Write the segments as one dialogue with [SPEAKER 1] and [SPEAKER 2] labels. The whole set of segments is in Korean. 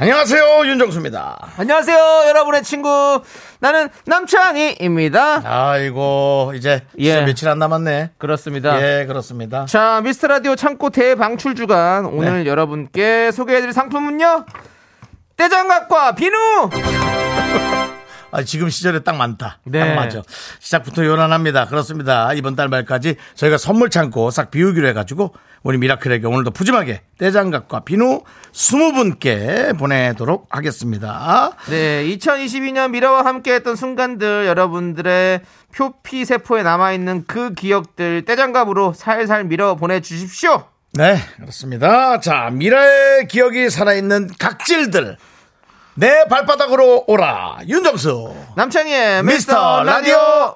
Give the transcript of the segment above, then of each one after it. [SPEAKER 1] 안녕하세요 윤정수입니다.
[SPEAKER 2] 안녕하세요, 여러분의 친구. 나는 남창희입니다.
[SPEAKER 1] 아이고 이제 진짜
[SPEAKER 2] 예.
[SPEAKER 1] 며칠 안 남았네.
[SPEAKER 2] 아, 그렇습니다.
[SPEAKER 1] 예 그렇습니다.
[SPEAKER 2] 자, 미스터 라디오 창고 대방출 주간. 오늘 여러분께 소개해드릴 상품은요. 떼장갑과 비누!
[SPEAKER 1] 아, 지금 시절에 딱 많다.
[SPEAKER 2] 네.
[SPEAKER 1] 딱 맞아. 시작부터 요란합니다. 그렇습니다. 이번 달 말까지 저희가 선물 창고 싹 비우기로 해가지고 우리 미라클에게 오늘도 푸짐하게 떼장갑과 비누 20분께 보내도록 하겠습니다.
[SPEAKER 2] 네, 2022년 미라와 함께했던 순간들, 여러분들의 표피 세포에 남아있는 그 기억들 떼장갑으로 살살 밀어 보내주십시오.
[SPEAKER 1] 네, 그렇습니다. 자, 미라의 기억이 살아있는 각질들. 내 발바닥으로 오라. 윤정수.
[SPEAKER 2] 남창희의
[SPEAKER 1] 미스터
[SPEAKER 2] 미스터
[SPEAKER 1] 라디오.
[SPEAKER 2] 라디오.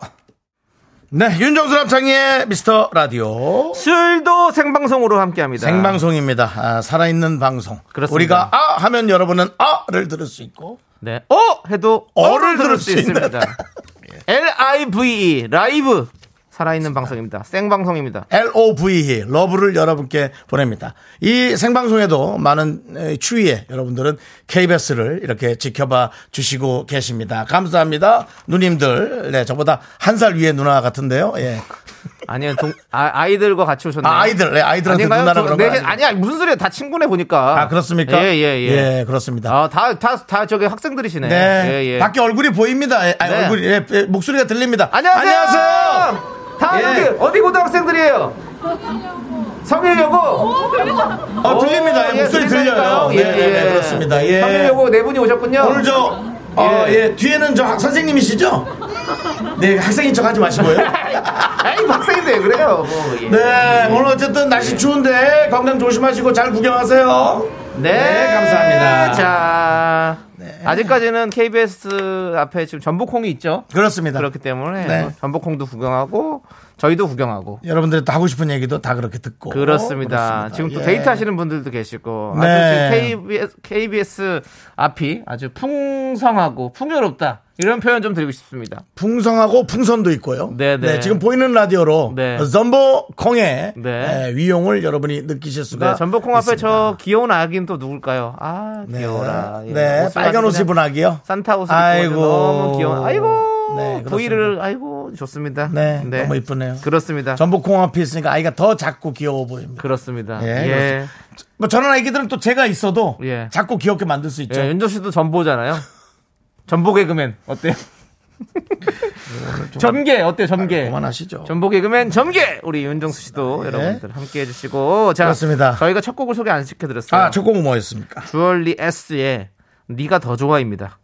[SPEAKER 1] 네, 윤정수 남창희의 미스터 라디오.
[SPEAKER 2] 술도 생방송으로 함께합니다.
[SPEAKER 1] 생방송입니다. 아, 살아있는 방송.
[SPEAKER 2] 그렇습니다.
[SPEAKER 1] 우리가 아 하면 여러분은 아를 들을 수 있고
[SPEAKER 2] 네. 어 해도
[SPEAKER 1] 어를
[SPEAKER 2] 어를
[SPEAKER 1] 들을
[SPEAKER 2] 들을 수
[SPEAKER 1] 수 있는.
[SPEAKER 2] 있습니다. L I V E 라이브 살아있는 방송입니다. 생방송입니다.
[SPEAKER 1] LOVE 러브를 여러분께 보냅니다. 이 생방송에도 많은 에, 추위에 여러분들은 KBS를 이렇게 지켜봐 주시고 계십니다. 감사합니다. 누님들. 네, 저보다 한 살 위에 누나 같은데요. 예.
[SPEAKER 2] 아니요 동, 아, 이들과 같이 오셨네요.
[SPEAKER 1] 아, 아이들. 네, 아이들한테
[SPEAKER 2] 아닌가요?
[SPEAKER 1] 누나라
[SPEAKER 2] 저-
[SPEAKER 1] 그런 거
[SPEAKER 2] 네,
[SPEAKER 1] 아니에요?
[SPEAKER 2] 아니야 무슨 소리야 다 친구네 보니까.
[SPEAKER 1] 아, 그렇습니까?
[SPEAKER 2] 예예 예.
[SPEAKER 1] 예, 그렇습니다.
[SPEAKER 2] 아다다 다 저기 학생들이시네.
[SPEAKER 1] 네.
[SPEAKER 2] 예, 예.
[SPEAKER 1] 밖에 얼굴이 보입니다. 예, 아,
[SPEAKER 2] 네.
[SPEAKER 1] 얼굴이, 예, 예, 목소리가 들립니다.
[SPEAKER 2] 안녕하세요.
[SPEAKER 1] 안녕하세요.
[SPEAKER 2] 다
[SPEAKER 1] 예.
[SPEAKER 2] 여기 어디 고등학생들이에요? 성일여고.
[SPEAKER 1] 어, 들립니다.
[SPEAKER 2] 오,
[SPEAKER 1] 예, 목소리 들려요.
[SPEAKER 2] 아, 들리니까요. 예,
[SPEAKER 1] 네, 네, 네, 그렇습니다. 예.
[SPEAKER 2] 성일여고 네 분이 오셨군요. 아,
[SPEAKER 1] 오늘 저, 어, 예. 뒤에는 저 학- 선생님이시죠? 네, 학생인 척 하지 마시고요.
[SPEAKER 2] 아니 학생인데 그래요. 뭐, 예.
[SPEAKER 1] 네, 오늘 어쨌든 날씨 추운데 건강 조심하시고 잘 구경하세요.
[SPEAKER 2] 네,
[SPEAKER 1] 네, 감사합니다.
[SPEAKER 2] 자,
[SPEAKER 1] 네.
[SPEAKER 2] 아직까지는 KBS 앞에 지금 전복콩이 있죠.
[SPEAKER 1] 그렇습니다.
[SPEAKER 2] 그렇기 때문에
[SPEAKER 1] 네.
[SPEAKER 2] 뭐 전복콩도 구경하고 저희도 구경하고.
[SPEAKER 1] 여러분들이 또 하고 싶은 얘기도 다 그렇게 듣고.
[SPEAKER 2] 그렇습니다. 지금 또
[SPEAKER 1] 예.
[SPEAKER 2] 데이트 하시는 분들도 계시고
[SPEAKER 1] 네.
[SPEAKER 2] 아주 지금 KBS, KBS 앞이 아주 풍성하고 풍요롭다 이런 표현 좀 드리고 싶습니다.
[SPEAKER 1] 네, 풍성하고 풍선도 있고요.
[SPEAKER 2] 네, 네.
[SPEAKER 1] 지금 보이는 라디오로
[SPEAKER 2] 네.
[SPEAKER 1] 전보 콩의
[SPEAKER 2] 네.
[SPEAKER 1] 예, 위용을 여러분이 느끼실 수가
[SPEAKER 2] 네, 전복콩 앞에
[SPEAKER 1] 있습니다.
[SPEAKER 2] 저 귀여운 아기는 또 누굴까요? 아
[SPEAKER 1] 네.
[SPEAKER 2] 귀여워라. 예,
[SPEAKER 1] 네,
[SPEAKER 2] 옷을
[SPEAKER 1] 빨간
[SPEAKER 2] 아주
[SPEAKER 1] 옷
[SPEAKER 2] 그냥
[SPEAKER 1] 입은 아기요.
[SPEAKER 2] 산타 옷을
[SPEAKER 1] 아이고.
[SPEAKER 2] 입고 너무 귀여운. 아이고.
[SPEAKER 1] 네, 그렇습니다.
[SPEAKER 2] 부위를 아이고 좋습니다.
[SPEAKER 1] 네, 너무 이쁘네요.
[SPEAKER 2] 그렇습니다.
[SPEAKER 1] 전복콩 앞에 있으니까 아이가 더 작고 귀여워 보입니다.
[SPEAKER 2] 그렇습니다.
[SPEAKER 1] 예,
[SPEAKER 2] 예.
[SPEAKER 1] 그렇습니다. 뭐 저런 아이들은 또 제가 있어도
[SPEAKER 2] 예.
[SPEAKER 1] 작고 귀엽게 만들 수 있죠.
[SPEAKER 2] 예, 윤조 씨도 전보잖아요. 전보 개그맨 어때요? 전개 어때요? 전개.
[SPEAKER 1] 그만하시죠.
[SPEAKER 2] 전보 개그맨 전개 우리 윤정수 씨도
[SPEAKER 1] 예.
[SPEAKER 2] 여러분들 함께 해주시고 자
[SPEAKER 1] 그렇습니다.
[SPEAKER 2] 저희가 첫 곡을 소개 안 시켜드렸어요.
[SPEAKER 1] 아, 첫 곡은 뭐였습니까?
[SPEAKER 2] 주얼리 S의 네가 더 좋아입니다.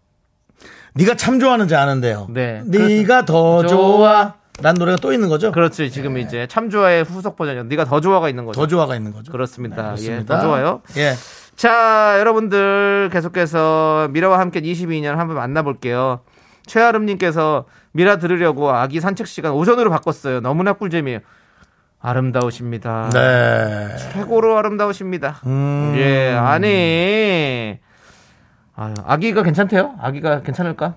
[SPEAKER 1] 네가 참 좋아하는지 아는데요.
[SPEAKER 2] 네.
[SPEAKER 1] 네가 더 좋아.
[SPEAKER 2] 좋아.
[SPEAKER 1] 란 노래가 또 있는 거죠?
[SPEAKER 2] 그렇지 지금 이제 참 좋아의 후속 버전이요. 네가 더 좋아가 있는 거죠.
[SPEAKER 1] 예. 더 좋아가 있는 거죠.
[SPEAKER 2] 그렇습니다. 예,
[SPEAKER 1] 그렇습니다.
[SPEAKER 2] 더 좋아요.
[SPEAKER 1] 예.
[SPEAKER 2] 자, 여러분들 계속해서 미라와 함께 22년 한번 만나볼게요. 최아름님께서 미라 들으려고 아기 산책 시간 오전으로 바꿨어요. 너무나 꿀잼이에요. 아름다우십니다.
[SPEAKER 1] 네.
[SPEAKER 2] 최고로 아름다우십니다. 예, 아니. 아유, 아기가 괜찮대요? 아기가 괜찮을까?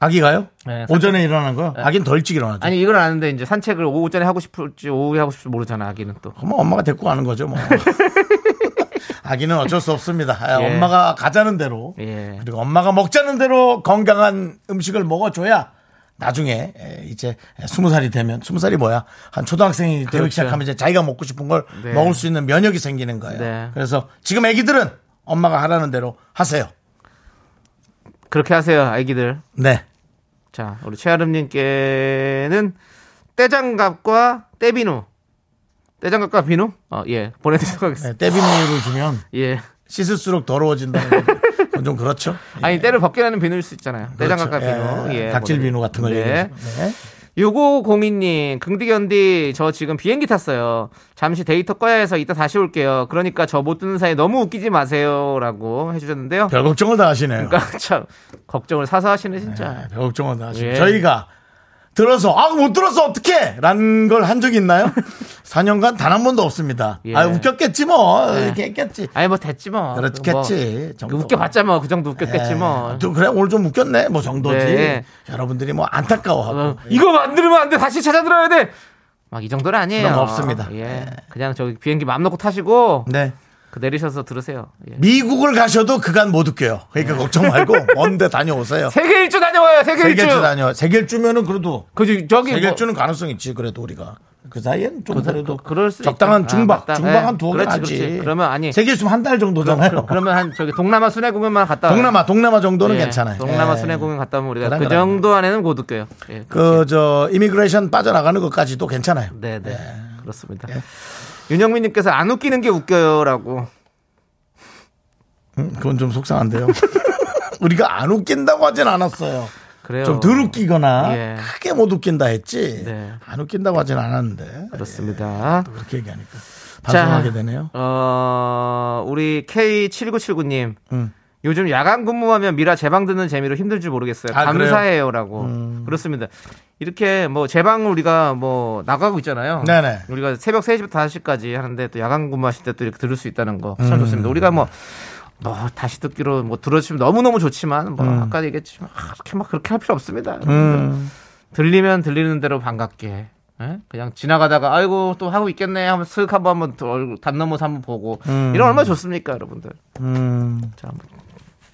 [SPEAKER 1] 아기가요?
[SPEAKER 2] 네, 산책-
[SPEAKER 1] 오전에 일어나는 거요? 아긴 더 일찍 일어나죠.
[SPEAKER 2] 아니, 이건 아는데 이제 산책을 오전에 하고 싶을지 오후에 하고 싶을지 모르잖아, 아기는 또.
[SPEAKER 1] 그럼 엄마가 데리고 가는 거죠, 뭐. 아기는 어쩔 수 없습니다. 아,
[SPEAKER 2] 예.
[SPEAKER 1] 엄마가 가자는 대로
[SPEAKER 2] 예.
[SPEAKER 1] 그리고 엄마가 먹자는 대로 건강한 음식을 먹어줘야 나중에 에, 이제 스무 살이 되면 스무 살이 뭐야 한 초등학생이 되기
[SPEAKER 2] 그렇죠.
[SPEAKER 1] 시작하면 이제 자기가 먹고 싶은 걸
[SPEAKER 2] 네.
[SPEAKER 1] 먹을 수 있는 면역이 생기는 거예요.
[SPEAKER 2] 네.
[SPEAKER 1] 그래서 지금 아기들은 엄마가 하라는 대로 하세요.
[SPEAKER 2] 그렇게 하세요, 아기들.
[SPEAKER 1] 네.
[SPEAKER 2] 자, 우리 최아름님께는 떼장갑과 떼비누. 떼장갑과 비누? 어, 예. 보내드리도록 하겠습니다.
[SPEAKER 1] 네, 떼비누를 주면
[SPEAKER 2] 예.
[SPEAKER 1] 씻을수록 더러워진다는 건- 그건 좀 그렇죠.
[SPEAKER 2] 아니, 때를 아, 벗겨내는 비누일 수 있잖아요. 떼장갑과
[SPEAKER 1] 그렇죠.
[SPEAKER 2] 비누. 예.
[SPEAKER 1] 각질
[SPEAKER 2] 보내드리-
[SPEAKER 1] 비누 같은 걸
[SPEAKER 2] 네.
[SPEAKER 1] 얘기해서. 네.
[SPEAKER 2] 6502님, 긍디견디, 저 지금 비행기 탔어요. 잠시 데이터 꺼야 해서 이따 다시 올게요. 그러니까 저 못 듣는 사이 너무 웃기지 마세요. 라고 해주셨는데요.
[SPEAKER 1] 별 걱정을 다 하시네요.
[SPEAKER 2] 그러니까 참, 걱정을 사서 하시네, 진짜.
[SPEAKER 1] 아, 별 걱정을 다 하시고
[SPEAKER 2] 예.
[SPEAKER 1] 저희가 들어서 아 못 들었어 어떡해 라는 걸 한 적이 있나요? 4년간 단 한 번도 없습니다.
[SPEAKER 2] 예.
[SPEAKER 1] 아 웃겼겠지 뭐 이렇게 했겠지.
[SPEAKER 2] 아니, 뭐 됐지 뭐.
[SPEAKER 1] 그렇겠지.
[SPEAKER 2] 뭐,
[SPEAKER 1] 정도.
[SPEAKER 2] 웃겨봤자 뭐, 그 정도 웃겼겠지
[SPEAKER 1] 예.
[SPEAKER 2] 뭐.
[SPEAKER 1] 또 그래 오늘 좀 웃겼네 뭐 정도지.
[SPEAKER 2] 네.
[SPEAKER 1] 여러분들이 뭐 안타까워하고
[SPEAKER 2] 어, 이거 만들면 안 돼. 다시 찾아 들어야 돼. 막 이 정도는 아니에요.
[SPEAKER 1] 그런 거 없습니다.
[SPEAKER 2] 예.
[SPEAKER 1] 예.
[SPEAKER 2] 그냥 저기 비행기 마음 놓고 타시고
[SPEAKER 1] 네.
[SPEAKER 2] 그 내리셔서 들으세요. 예.
[SPEAKER 1] 미국을 가셔도 그간 못 웃겨요. 그러니까 걱정 말고 먼데 다녀오세요.
[SPEAKER 2] 네. 세계 일주 다녀와요. 세계,
[SPEAKER 1] 세계주
[SPEAKER 2] 일주.
[SPEAKER 1] 다녀. 세계주면은 그래도
[SPEAKER 2] 그지 저기 뭐-
[SPEAKER 1] 세계주는 가능성 있지 그래도 우리가 그 사이엔 좀 그, 래도
[SPEAKER 2] 그- 그럴 수
[SPEAKER 1] 적당한
[SPEAKER 2] 있다. 아,
[SPEAKER 1] 중박
[SPEAKER 2] 맞다.
[SPEAKER 1] 중박
[SPEAKER 2] 네.
[SPEAKER 1] 한 두어 개
[SPEAKER 2] 그렇지,
[SPEAKER 1] 나지.
[SPEAKER 2] 그렇지. 그러면 아니- 그렇죠.
[SPEAKER 1] 세계주면 한 달 정도잖아요.
[SPEAKER 2] 뭐 그러면 한 저기 동남아 순회 공연만 갔다 와요.
[SPEAKER 1] 동남아 동남아 정도는
[SPEAKER 2] 예,
[SPEAKER 1] 괜찮아요.
[SPEAKER 2] 동남아
[SPEAKER 1] 예.
[SPEAKER 2] 순회 공연 갔다 오면 우리가
[SPEAKER 1] 그래,
[SPEAKER 2] 그
[SPEAKER 1] 그래.
[SPEAKER 2] 정도 안에는 못 웃겨요. 예.
[SPEAKER 1] 그저 이미그레이션 빠져나가는 것까지도 괜찮아요.
[SPEAKER 2] 네, 네. 그렇습니다.
[SPEAKER 1] 예.
[SPEAKER 2] 윤영민 님께서 안 웃기는 게 웃겨요라고.
[SPEAKER 1] 음, 그건 좀 속상한데요. 우리가 안 웃긴다고 하진 않았어요.
[SPEAKER 2] 그래요.
[SPEAKER 1] 좀 덜 웃기거나
[SPEAKER 2] 예.
[SPEAKER 1] 크게 못 웃긴다 했지.
[SPEAKER 2] 네.
[SPEAKER 1] 안 웃긴다고 하진 않았는데.
[SPEAKER 2] 그렇습니다.
[SPEAKER 1] 또 그렇게 얘기하니까 반성하게
[SPEAKER 2] 자,
[SPEAKER 1] 되네요.
[SPEAKER 2] 어, 우리 K7979님.
[SPEAKER 1] 음.
[SPEAKER 2] 요즘 야간 근무하면 미라 제방 듣는 재미로 힘들지 모르겠어요.
[SPEAKER 1] 아, 그래요? 음.
[SPEAKER 2] 감사해요라고. 그렇습니다. 이렇게 뭐 제방을 우리가 뭐 나가고 있잖아요.
[SPEAKER 1] 네네.
[SPEAKER 2] 우리가 새벽 3시부터 5시까지 하는데 또 야간 근무하실 때 또 이렇게 들을 수 있다는 거
[SPEAKER 1] 음.
[SPEAKER 2] 참 좋습니다. 우리가 뭐, 뭐 다시 듣기로 뭐 들어주시면 너무너무 좋지만 뭐 아까 얘기했지만 아, 그렇게 막 그렇게 할 필요 없습니다. 들리면 들리는 대로 반갑게. 예? 그냥 지나가다가 아이고 또 하고 있겠네 하면 슥 한번 한번 또 얼굴 담 넘어서 한번 보고 이런 얼마나 좋습니까 여러분들
[SPEAKER 1] 음,
[SPEAKER 2] 자 한번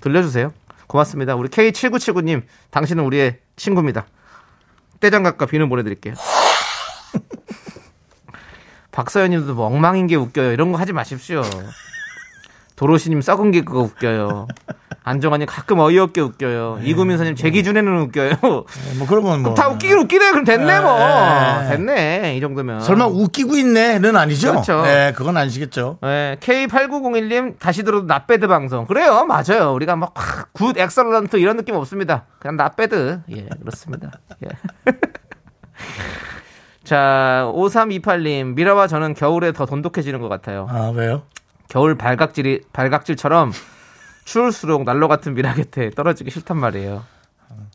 [SPEAKER 2] 들려주세요 고맙습니다 우리 K7979님 당신은 우리의 친구입니다 떼장갑과 비누 보내드릴게요 박서연님도 뭐 엉망인 게 웃겨요 이런 거 하지 마십시오 도로시님 썩은 게 그거 웃겨요 안정환님 가끔 어이없게 웃겨요
[SPEAKER 1] 네.
[SPEAKER 2] 이구민서님 제 기준에는 웃겨요
[SPEAKER 1] 뭐 그러면 뭐
[SPEAKER 2] 다 웃기긴 웃기네. 그럼 됐네, 뭐.
[SPEAKER 1] 예, 예.
[SPEAKER 2] 됐네. 이 정도면.
[SPEAKER 1] 설마 웃기고 있네는 아니죠?
[SPEAKER 2] 그렇죠.
[SPEAKER 1] 네, 그건 아니시겠죠.
[SPEAKER 2] 예, K8901님, 다시 들어도 나배드 방송. 그래요, 맞아요. 우리가 막, 확, 굿, 엑설런트 이런 느낌 없습니다. 그냥 나배드. 예, 그렇습니다. 예. 자, 5328님, 미라와 저는 겨울에 더 돈독해지는 것 같아요.
[SPEAKER 1] 아 왜요?
[SPEAKER 2] 겨울 발각질이, 발각질처럼 추울수록 난로 같은 미라 곁에 떨어지기 싫단 말이에요.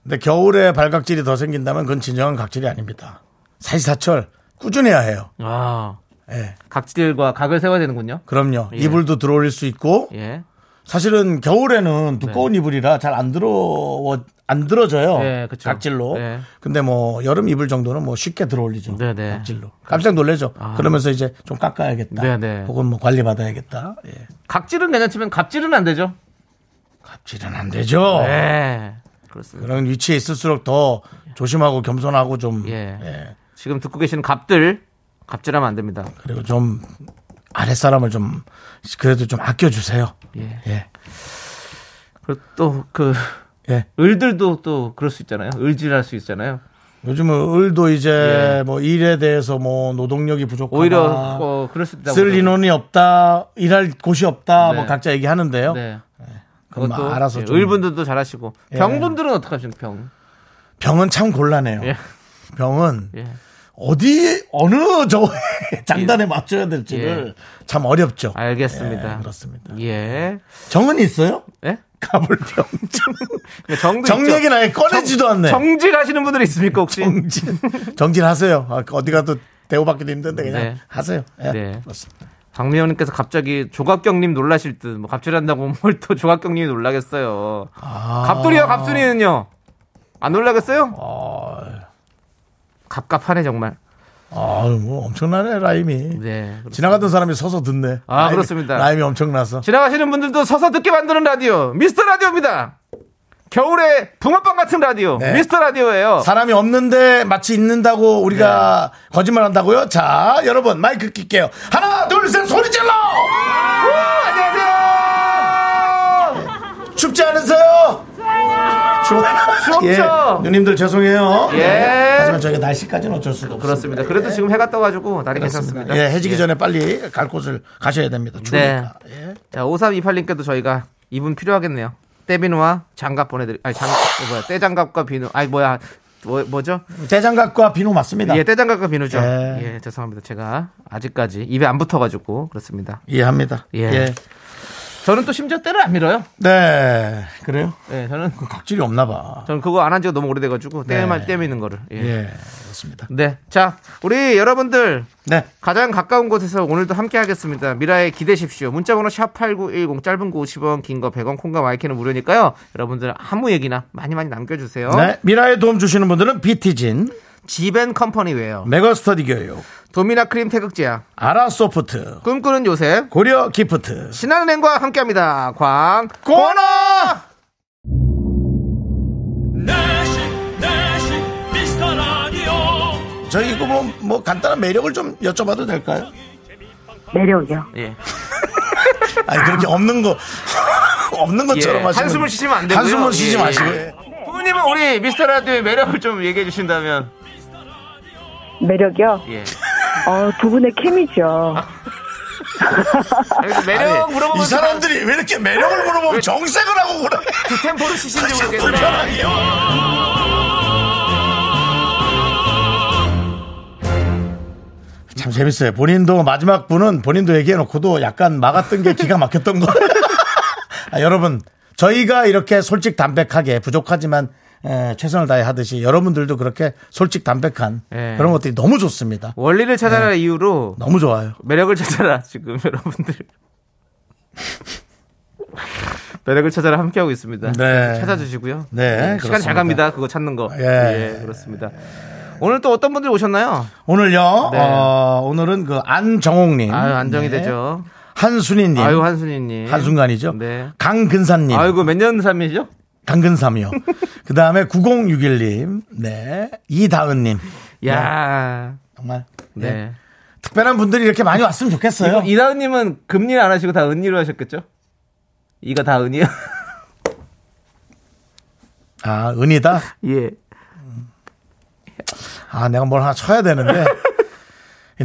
[SPEAKER 1] 근데 겨울에 발각질이 더 생긴다면 그건 진정한 각질이 아닙니다. 사시사철 꾸준해야 해요.
[SPEAKER 2] 아,
[SPEAKER 1] 예.
[SPEAKER 2] 각질과 각을 세워야 되는군요.
[SPEAKER 1] 그럼요.
[SPEAKER 2] 예.
[SPEAKER 1] 이불도 들어올릴 수 있고
[SPEAKER 2] 예. 네.
[SPEAKER 1] 사실은 겨울에는 두꺼운 이불이라 잘 안 들어워 안 들어져요.
[SPEAKER 2] 예, 그쵸.
[SPEAKER 1] 각질로.
[SPEAKER 2] 예.
[SPEAKER 1] 근데 뭐 여름 이불 정도는 뭐 쉽게 들어올리죠.
[SPEAKER 2] 네, 네.
[SPEAKER 1] 각질로. 깜짝 놀래죠. 그러면서 이제 좀 깎아야겠다.
[SPEAKER 2] 네, 네.
[SPEAKER 1] 혹은 뭐 관리 받아야겠다. 예.
[SPEAKER 2] 각질은 괜찮지만 갑질은 안 되죠.
[SPEAKER 1] 각질은 안 되죠.
[SPEAKER 2] 예. 그렇습니다.
[SPEAKER 1] 그런 위치에 있을수록 더 조심하고 겸손하고 좀
[SPEAKER 2] 예.
[SPEAKER 1] 예.
[SPEAKER 2] 지금 듣고 계시는 갑들 갑질하면 안 됩니다.
[SPEAKER 1] 그리고 좀 아랫사람을 좀 그래도 좀 아껴주세요.
[SPEAKER 2] 예.
[SPEAKER 1] 예.
[SPEAKER 2] 그리고 또그
[SPEAKER 1] 예.
[SPEAKER 2] 을들도 또 그럴 수 있잖아요. 을질할 수 있잖아요.
[SPEAKER 1] 요즘은 을도 이제
[SPEAKER 2] 예.
[SPEAKER 1] 뭐 일에 대해서 뭐 노동력이 부족하다.
[SPEAKER 2] 오히려 어, 그럴 수 있다고.
[SPEAKER 1] 쓸 인원이 없다. 일할 곳이 없다.
[SPEAKER 2] 네.
[SPEAKER 1] 뭐 각자 얘기하는데요.
[SPEAKER 2] 네.
[SPEAKER 1] 그럼
[SPEAKER 2] 그것도
[SPEAKER 1] 뭐 알아서
[SPEAKER 2] 예,
[SPEAKER 1] 좀.
[SPEAKER 2] 을분들도 잘하시고
[SPEAKER 1] 예.
[SPEAKER 2] 병분들은 어떻게 하십니까? 병.
[SPEAKER 1] 병은 참 곤란해요.
[SPEAKER 2] 예.
[SPEAKER 1] 병은
[SPEAKER 2] 예.
[SPEAKER 1] 어디 어느 저 장단에 맞춰야 될지를 참 어렵죠.
[SPEAKER 2] 예. 알겠습니다.
[SPEAKER 1] 예, 그렇습니다.
[SPEAKER 2] 예.
[SPEAKER 1] 정은 있어요?
[SPEAKER 2] 예?
[SPEAKER 1] 가불병.
[SPEAKER 2] 그러니까 정도
[SPEAKER 1] 정
[SPEAKER 2] 있죠.
[SPEAKER 1] 얘기는 아예 꺼내지도 않네.
[SPEAKER 2] 정질하시는 분들 있습니까 혹시?
[SPEAKER 1] 정진. 정진하세요. 아, 어디 가도 대우받기도 힘든데 그냥
[SPEAKER 2] 네.
[SPEAKER 1] 하세요. 예.
[SPEAKER 2] 네.
[SPEAKER 1] 그렇습니다.
[SPEAKER 2] 박미영님께서 갑자기 조각경님 놀라실 듯, 뭐 갑질한다고 뭘 또 조각경님이 놀라겠어요.
[SPEAKER 1] 아.
[SPEAKER 2] 갑돌이요, 갑순이는요? 안 놀라겠어요? 갑갑하네, 정말.
[SPEAKER 1] 아유, 뭐 엄청나네, 라임이.
[SPEAKER 2] 네.
[SPEAKER 1] 지나가던 사람이 서서 듣네.
[SPEAKER 2] 아, 그렇습니다.
[SPEAKER 1] 라임이 엄청나서.
[SPEAKER 2] 지나가시는 분들도 서서 듣게 만드는 라디오, 미스터 라디오입니다. 겨울에 붕어빵 같은 라디오,
[SPEAKER 1] 네.
[SPEAKER 2] 미스터 라디오예요
[SPEAKER 1] 사람이 없는데 마치 있는다고 우리가
[SPEAKER 2] 네.
[SPEAKER 1] 거짓말 한다고요? 자, 여러분, 마이크 낄게요. 하나, 둘, 셋, 소리 질러!
[SPEAKER 2] 우, 안녕하세요!
[SPEAKER 1] 춥지 않으세요? 좋아요.
[SPEAKER 2] 추웠죠?
[SPEAKER 1] 예, 누님들 죄송해요.
[SPEAKER 2] 예.
[SPEAKER 1] 네. 하지만 저희가 날씨까지는 어쩔 수가 없습니다.
[SPEAKER 2] 그렇습니다. 그래도
[SPEAKER 1] 예.
[SPEAKER 2] 지금 해가 떠가지고 날이 괜찮습니다.
[SPEAKER 1] 예, 해지기
[SPEAKER 2] 예. 네.
[SPEAKER 1] 전에 빨리 갈 곳을 가셔야 됩니다. 추우니까. 예.
[SPEAKER 2] 자, 5328님께도 저희가 이분 필요하겠네요. 떼비누와 장갑 보내드릴, 아니, 장갑, 어, 뭐야, 떼장갑과 비누, 아니, 뭐야, 뭐, 뭐죠?
[SPEAKER 1] 대장갑과 비누 맞습니다.
[SPEAKER 2] 예, 떼장갑과 비누죠.
[SPEAKER 1] 예.
[SPEAKER 2] 예. 죄송합니다. 제가 아직까지 입에 안 붙어가지고 그렇습니다.
[SPEAKER 1] 이해합니다.
[SPEAKER 2] 예. 저는 또 심지어 때를 안 밀어요.
[SPEAKER 1] 네. 그래요?
[SPEAKER 2] 예, 저는
[SPEAKER 1] 각질이 없나 봐.
[SPEAKER 2] 저는 그거 안 한 지가 너무 오래돼가지고 때만
[SPEAKER 1] 네.
[SPEAKER 2] 때 미는 거를. 예.
[SPEAKER 1] 예. 그렇습니다.
[SPEAKER 2] 네, 자 우리 여러분들
[SPEAKER 1] 네.
[SPEAKER 2] 가장 가까운 곳에서 오늘도 함께 하겠습니다. 미라에 기대십시오. 문자번호 샵8910 짧은 거 50원, 긴 거 100원, 콩과 마이크는 무료니까요. 여러분들 아무 얘기나 많이 많이 남겨주세요.
[SPEAKER 1] 네. 미라에 도움 주시는 분들은 비티진,
[SPEAKER 2] 지벤 컴퍼니웨어,
[SPEAKER 1] 메가스터디 교육,
[SPEAKER 2] 도미나 크림 태극제야,
[SPEAKER 1] 아라소프트,
[SPEAKER 2] 꿈꾸는 요새,
[SPEAKER 1] 고려 기프트,
[SPEAKER 2] 신한은행과 함께합니다. 광.
[SPEAKER 1] 코너!
[SPEAKER 3] 내식 내식 미스터 라디오
[SPEAKER 1] 저희 이거 뭐, 뭐 간단한 매력을 좀 여쭤봐도 될까요?
[SPEAKER 4] 매력이요.
[SPEAKER 2] 예.
[SPEAKER 1] 아니 그렇게 없는 거 없는 것처럼
[SPEAKER 2] 예,
[SPEAKER 1] 하시면
[SPEAKER 2] 한숨을 쉬시면 안 되고요.
[SPEAKER 1] 한숨을 쉬지
[SPEAKER 2] 예, 예.
[SPEAKER 1] 마시고
[SPEAKER 2] 부모님은 우리 미스터 라디오의 매력을 좀 얘기해 주신다면.
[SPEAKER 4] 매력이요?
[SPEAKER 2] 예.
[SPEAKER 4] 어, 두 분의 케미죠.
[SPEAKER 2] 아니, 매력 물어보면
[SPEAKER 1] 이 사람들이 왜 이렇게 매력을 물어보면 정색을 하고 그래?
[SPEAKER 2] 두 템포를 치신지 모르겠어요.
[SPEAKER 1] 불편하게. 참 재밌어요. 본인도 마지막 분은 본인도 얘기해놓고도 약간 막았던 게 기가 막혔던 거예요. 아, 여러분 저희가 이렇게 솔직 담백하게 부족하지만 에, 최선을 다해 하듯이 여러분들도 그렇게 솔직 담백한
[SPEAKER 2] 예.
[SPEAKER 1] 그런 것들이 너무 좋습니다.
[SPEAKER 2] 원리를 찾아라 이유로
[SPEAKER 1] 너무 좋아요.
[SPEAKER 2] 매력을 찾아라 지금 여러분들 매력을 찾아라 함께하고 있습니다.
[SPEAKER 1] 네.
[SPEAKER 2] 찾아주시고요.
[SPEAKER 1] 네,
[SPEAKER 2] 예, 시간
[SPEAKER 1] 그렇습니다.
[SPEAKER 2] 잘 갑니다. 그거 찾는 거.
[SPEAKER 1] 예.
[SPEAKER 2] 예, 그렇습니다. 오늘 또 어떤 분들이 오셨나요?
[SPEAKER 1] 오늘요.
[SPEAKER 2] 네.
[SPEAKER 1] 어, 오늘은 그 안정옥님,
[SPEAKER 2] 아유 안정이
[SPEAKER 1] 네.
[SPEAKER 2] 되죠.
[SPEAKER 1] 한순희님,
[SPEAKER 2] 아유 한순이님.
[SPEAKER 1] 예. 한순간이죠.
[SPEAKER 2] 네.
[SPEAKER 1] 강근사님,
[SPEAKER 2] 아이고 몇 년 삶이죠?
[SPEAKER 1] 강근삼이요. 그 다음에 9061님, 네 이다은님,
[SPEAKER 2] 야,
[SPEAKER 1] 정말
[SPEAKER 2] 네.
[SPEAKER 1] 네. 특별한 분들이 이렇게 많이 왔으면 좋겠어요.
[SPEAKER 2] 이거 이다은님은 금리를 안 하시고 다 은리로 하셨겠죠? 이거 다 은이요?
[SPEAKER 1] 아 은이다.
[SPEAKER 2] 예.
[SPEAKER 1] 아 내가 뭘 하나 쳐야 되는데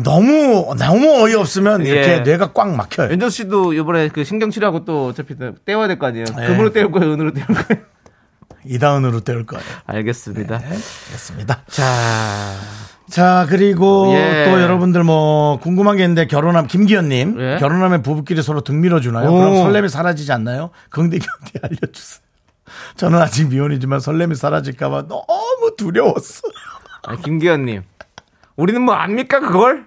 [SPEAKER 1] 너무 너무 어이 없으면 이렇게
[SPEAKER 2] 예.
[SPEAKER 1] 뇌가 꽉 막혀요.
[SPEAKER 2] 윤정 씨도 이번에 그 신경 치료하고 또 어차피 또 떼어야 될 거 아니에요?
[SPEAKER 1] 예.
[SPEAKER 2] 금으로 떼울 거예요, 은으로 떼울 거예요?
[SPEAKER 1] 이다은으로 때울 거예요.
[SPEAKER 2] 알겠습니다.
[SPEAKER 1] 알겠습니다.
[SPEAKER 2] 자,
[SPEAKER 1] 자 그리고
[SPEAKER 2] 예.
[SPEAKER 1] 또 여러분들 뭐 궁금한 게 있는데 결혼하면 김기현님
[SPEAKER 2] 예.
[SPEAKER 1] 결혼하면 부부끼리 서로 등 밀어주나요?
[SPEAKER 2] 오.
[SPEAKER 1] 그럼 설렘이 사라지지 않나요? 긍디 견디 알려주세요. 저는 아직 미혼이지만 설렘이 사라질까봐 너무 두려웠어. 요
[SPEAKER 2] 아, 김기현님. 우리는 뭐 압니까, 그걸?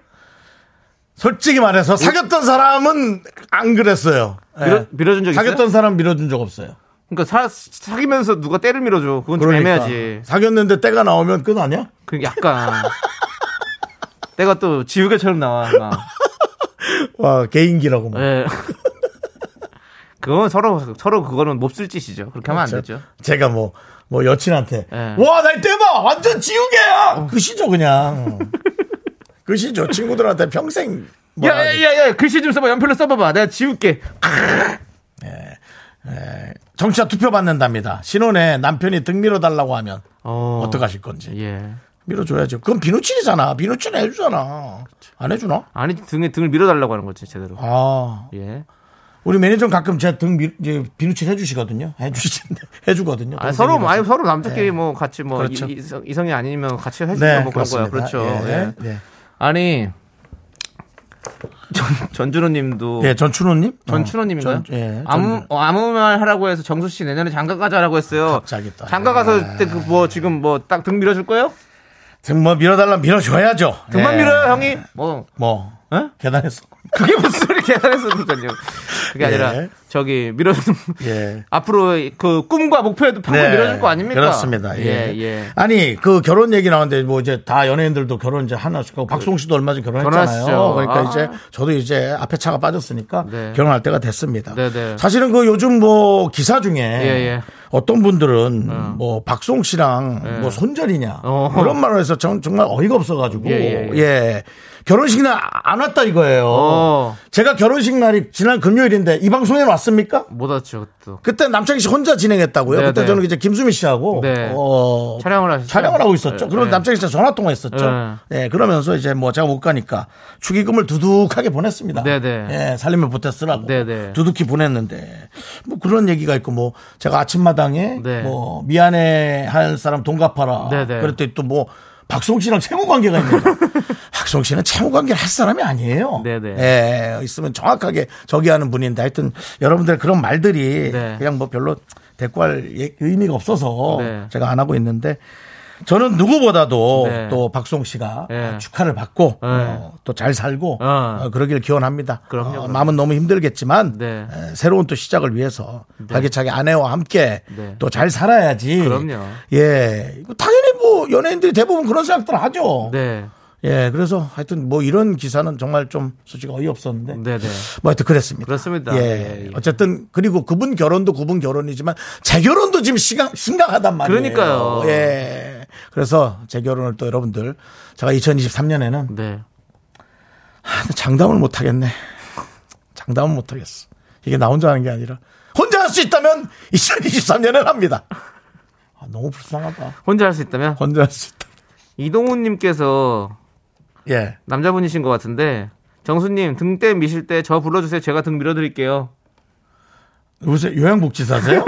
[SPEAKER 1] 솔직히 말해서 사귀었던 사람은 안 그랬어요. 예.
[SPEAKER 2] 밀어, 밀어준 적 있어요?
[SPEAKER 1] 사귀었던 사람 밀어준 적 없어요.
[SPEAKER 2] 그러니까 사, 사귀면서 누가 때를 밀어줘. 그건 좀
[SPEAKER 1] 그러니까
[SPEAKER 2] 애매하지.
[SPEAKER 1] 사귀었는데 때가 나오면 끝 아니야?
[SPEAKER 2] 그 약간. 때가 또 지우개처럼 나와. 막.
[SPEAKER 1] 와 개인기라고. 뭐.
[SPEAKER 2] 예. 그건 서로, 서로 그거는 몹쓸 짓이죠. 그렇게 하면 안
[SPEAKER 1] 저-
[SPEAKER 2] 되죠.
[SPEAKER 1] 제가 뭐, 뭐 여친한테
[SPEAKER 2] 예.
[SPEAKER 1] 와날때봐 완전 지우개야. 그시죠 그냥. 그시죠 친구들한테 평생.
[SPEAKER 2] 야,
[SPEAKER 1] 뭐라
[SPEAKER 2] 야,
[SPEAKER 1] 하지.
[SPEAKER 2] 야, 야, 글씨 좀 써봐. 연필로 써봐봐. 내가 지울게.
[SPEAKER 1] 정치자 투표 받는답니다. 신혼에 남편이 등 밀어달라고 하면
[SPEAKER 2] 어.
[SPEAKER 1] 어떡하실 건지
[SPEAKER 2] 예.
[SPEAKER 1] 밀어줘야죠. 그건 비누칠이잖아. 비누칠 해주잖아. 안 해주나?
[SPEAKER 2] 아니 등에 등을 밀어달라고 하는 거지 제대로.
[SPEAKER 1] 아
[SPEAKER 2] 예.
[SPEAKER 1] 우리 매니저는 가끔 제 등 비누칠 해주시거든요. 해주시는데 해주거든요.
[SPEAKER 2] 아, 서로
[SPEAKER 1] 동생이라서.
[SPEAKER 2] 많이 서로 남자끼리 뭐 같이 뭐
[SPEAKER 1] 그렇죠.
[SPEAKER 2] 이- 이성, 이성이 아니면 같이 해주는
[SPEAKER 1] 네,
[SPEAKER 2] 뭐 그런
[SPEAKER 1] 그렇습니다.
[SPEAKER 2] 거야. 그렇죠.
[SPEAKER 1] 예,
[SPEAKER 2] 예.
[SPEAKER 1] 예. 예.
[SPEAKER 2] 아니 전 전준호님도
[SPEAKER 1] 예, 전춘호님?
[SPEAKER 2] 전춘호님인가요?
[SPEAKER 1] 전- 예,
[SPEAKER 2] 아무
[SPEAKER 1] 전-
[SPEAKER 2] 어, 아무 말 하라고 해서 정수 씨 내년에 장가 가자라고 했어요.
[SPEAKER 1] 갑자기 또. 예.
[SPEAKER 2] 장가 가서 그때 그 뭐 지금 뭐 딱 등 밀어줄 거예요?
[SPEAKER 1] 등 뭐 밀어달라 면 밀어줘야죠.
[SPEAKER 2] 등만
[SPEAKER 1] 예.
[SPEAKER 2] 밀어요 형이. 뭐
[SPEAKER 1] 뭐
[SPEAKER 2] 어?
[SPEAKER 1] 계단에서.
[SPEAKER 2] 그게 무슨 소리 계산해서 그러니까요. 그게 아니라
[SPEAKER 1] 예.
[SPEAKER 2] 저기 밀어주는
[SPEAKER 1] 예.
[SPEAKER 2] 앞으로 그 꿈과 목표에도 팍팍
[SPEAKER 1] 네.
[SPEAKER 2] 밀어줄 거 아닙니까?
[SPEAKER 1] 그렇습니다. 예.
[SPEAKER 2] 예, 예.
[SPEAKER 1] 아니, 그 결혼 얘기 나왔는데, 뭐 이제 다 연예인들도 결혼 이제 하나씩 하고, 박송 씨도 얼마 전에 결혼했잖아요.
[SPEAKER 2] 그 결혼하시죠.
[SPEAKER 1] 그러니까
[SPEAKER 2] 아.
[SPEAKER 1] 이제 저도 이제 앞에 차가 빠졌으니까
[SPEAKER 2] 네.
[SPEAKER 1] 결혼할 때가 됐습니다.
[SPEAKER 2] 네, 네.
[SPEAKER 1] 사실은 그 요즘 뭐 기사 중에
[SPEAKER 2] 예.
[SPEAKER 1] 어떤 분들은 뭐 박송 씨랑
[SPEAKER 2] 예.
[SPEAKER 1] 뭐 손절이냐
[SPEAKER 2] 어.
[SPEAKER 1] 그런 말을 해서 전- 정말 어이가 없어가지고
[SPEAKER 2] 예, 예, 예.
[SPEAKER 1] 예. 결혼식 날 안 왔다 이거예요.
[SPEAKER 2] 어.
[SPEAKER 1] 제가 결혼식 날이 지난 금요일인데 이 방송에 왔습니까?
[SPEAKER 2] 못 왔죠, 그것도.
[SPEAKER 1] 그때 남창희 씨 혼자 진행했다고요.
[SPEAKER 2] 네,
[SPEAKER 1] 그때
[SPEAKER 2] 네.
[SPEAKER 1] 저는 이제 김수미 씨하고
[SPEAKER 2] 네.
[SPEAKER 1] 어,
[SPEAKER 2] 촬영을 하셨죠?
[SPEAKER 1] 촬영을 하고 있었죠.
[SPEAKER 2] 네,
[SPEAKER 1] 그리고
[SPEAKER 2] 네.
[SPEAKER 1] 남창희 씨랑 전화 통화했었죠.
[SPEAKER 2] 네.
[SPEAKER 1] 네. 그러면서 이제 뭐 제가 못 가니까 축의금을 두둑하게 보냈습니다.
[SPEAKER 2] 네, 네.
[SPEAKER 1] 예, 살림을 보탰으라고
[SPEAKER 2] 네, 네.
[SPEAKER 1] 두둑히 보냈는데 뭐 그런 얘기가 있고 뭐 제가 아침마당에
[SPEAKER 2] 네.
[SPEAKER 1] 뭐 미안해 할 사람 돈 갚아라.
[SPEAKER 2] 네, 네.
[SPEAKER 1] 그랬더니 또 뭐 박송 씨랑 채무 관계가 있는데 박송 씨는 채무 관계를 할 사람이 아니에요.
[SPEAKER 2] 네, 네.
[SPEAKER 1] 예, 예, 있으면 정확하게 저기하는 분인데 하여튼 여러분들 그런 말들이
[SPEAKER 2] 네.
[SPEAKER 1] 그냥 뭐 별로 대꾸할 예- 의미가 없어서
[SPEAKER 2] 네.
[SPEAKER 1] 제가 안 하고 있는데 저는 누구보다도
[SPEAKER 2] 네.
[SPEAKER 1] 또 박송 씨가
[SPEAKER 2] 네.
[SPEAKER 1] 축하를 받고 어,
[SPEAKER 2] 네.
[SPEAKER 1] 또 잘 살고
[SPEAKER 2] 어.
[SPEAKER 1] 어, 그러길 기원합니다.
[SPEAKER 2] 그럼요,
[SPEAKER 1] 어,
[SPEAKER 2] 그럼요.
[SPEAKER 1] 마음은 너무 힘들겠지만
[SPEAKER 2] 네.
[SPEAKER 1] 에, 새로운 또 시작을 위해서 활기차게 아내와 함께
[SPEAKER 2] 네.
[SPEAKER 1] 또 잘 살아야지.
[SPEAKER 2] 그럼요.
[SPEAKER 1] 예, 이거 당연히 뭐 연예인들이 대부분 그런 생각들을 하죠.
[SPEAKER 2] 네.
[SPEAKER 1] 예, 그래서 하여튼 뭐 이런 기사는 정말 좀 솔직히 어이없었는데.
[SPEAKER 2] 네, 네.
[SPEAKER 1] 뭐 하여튼 그랬습니다.
[SPEAKER 2] 그렇습니다.
[SPEAKER 1] 예.
[SPEAKER 2] 예, 예.
[SPEAKER 1] 어쨌든 그리고 그분 결혼도 그분 결혼이지만 제 결혼도 지금 시각, 심각하단 말이에요.
[SPEAKER 2] 그러니까요.
[SPEAKER 1] 예. 그래서 제 결혼을 또 여러분들 제가 2023년에는 아,
[SPEAKER 2] 네.
[SPEAKER 1] 장담을 못 하겠네. 장담은 못 하겠어. 이게 나 혼자 하는 게 아니라 혼자 할 수 있다면 2023년엔 합니다. 아, 너무 불쌍하다.
[SPEAKER 2] 혼자 할 수 있다면
[SPEAKER 1] 혼자 할 수 있다.
[SPEAKER 2] 이동훈 님께서
[SPEAKER 1] 예.
[SPEAKER 2] 남자분이신 것 같은데 정수님 등대 미실 때 저 불러주세요. 제가 등 밀어드릴게요.
[SPEAKER 1] 요새 요양복지사세요?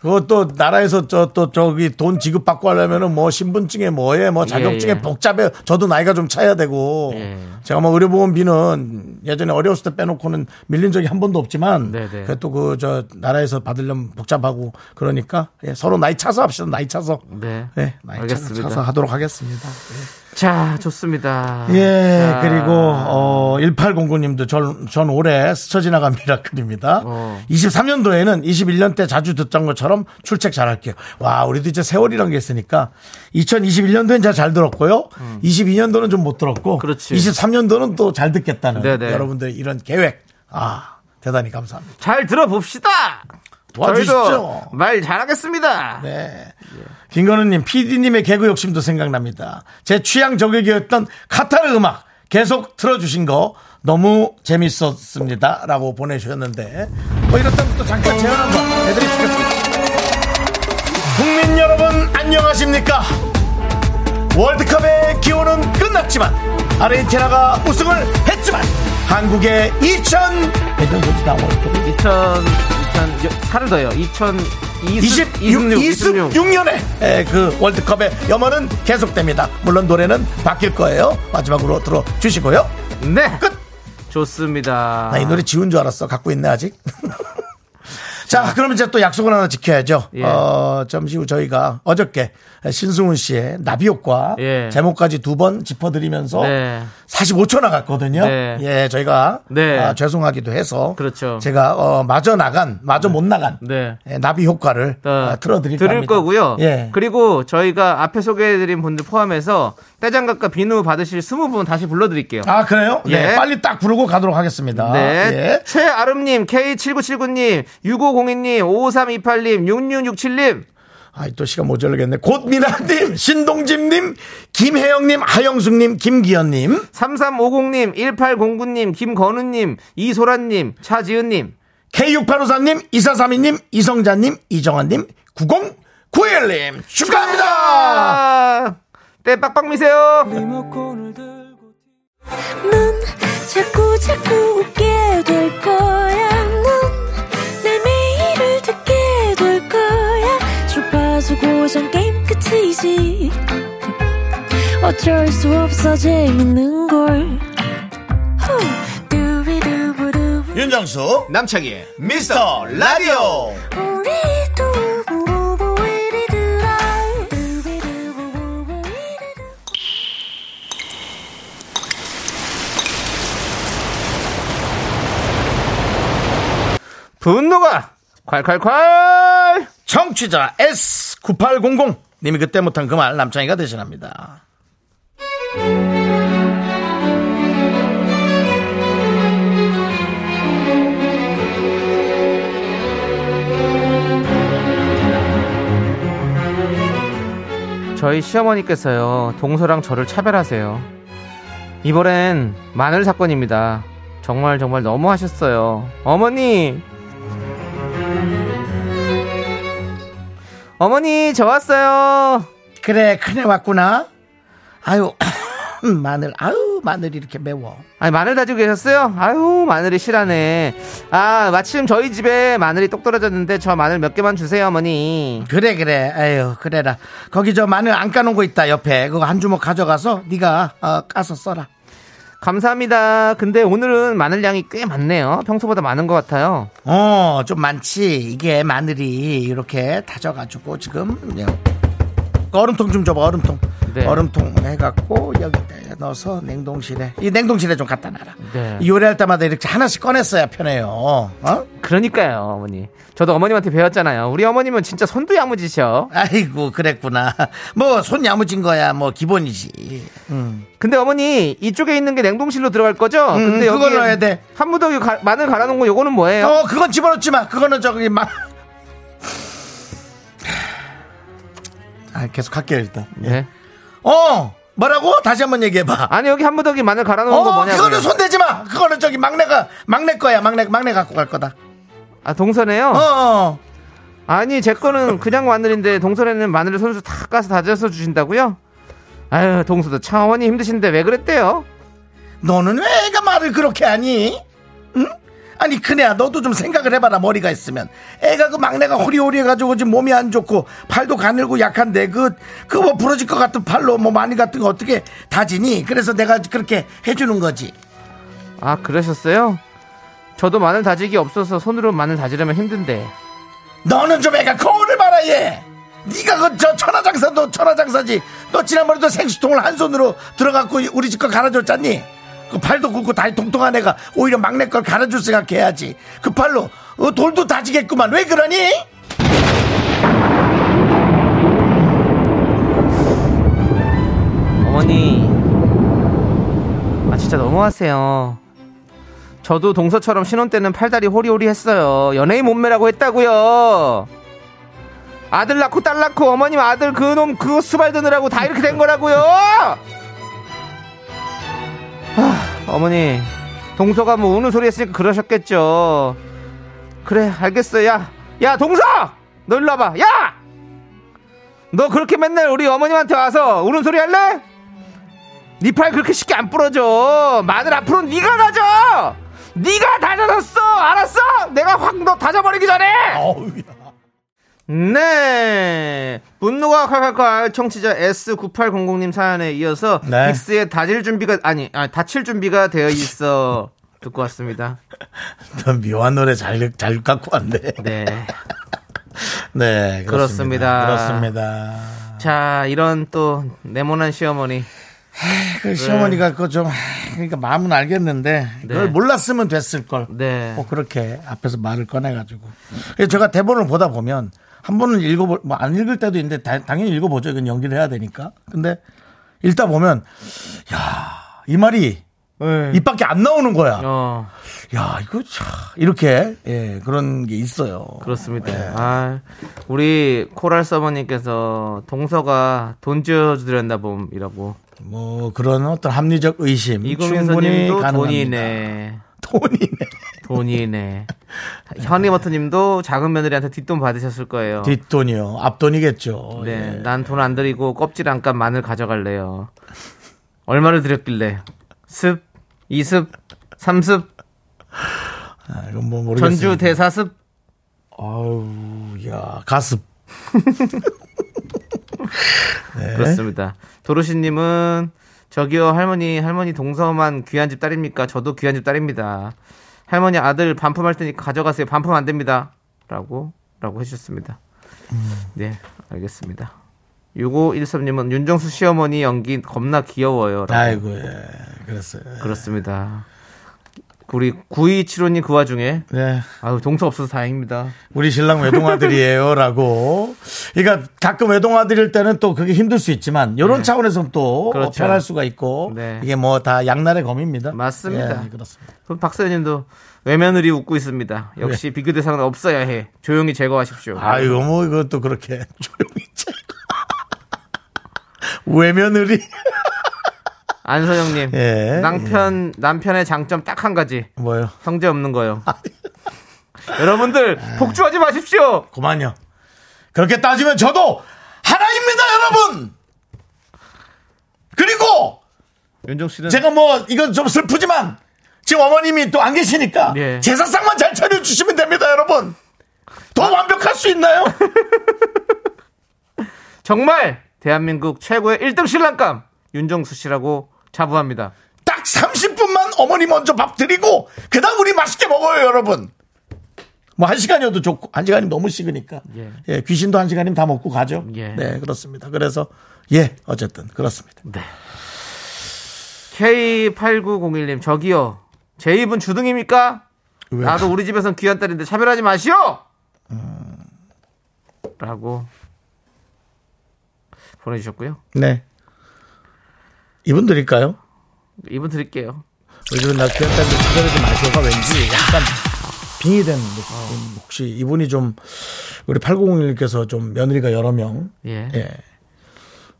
[SPEAKER 1] 그것도 나라에서 저 또 저기 돈 지급받고 하려면은 뭐 신분증에 뭐에 뭐 자격증에
[SPEAKER 2] 예, 예.
[SPEAKER 1] 복잡해 저도 나이가 좀 차야 되고
[SPEAKER 2] 예.
[SPEAKER 1] 제가 뭐 의료보험비는 예전에 어려웠을 때 빼놓고는 밀린 적이 한 번도 없지만
[SPEAKER 2] 네, 네.
[SPEAKER 1] 그래도 그 저 나라에서 받으려면 복잡하고 그러니까 예, 서로 나이 차서 합시다 나이 차서
[SPEAKER 2] 네.
[SPEAKER 1] 예, 나이
[SPEAKER 2] 알겠습니다.
[SPEAKER 1] 차서, 차서 하도록 하겠습니다.
[SPEAKER 2] 자, 좋습니다.
[SPEAKER 1] 예,
[SPEAKER 2] 아, 자,
[SPEAKER 1] 그리고, 어, 1809님도 전, 전 올해 스쳐 지나간 미라클입니다.
[SPEAKER 2] 어.
[SPEAKER 1] 23년도에는 21년 때 자주 듣던 것처럼 출첵 잘 할게요. 와, 우리도 이제 세월이란 게 있으니까 2021년도엔 제가 잘 들었고요. 22년도는 좀 못 들었고.
[SPEAKER 2] 음. 그렇지.
[SPEAKER 1] 23년도는 또 잘 듣겠다는
[SPEAKER 2] 네네.
[SPEAKER 1] 여러분들 이런 계획. 아, 대단히 감사합니다.
[SPEAKER 2] 잘 들어봅시다.
[SPEAKER 1] 도와주시죠.
[SPEAKER 2] 저희도 말 잘하겠습니다.
[SPEAKER 1] 네. 김건우님, PD님의 개그 욕심도 생각납니다. 제 취향 저격이었던 카타르 음악 계속 틀어주신 거 너무 재밌었습니다. 라고 보내주셨는데, 뭐 이렇다면 또 잠깐 제안 한번 해드리겠습니다. 국민 여러분, 안녕하십니까? 월드컵의 기호는 끝났지만, 아르헨티나가 우승을 했지만, 한국의 2000, 예전부터 나온 월드컵이
[SPEAKER 2] 2000, 2000, 살을 더요. 2020,
[SPEAKER 1] 26, 26, 년의그 월드컵의 염원은 계속됩니다. 물론 노래는 바뀔 거예요. 마지막으로 들어주시고요.
[SPEAKER 2] 네.
[SPEAKER 1] 끝!
[SPEAKER 2] 좋습니다.
[SPEAKER 1] 나 이 노래 지운 줄 알았어. 갖고 있네, 아직. 자, 그럼 이제 또 약속을 하나 지켜야죠.
[SPEAKER 2] 예.
[SPEAKER 1] 어, 잠시 후 저희가 어저께 신승훈 씨의 나비효과
[SPEAKER 2] 예.
[SPEAKER 1] 제목까지 두 번 짚어드리면서
[SPEAKER 2] 네.
[SPEAKER 1] 45초 나갔거든요.
[SPEAKER 2] 네.
[SPEAKER 1] 예, 저희가
[SPEAKER 2] 네.
[SPEAKER 1] 아, 죄송하기도 해서
[SPEAKER 2] 그렇죠.
[SPEAKER 1] 제가 어, 마저 나간, 마저 못 나간
[SPEAKER 2] 네.
[SPEAKER 1] 예, 나비 효과를
[SPEAKER 2] 어,
[SPEAKER 1] 아, 틀어드릴
[SPEAKER 2] 들을
[SPEAKER 1] 겁니다.
[SPEAKER 2] 거고요.
[SPEAKER 1] 예.
[SPEAKER 2] 그리고 저희가 앞에 소개해드린 분들 포함해서 떼장갑과 비누 받으실 20분 다시 불러드릴게요.
[SPEAKER 1] 아 그래요? 네.
[SPEAKER 2] 예.
[SPEAKER 1] 빨리 딱 부르고 가도록 하겠습니다.
[SPEAKER 2] 네.
[SPEAKER 1] 예.
[SPEAKER 2] 최아름님, K7979님, 6502님, 5328님, 6667님.
[SPEAKER 1] 아이 또 시간 모자라겠네. 곧미나님, 신동집님, 김혜영님, 하영숙님, 김기현님.
[SPEAKER 2] 3350님, 1809님, 김건우님, 이소라님, 차지은님.
[SPEAKER 1] K6854님, 2432님, 이성자님, 이정환님, 9091님. 축하합니다!
[SPEAKER 2] 아, 때 빡빡 미세요.
[SPEAKER 5] 넌 자꾸 자꾸 웃게 될 거야. 넌내 매일을 듣게 될 거야. 주파수 고정 게임 끝이지. 어쩔 수 없어 재밌는 걸. 후. 두비두부두.
[SPEAKER 1] 윤정수, 남창희, 미스터 라디오.
[SPEAKER 5] 우리 두부부부 우리 두라. 두비두부부부 우리 두라.
[SPEAKER 2] 분노가 콸콸콸!
[SPEAKER 1] 청취자 S9800. 님이 그때 못한 그 말 남창희가 대신합니다.
[SPEAKER 2] 저희 시어머니께서요 동서랑 저를 차별하세요 이번엔 마늘 사건입니다. 정말 정말 너무하셨어요. 어머니! 어머니, 저 왔어요.
[SPEAKER 1] 그래 큰애 왔구나 아유 마늘 아유 마늘이 이렇게 매워
[SPEAKER 2] 아니, 마늘 다지고 계셨어요? 아유, 마늘이 실하네. 아, 마침 저희 집에 마늘이 똑 떨어졌는데 저 마늘 몇 개만 주세요, 어머니.
[SPEAKER 1] 그래 그래 아유 그래라 거기 저 마늘 안 까놓은 거 있다 옆에 그거 한 주먹 가져가서 네가 어, 까서 써라
[SPEAKER 2] 감사합니다. 근데 오늘은 마늘 양이 꽤 많네요. 평소보다 많은 것 같아요.
[SPEAKER 1] 어 좀 많지 이게 마늘이 이렇게 다져가지고 지금 예. 얼음통 좀 줘봐 얼음통
[SPEAKER 2] 네.
[SPEAKER 1] 얼음통 해갖고 여기다 넣어서 냉동실에 이 냉동실에 좀 갖다 놔라
[SPEAKER 2] 네.
[SPEAKER 1] 요리할 때마다 이렇게 하나씩 꺼냈어야 편해요 어?
[SPEAKER 2] 그러니까요, 어머니. 저도 어머님한테 배웠잖아요. 우리 어머님은 진짜 손도 야무지셔.
[SPEAKER 1] 아이고 그랬구나 뭐 손 야무진 거야 뭐 기본이지
[SPEAKER 2] 근데 어머니, 이쪽에 있는 게 냉동실로 들어갈 거죠?
[SPEAKER 1] 음,
[SPEAKER 2] 근데
[SPEAKER 1] 그걸
[SPEAKER 2] 여기에
[SPEAKER 1] 넣어야 돼.
[SPEAKER 2] 한 무더기 가- 마늘 갈아 놓은 거 요거는 뭐예요?
[SPEAKER 1] 어, 그건 집어넣지 마. 그거는 저기 막. 아, 계속 할게요, 일단. 예.
[SPEAKER 2] 네.
[SPEAKER 1] 어! 뭐라고? 다시 한번 얘기해봐.
[SPEAKER 2] 아니, 여기 한 무더기 마늘 갈아 놓은 거
[SPEAKER 1] 어,
[SPEAKER 2] 뭐냐고요?
[SPEAKER 1] 그거는 손대지 마. 그거는 저기 막내가, 막내 거야. 막내, 막내 갖고 갈 거다.
[SPEAKER 2] 아, 동선에요?
[SPEAKER 1] 어, 어.
[SPEAKER 2] 아니, 제 거는 그냥 마늘인데 동선에는 마늘을 손수 다 까서 다져서 주신다고요? 아유, 동서도 차원이 힘드신데 왜 그랬대요?
[SPEAKER 1] 너는 왜 애가 말을 그렇게 하니? 응? 아니 큰애야 너도 좀 생각을 해봐라 머리가 있으면 애가 그 막내가 호리호리해가지고 지금 몸이 안 좋고 팔도 가늘고 약한데 그 그 뭐 부러질 것 같은 팔로 뭐 마늘 같은 거 어떻게 다지니 그래서 내가 그렇게 해주는 거지
[SPEAKER 2] 아, 그러셨어요? 저도 마늘 다지기 없어서 손으로 마늘 다지려면 힘든데.
[SPEAKER 1] 너는 좀 애가 거울을 봐라 얘 네가 그 저 천하장사도 천하장사지 너 지난번에도 생수통을 한 손으로 들어갖고 우리 집 거 갈아줬잖니 그 팔도 굵고 다리 통통한 애가 오히려 막내 걸 갈아줄 생각해야지 그 팔로 어, 돌도 다지겠구만 왜 그러니?
[SPEAKER 2] 어머니. 아, 진짜 너무하세요. 저도 동서처럼 신혼 때는 팔다리 호리호리 했어요. 연예인 몸매라고 했다고요. 아들 낳고 딸 낳고 어머님 아들 그놈 그거 수발 드느라고 다 이렇게 된 거라고요. 아, 어머니 동서가 뭐 우는 소리 했으니까 그러셨겠죠. 그래 알겠어 야야 동서 너 일로 와봐 야 너 그렇게 맨날 우리 어머님한테 와서 우는 소리 할래? 니 팔 그렇게 쉽게 안 부러져. 마늘 앞으로 네가 다져. 네가 다져놨어. 알았어? 내가 확 너 다져버리기 전에.
[SPEAKER 1] 어우야.
[SPEAKER 2] 네. 분노가 칼칼칼 청취자 S9800님 사연에 이어서
[SPEAKER 1] 네.
[SPEAKER 2] 빅스의 다질 준비가 아니, 아 다칠 준비가 되어 있어 듣고 왔습니다.
[SPEAKER 1] 너 묘한 노래 잘, 잘 갖고 왔네.
[SPEAKER 2] 네.
[SPEAKER 1] 네,
[SPEAKER 2] 그렇습니다.
[SPEAKER 1] 그렇습니다.
[SPEAKER 2] 자, 이런 또 네모난 시어머니.
[SPEAKER 1] 그
[SPEAKER 2] 네.
[SPEAKER 1] 시어머니가 그거 좀, 그러니까 마음은 알겠는데, 그걸 몰랐으면 됐을걸.
[SPEAKER 2] 네.
[SPEAKER 1] 꼭 그렇게 앞에서 말을 꺼내가지고. 그래서 제가 대본을 보다 보면, 한 번은 읽어볼, 뭐 안 읽을 때도 있는데, 다- 당연히 읽어보죠. 이건 연기를 해야 되니까. 근데, 읽다 보면, 야, 이 말이
[SPEAKER 2] 네.
[SPEAKER 1] 입밖에 안 나오는 거야.
[SPEAKER 2] 어.
[SPEAKER 1] 야, 이거 참, 이렇게, 예, 그런 게 있어요.
[SPEAKER 2] 그렇습니다.
[SPEAKER 1] 네.
[SPEAKER 2] 아, 우리 코랄 서버님께서 동서가 돈 지어주드렸나 봄이라고.
[SPEAKER 1] 뭐 그런 어떤 합리적 의심
[SPEAKER 2] 이금민
[SPEAKER 1] 충분히
[SPEAKER 2] 선님도
[SPEAKER 1] 가능합니다.
[SPEAKER 2] 돈이네.
[SPEAKER 1] 돈이네.
[SPEAKER 2] 돈이네. 현이버터님도 작은 며느리한테 뒷돈 받으셨을 거예요.
[SPEAKER 1] 뒷돈이요. 앞돈이겠죠.
[SPEAKER 2] 어. 네,
[SPEAKER 1] 예.
[SPEAKER 2] 난 돈 안 드리고 껍질 안 깐 마늘 가져갈래요. 얼마를 드렸길래? 습, 이습, 삼습,
[SPEAKER 1] 아, 이건 뭐 모르겠어요.
[SPEAKER 2] 전주 대사습.
[SPEAKER 1] 아우, 야 가습. 네.
[SPEAKER 2] 그렇습니다. 도로시님은 저기요 할머니 할머니 동서만 귀한 집 딸입니까? 저도 귀한 집 딸입니다. 할머니 아들 반품할 테니 가져가세요. 반품 안 됩니다.라고 라고 해주셨습니다.
[SPEAKER 1] 음.
[SPEAKER 2] 네 알겠습니다. 6513님은 윤정수 시어머니 연기 겁나 귀여워요. 라고.
[SPEAKER 1] 아이고, 예. 그랬어요.
[SPEAKER 2] 네. 그렇습니다. 우리 9275님 그 와중에
[SPEAKER 1] 네,
[SPEAKER 2] 아유 동서 없어서 다행입니다.
[SPEAKER 1] 우리 신랑 외동아들이에요라고. 그러니까 가끔 외동아들일 때는 또 그게 힘들 수 있지만 이런 차원에서 또
[SPEAKER 2] 네. 그렇죠.
[SPEAKER 1] 편할 수가 있고
[SPEAKER 2] 네.
[SPEAKER 1] 이게 뭐 다 양날의 검입니다.
[SPEAKER 2] 맞습니다.
[SPEAKER 1] 예, 그렇습니다.
[SPEAKER 2] 그럼 박사님도 외며느리 웃고 있습니다. 역시 비교 대상은 없어야 해. 조용히 제거하십시오.
[SPEAKER 1] 네. 아이고 뭐 이것도 그렇게 조용히 째. 외며느리
[SPEAKER 2] 안선영님.
[SPEAKER 1] 예.
[SPEAKER 2] 남편, 남편의 장점 딱 한 가지.
[SPEAKER 1] 뭐요?
[SPEAKER 2] 형제 없는 거요. 여러분들,
[SPEAKER 1] 아.
[SPEAKER 2] 폭주하지 마십시오!
[SPEAKER 1] 그만요. 그렇게 따지면 저도 하나입니다, 여러분! 그리고
[SPEAKER 2] 윤종 씨는.
[SPEAKER 1] 제가 뭐 이건 좀 슬프지만 지금 어머님이 또 안 계시니까
[SPEAKER 2] 예.
[SPEAKER 1] 제사상만 잘 차려주시면 됩니다, 여러분. 더
[SPEAKER 2] 아.
[SPEAKER 1] 완벽할 수 있나요?
[SPEAKER 2] 정말 대한민국 최고의 1등 신랑감 윤정수 씨라고 자부합니다.
[SPEAKER 1] 딱 30분만 어머니 먼저 밥 드리고 그다음 우리 맛있게 먹어요, 여러분. 뭐 한 시간이어도 좋고 한 시간이면 너무 식으니까
[SPEAKER 2] 예.
[SPEAKER 1] 예, 귀신도 한 시간이면 다 먹고 가죠.
[SPEAKER 2] 예.
[SPEAKER 1] 네 그렇습니다. 그래서 예 어쨌든 그렇습니다.
[SPEAKER 2] K8901님 저기요 제 입은 주둥입니까?
[SPEAKER 1] 왜?
[SPEAKER 2] 나도 우리 집에선 귀한 딸인데 차별하지 마시오. 라고 보내주셨고요.
[SPEAKER 1] 네 이분 드릴까요?
[SPEAKER 2] 이분 드릴게요.
[SPEAKER 1] 요즘은 나 귀한 딸들 기다리지 마시오가 왠지 약간 빙이 된
[SPEAKER 2] 어.
[SPEAKER 1] 느낌. 혹시 이분이 좀 우리 801님께서 좀 며느리가 여러 명.
[SPEAKER 2] 예.
[SPEAKER 1] 예.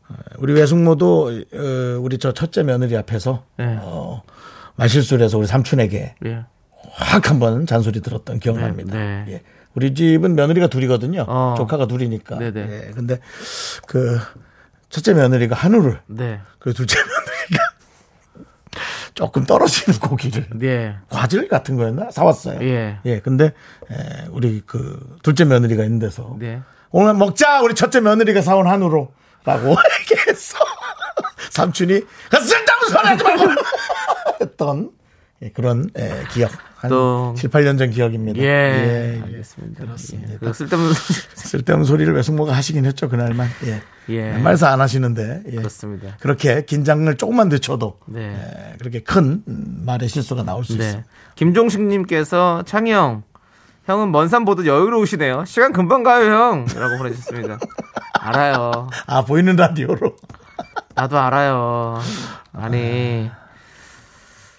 [SPEAKER 1] 어, 우리 외숙모도 어, 우리 저 첫째 며느리 앞에서
[SPEAKER 2] 예.
[SPEAKER 1] 어, 마실수를 해서 우리 삼촌에게
[SPEAKER 2] 예.
[SPEAKER 1] 확 한번 잔소리 들었던 기억납니다.
[SPEAKER 2] 네, 네.
[SPEAKER 1] 예. 우리 집은 며느리가 둘이거든요.
[SPEAKER 2] 어.
[SPEAKER 1] 조카가 둘이니까.
[SPEAKER 2] 네, 네.
[SPEAKER 1] 예. 근데 그 첫째 며느리가 한우를
[SPEAKER 2] 네.
[SPEAKER 1] 그 둘째 며느리가 조금 떨어지는 고기를
[SPEAKER 2] 예.
[SPEAKER 1] 과즙 같은 거였나 사왔어요.
[SPEAKER 2] 예.
[SPEAKER 1] 근데 에, 우리 그 둘째 며느리가 있는데서
[SPEAKER 2] 네.
[SPEAKER 1] 오늘 먹자 우리 첫째 며느리가 사온 한우로라고 얘기했어. 삼촌이 그 쓸데없는 소리 하지 말고 했던 예, 그런 예, 기억 한
[SPEAKER 2] 또-
[SPEAKER 1] 7, 8년 전 기억입니다.
[SPEAKER 2] 예.
[SPEAKER 1] 예, 예.
[SPEAKER 2] 알겠습니다. 예. 그 쓸데없는
[SPEAKER 1] 쓸데없는 소리를 외숙모가 하시긴 했죠 그날만. 예.
[SPEAKER 2] 예.
[SPEAKER 1] 말사 안 하시는데 예.
[SPEAKER 2] 그렇습니다.
[SPEAKER 1] 그렇게 긴장을 조금만 늦춰도
[SPEAKER 2] 네.
[SPEAKER 1] 예, 그렇게 큰 음, 말의 실수가 나올 수 있어요.
[SPEAKER 2] 네. 김종식님께서 창희 형, 형은 먼 산 보듯 여유로우시네요. 시간 금방 가요 형. 라고 보내주셨습니다. 알아요.
[SPEAKER 1] 아 보이는 라디오로
[SPEAKER 2] 나도 알아요. 아니.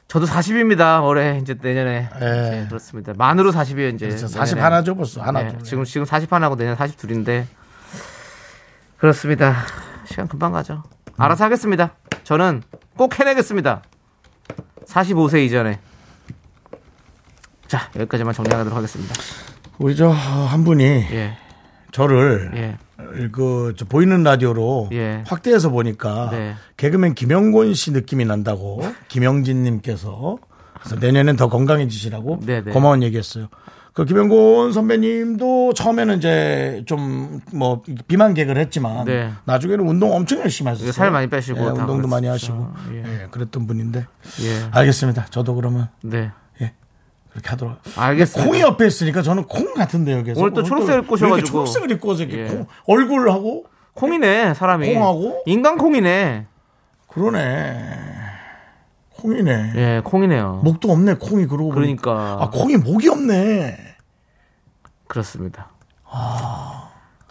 [SPEAKER 2] 저도 40입니다. 올해 이제 내년에.
[SPEAKER 1] 예.
[SPEAKER 2] 네, 그렇습니다. 만으로 40이에요, 이제.
[SPEAKER 1] 그렇죠.
[SPEAKER 2] 내년에.
[SPEAKER 1] 40 하나죠 벌써 하나
[SPEAKER 2] 네, 지금 지금 41하고 내년 42인데. 그렇습니다. 시간 금방 가죠. 알아서 하겠습니다. 저는 꼭 해내겠습니다. 45세 이전에. 자, 여기까지만 정리하도록 하겠습니다.
[SPEAKER 1] 우리 저 한 분이
[SPEAKER 2] 예.
[SPEAKER 1] 저를
[SPEAKER 2] 예.
[SPEAKER 1] 그, 저 보이는 라디오로
[SPEAKER 2] 예.
[SPEAKER 1] 확대해서 보니까
[SPEAKER 2] 네.
[SPEAKER 1] 개그맨 김영곤 씨 느낌이 난다고 김영진 님께서 그래서 내년엔 더 건강해지시라고
[SPEAKER 2] 네, 네.
[SPEAKER 1] 고마운 얘기했어요. 그 김영곤 선배님도 처음에는 이제 좀 뭐 비만 개그를 했지만
[SPEAKER 2] 네.
[SPEAKER 1] 나중에는 운동 엄청 열심히 하셨어요.
[SPEAKER 2] 살 많이 빼시고
[SPEAKER 1] 예,
[SPEAKER 2] 다
[SPEAKER 1] 운동도 많이
[SPEAKER 2] 그랬었죠.
[SPEAKER 1] 하시고
[SPEAKER 2] 예.
[SPEAKER 1] 예, 그랬던 분인데
[SPEAKER 2] 예.
[SPEAKER 1] 알겠습니다. 저도 그러면
[SPEAKER 2] 네.
[SPEAKER 1] 예. 그렇게 하도록
[SPEAKER 2] 알겠습니다.
[SPEAKER 1] 콩이 옆에 있으니까 저는 콩 같은데요. 계속.
[SPEAKER 2] 오늘 또 초록색을
[SPEAKER 1] 왜 이렇게
[SPEAKER 2] 꼬셔가지고.
[SPEAKER 1] 초록색을 입고 와서 이렇게
[SPEAKER 2] 예.
[SPEAKER 1] 콩, 얼굴하고
[SPEAKER 2] 콩이네, 사람이.
[SPEAKER 1] 콩하고?
[SPEAKER 2] 인간 콩이네.
[SPEAKER 1] 그러네. 콩이네.
[SPEAKER 2] 예, 콩이네요.
[SPEAKER 1] 목도 없네. 콩이 그러고 보니까.
[SPEAKER 2] 그러니까.
[SPEAKER 1] 뭐, 아 콩이 목이 없네.
[SPEAKER 2] 그렇습니다.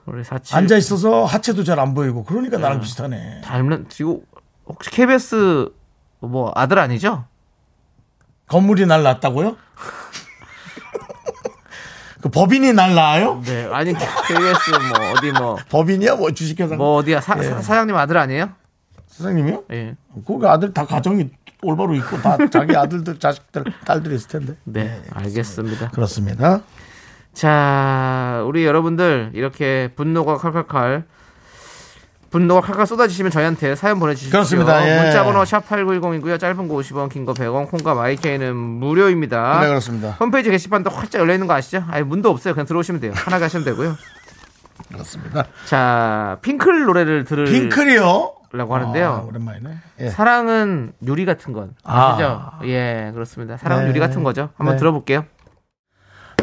[SPEAKER 2] 우리 사치
[SPEAKER 1] 아. 앉아 있어서 하체도 잘 안 보이고 그러니까
[SPEAKER 2] 예.
[SPEAKER 1] 나랑 비슷하네.
[SPEAKER 2] 닮는 지금 혹시 KBS 뭐 아들 아니죠?
[SPEAKER 1] 건물이 날 낳았다고요? 그 법인이 날 낳아요?
[SPEAKER 2] 네, 아니 KBS 뭐 어디 뭐 뭐
[SPEAKER 1] 법인이야 뭐 주식회사
[SPEAKER 2] 어디야 사,
[SPEAKER 1] 예.
[SPEAKER 2] 장님 아들 아니에요?
[SPEAKER 1] 사장님이요?
[SPEAKER 2] 예.
[SPEAKER 1] 그 아들 다 가정이 올바로 있고 다 자기 아들들 자식들 딸들 있을 텐데.
[SPEAKER 2] 네, 알겠습니다.
[SPEAKER 1] 그렇습니다.
[SPEAKER 2] 자, 우리 여러분들 이렇게 분노가 칼칼칼 분노가 칼칼 쏟아지시면 저희한테 사연 보내주십시오.
[SPEAKER 1] 그렇습니다. 예.
[SPEAKER 2] 문자번호 샵 #8910이고요. 짧은 거 50원, 긴 거 100원, 콩과 마이케이는 무료입니다.
[SPEAKER 1] 네, 그렇습니다.
[SPEAKER 2] 홈페이지 게시판도 활짝 열려 있는 거 아시죠? 아니 문도 없어요. 그냥 들어오시면 돼요. 편하게 하시면 되고요.
[SPEAKER 1] 그렇습니다.
[SPEAKER 2] 자, 핑클 노래를 들으려고
[SPEAKER 1] 핑클이요?
[SPEAKER 2] 하는데요.
[SPEAKER 1] 그, 아, 오랜만이네. 예.
[SPEAKER 2] 사랑은 유리 같은 건
[SPEAKER 1] 아.
[SPEAKER 2] 아시죠? 예, 그렇습니다. 사랑은
[SPEAKER 1] 네.
[SPEAKER 2] 유리 같은 거죠. 한번
[SPEAKER 1] 네.
[SPEAKER 2] 들어볼게요.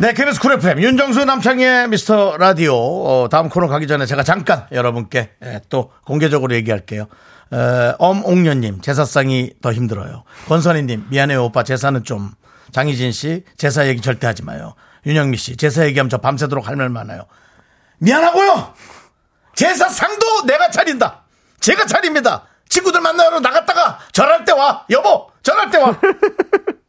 [SPEAKER 1] 네, KBS 쿨 FM 윤정수 남창희의 미스터 라디오 어, 다음 코너 가기 전에 제가 잠깐 여러분께 예, 또 공개적으로 얘기할게요. 에, 엄옥년님 제사상이 더 힘들어요. 권선희님 미안해요 오빠 제사는 좀 장희진 씨 제사 얘기 절대 하지 마요. 윤영미 씨 제사 얘기하면 저 밤새도록 할 말 많아요. 미안하고요. 제사상도 내가 차린다. 제가 차립니다. 친구들 만나러 나갔다가 절할 때 와. 여보, 절할 때 와.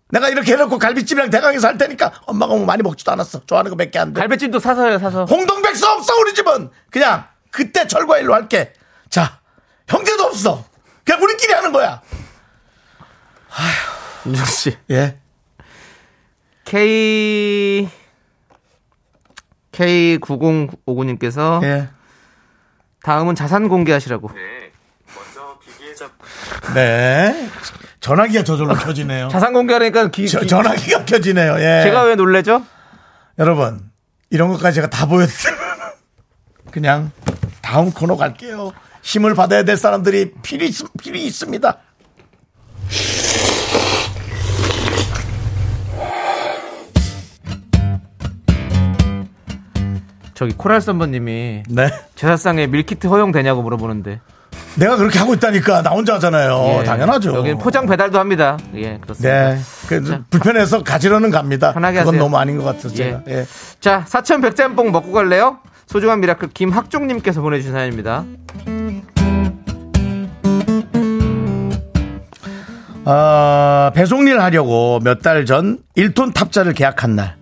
[SPEAKER 1] 내가 이렇게 해놓고 갈비찜이랑 대강에서 할 테니까 엄마가 뭐 많이 먹지도 않았어. 좋아하는 거 몇 개 안 돼.
[SPEAKER 2] 갈비찜도 사서요, 사서.
[SPEAKER 1] 홍동백수 없어 우리 집은 그냥 그때 철과 일로 할게 자 형제도 없어 그냥 우리끼리 하는 거야
[SPEAKER 2] 윤정 씨.
[SPEAKER 1] 예.
[SPEAKER 2] K K9059님께서
[SPEAKER 1] 예.
[SPEAKER 2] 다음은 자산 공개하시라고.
[SPEAKER 1] 네. 전화기가 저절로 켜지네요.
[SPEAKER 2] 어? 자산 공개하니까 기,
[SPEAKER 1] 저-
[SPEAKER 2] 기-
[SPEAKER 1] 전화기가 켜지네요. 예.
[SPEAKER 2] 제가 왜 놀래죠?
[SPEAKER 1] 여러분 이런 것까지 제가 다 보여드리면 그냥 다음 코너 갈게요. 힘을 받아야 될 사람들이 필히, 있, 필히 있습니다.
[SPEAKER 2] 저기 코랄 선배님이
[SPEAKER 1] 네.
[SPEAKER 2] 제사상에 밀키트 허용되냐고 물어보는데.
[SPEAKER 1] 내가 그렇게 하고 있다니까 나 혼자 하잖아요.
[SPEAKER 2] 예.
[SPEAKER 1] 어, 당연하죠.
[SPEAKER 2] 여기는 포장 배달도 합니다. 예, 그렇습니다.
[SPEAKER 1] 네. 그래서 불편해서 가지러는 갑니다.
[SPEAKER 2] 편하게
[SPEAKER 1] 그건
[SPEAKER 2] 하세요.
[SPEAKER 1] 너무 아닌 것 같아서 제가.
[SPEAKER 2] 예.
[SPEAKER 1] 예.
[SPEAKER 2] 자, 사천 백짬뽕 먹고 갈래요? 소중한 미라클 김학종님께서 보내주신 사연입니다.
[SPEAKER 1] 어, 배송일 하려고 몇 달 전 1톤 탑자를 계약한 날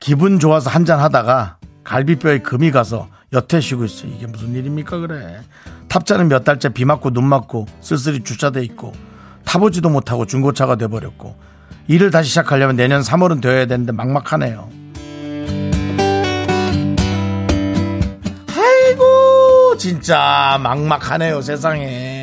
[SPEAKER 1] 기분 좋아서 한잔 하다가 갈비뼈에 금이 가서 여태 쉬고 있어 이게 무슨 일입니까 그래 탑자는 몇 달째 비 맞고 눈 맞고 쓸쓸히 주차돼 있고 타보지도 못하고 중고차가 돼버렸고 일을 다시 시작하려면 내년 3월은 되어야 되는데 막막하네요 아이고 진짜 막막하네요 세상에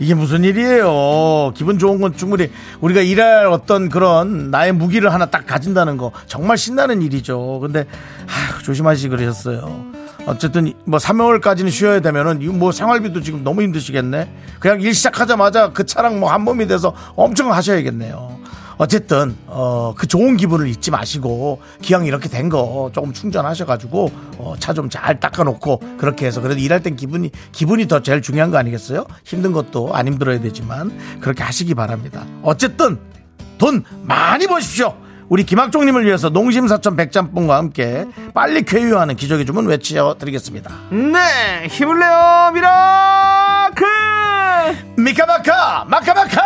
[SPEAKER 1] 이게 무슨 일이에요 기분 좋은 건 충분히 우리가 일할 어떤 그런 나의 무기를 하나 딱 가진다는 거 정말 신나는 일이죠 근데 아휴, 조심하시 그러셨어요 어쨌든 뭐 3월까지는 쉬어야 되면은 이거 뭐 생활비도 지금 너무 힘드시겠네 그냥 일 시작하자마자 그 차랑 뭐 한 몸이 돼서 엄청 하셔야겠네요 어쨌든 어 그 좋은 기분을 잊지 마시고 기왕 이렇게 된 거 조금 충전하셔가지고 어, 차 좀 잘 닦아놓고 그렇게 해서 그래도 일할 땐 기분이 기분이 더 제일 중요한 거 아니겠어요? 힘든 것도 안 힘들어야 되지만 그렇게 하시기 바랍니다. 어쨌든 돈 많이 버십시오. 우리 김학종님을 위해서 농심사천 백짬뽕과 함께 빨리 쾌유하는 기적의 주문 외쳐드리겠습니다.
[SPEAKER 2] 네, 힘을 내요, 미라클!
[SPEAKER 1] 미카마카 마카마카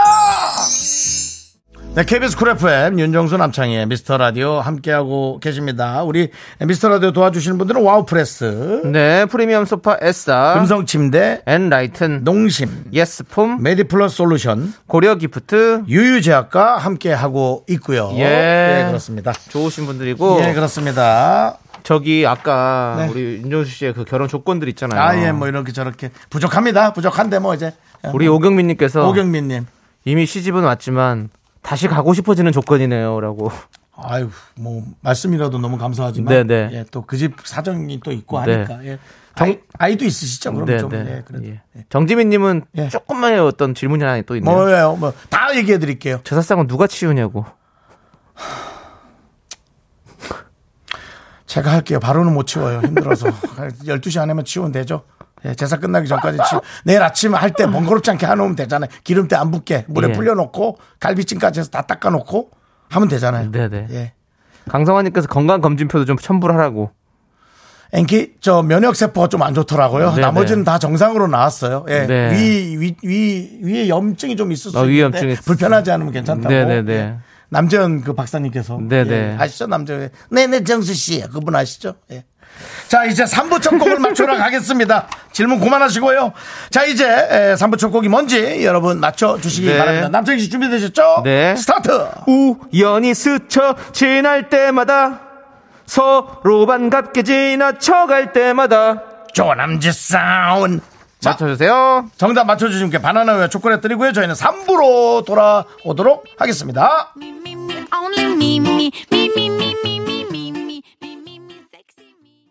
[SPEAKER 1] 네, KBS 쿨 FM 윤정수 남창희의 미스터 라디오 함께하고 계십니다. 우리 미스터 라디오 도와주시는 분들은 와우프레스,
[SPEAKER 2] 네, 프리미엄 소파 SR,
[SPEAKER 1] 금성 침대,
[SPEAKER 2] 엔라이튼,
[SPEAKER 1] 농심,
[SPEAKER 2] 예스폼,
[SPEAKER 1] 메디플러스 솔루션,
[SPEAKER 2] 고려 기프트,
[SPEAKER 1] 유유제약과 함께하고 있고요.
[SPEAKER 2] 예.
[SPEAKER 1] 예, 그렇습니다.
[SPEAKER 2] 좋으신 분들이고,
[SPEAKER 1] 예, 그렇습니다.
[SPEAKER 2] 저기 아까
[SPEAKER 1] 네.
[SPEAKER 2] 우리 윤정수 씨의 그 결혼 조건들 있잖아요.
[SPEAKER 1] 아, 예, 뭐 이렇게 저렇게 부족합니다. 부족한데 뭐 이제
[SPEAKER 2] 우리 오경민님께서
[SPEAKER 1] 오경민님,
[SPEAKER 2] 이미 시집은 왔지만 다시 가고 싶어지는 조건이네요라고.
[SPEAKER 1] 아유, 뭐 말씀이라도 너무 감사하지만,
[SPEAKER 2] 네, 네.
[SPEAKER 1] 예, 또 그 집 사정이 또 있고
[SPEAKER 2] 네.
[SPEAKER 1] 하니까, 예. 아이, 아이도 있으시죠? 그럼
[SPEAKER 2] 네,
[SPEAKER 1] 좀,
[SPEAKER 2] 네.
[SPEAKER 1] 예, 그래도.
[SPEAKER 2] 예. 정지민님은
[SPEAKER 1] 예.
[SPEAKER 2] 조금만의 어떤 질문이 하나 또 있네요.
[SPEAKER 1] 뭐예요? 뭐 다 얘기해 드릴게요.
[SPEAKER 2] 제사상은 누가 치우냐고.
[SPEAKER 1] 제가 할게요. 바로는 못 치워요. 힘들어서. 12시 안에만 치우면 되죠. 예, 제사 끝나기 전까지 치우. 내일 아침 할 때 번거롭지 않게 해놓으면 되잖아요. 기름때 안 붙게 물에
[SPEAKER 2] 예.
[SPEAKER 1] 불려놓고 갈비찜까지 해서 다 닦아놓고 하면 되잖아요.
[SPEAKER 2] 네, 네.
[SPEAKER 1] 예.
[SPEAKER 2] 강성환님께서 건강 검진표도 좀 첨부하라고.
[SPEAKER 1] 엔키 저 면역 세포가 좀 안 좋더라고요.
[SPEAKER 2] 네,
[SPEAKER 1] 나머지는 다 정상으로 나왔어요. 예.
[SPEAKER 2] 네.
[SPEAKER 1] 위위 위 위에 염증이 좀 있을 수
[SPEAKER 2] 어, 위에
[SPEAKER 1] 있는데
[SPEAKER 2] 염증이 있-
[SPEAKER 1] 불편하지 않으면 괜찮다고.
[SPEAKER 2] 네, 네, 네.
[SPEAKER 1] 예. 남재현 그 박사님께서
[SPEAKER 2] 네, 네.
[SPEAKER 1] 예. 아시죠 남재현 네네 정수 씨 그분 아시죠? 예. 자 이제 3부 첫 곡을 맞추러 가겠습니다. 질문 그만하시고요. 자 이제 에, 3부 첫 곡이 뭔지 여러분 맞춰 주시기
[SPEAKER 2] 네.
[SPEAKER 1] 바랍니다. 남재현 씨 준비되셨죠?
[SPEAKER 2] 네.
[SPEAKER 1] 스타트.
[SPEAKER 2] 우연히 스쳐 지날 때마다 서로 반갑게 지나쳐갈 때마다
[SPEAKER 1] 조남지 사운. 자,
[SPEAKER 2] 맞춰주세요.
[SPEAKER 1] 정답 맞춰주신 분께 바나나우유 초콜릿 드리고요. 저희는 3부로 돌아오도록 하겠습니다.
[SPEAKER 5] Only me, me, me, me, me, me, me, me, me, me, me, me, sexy me.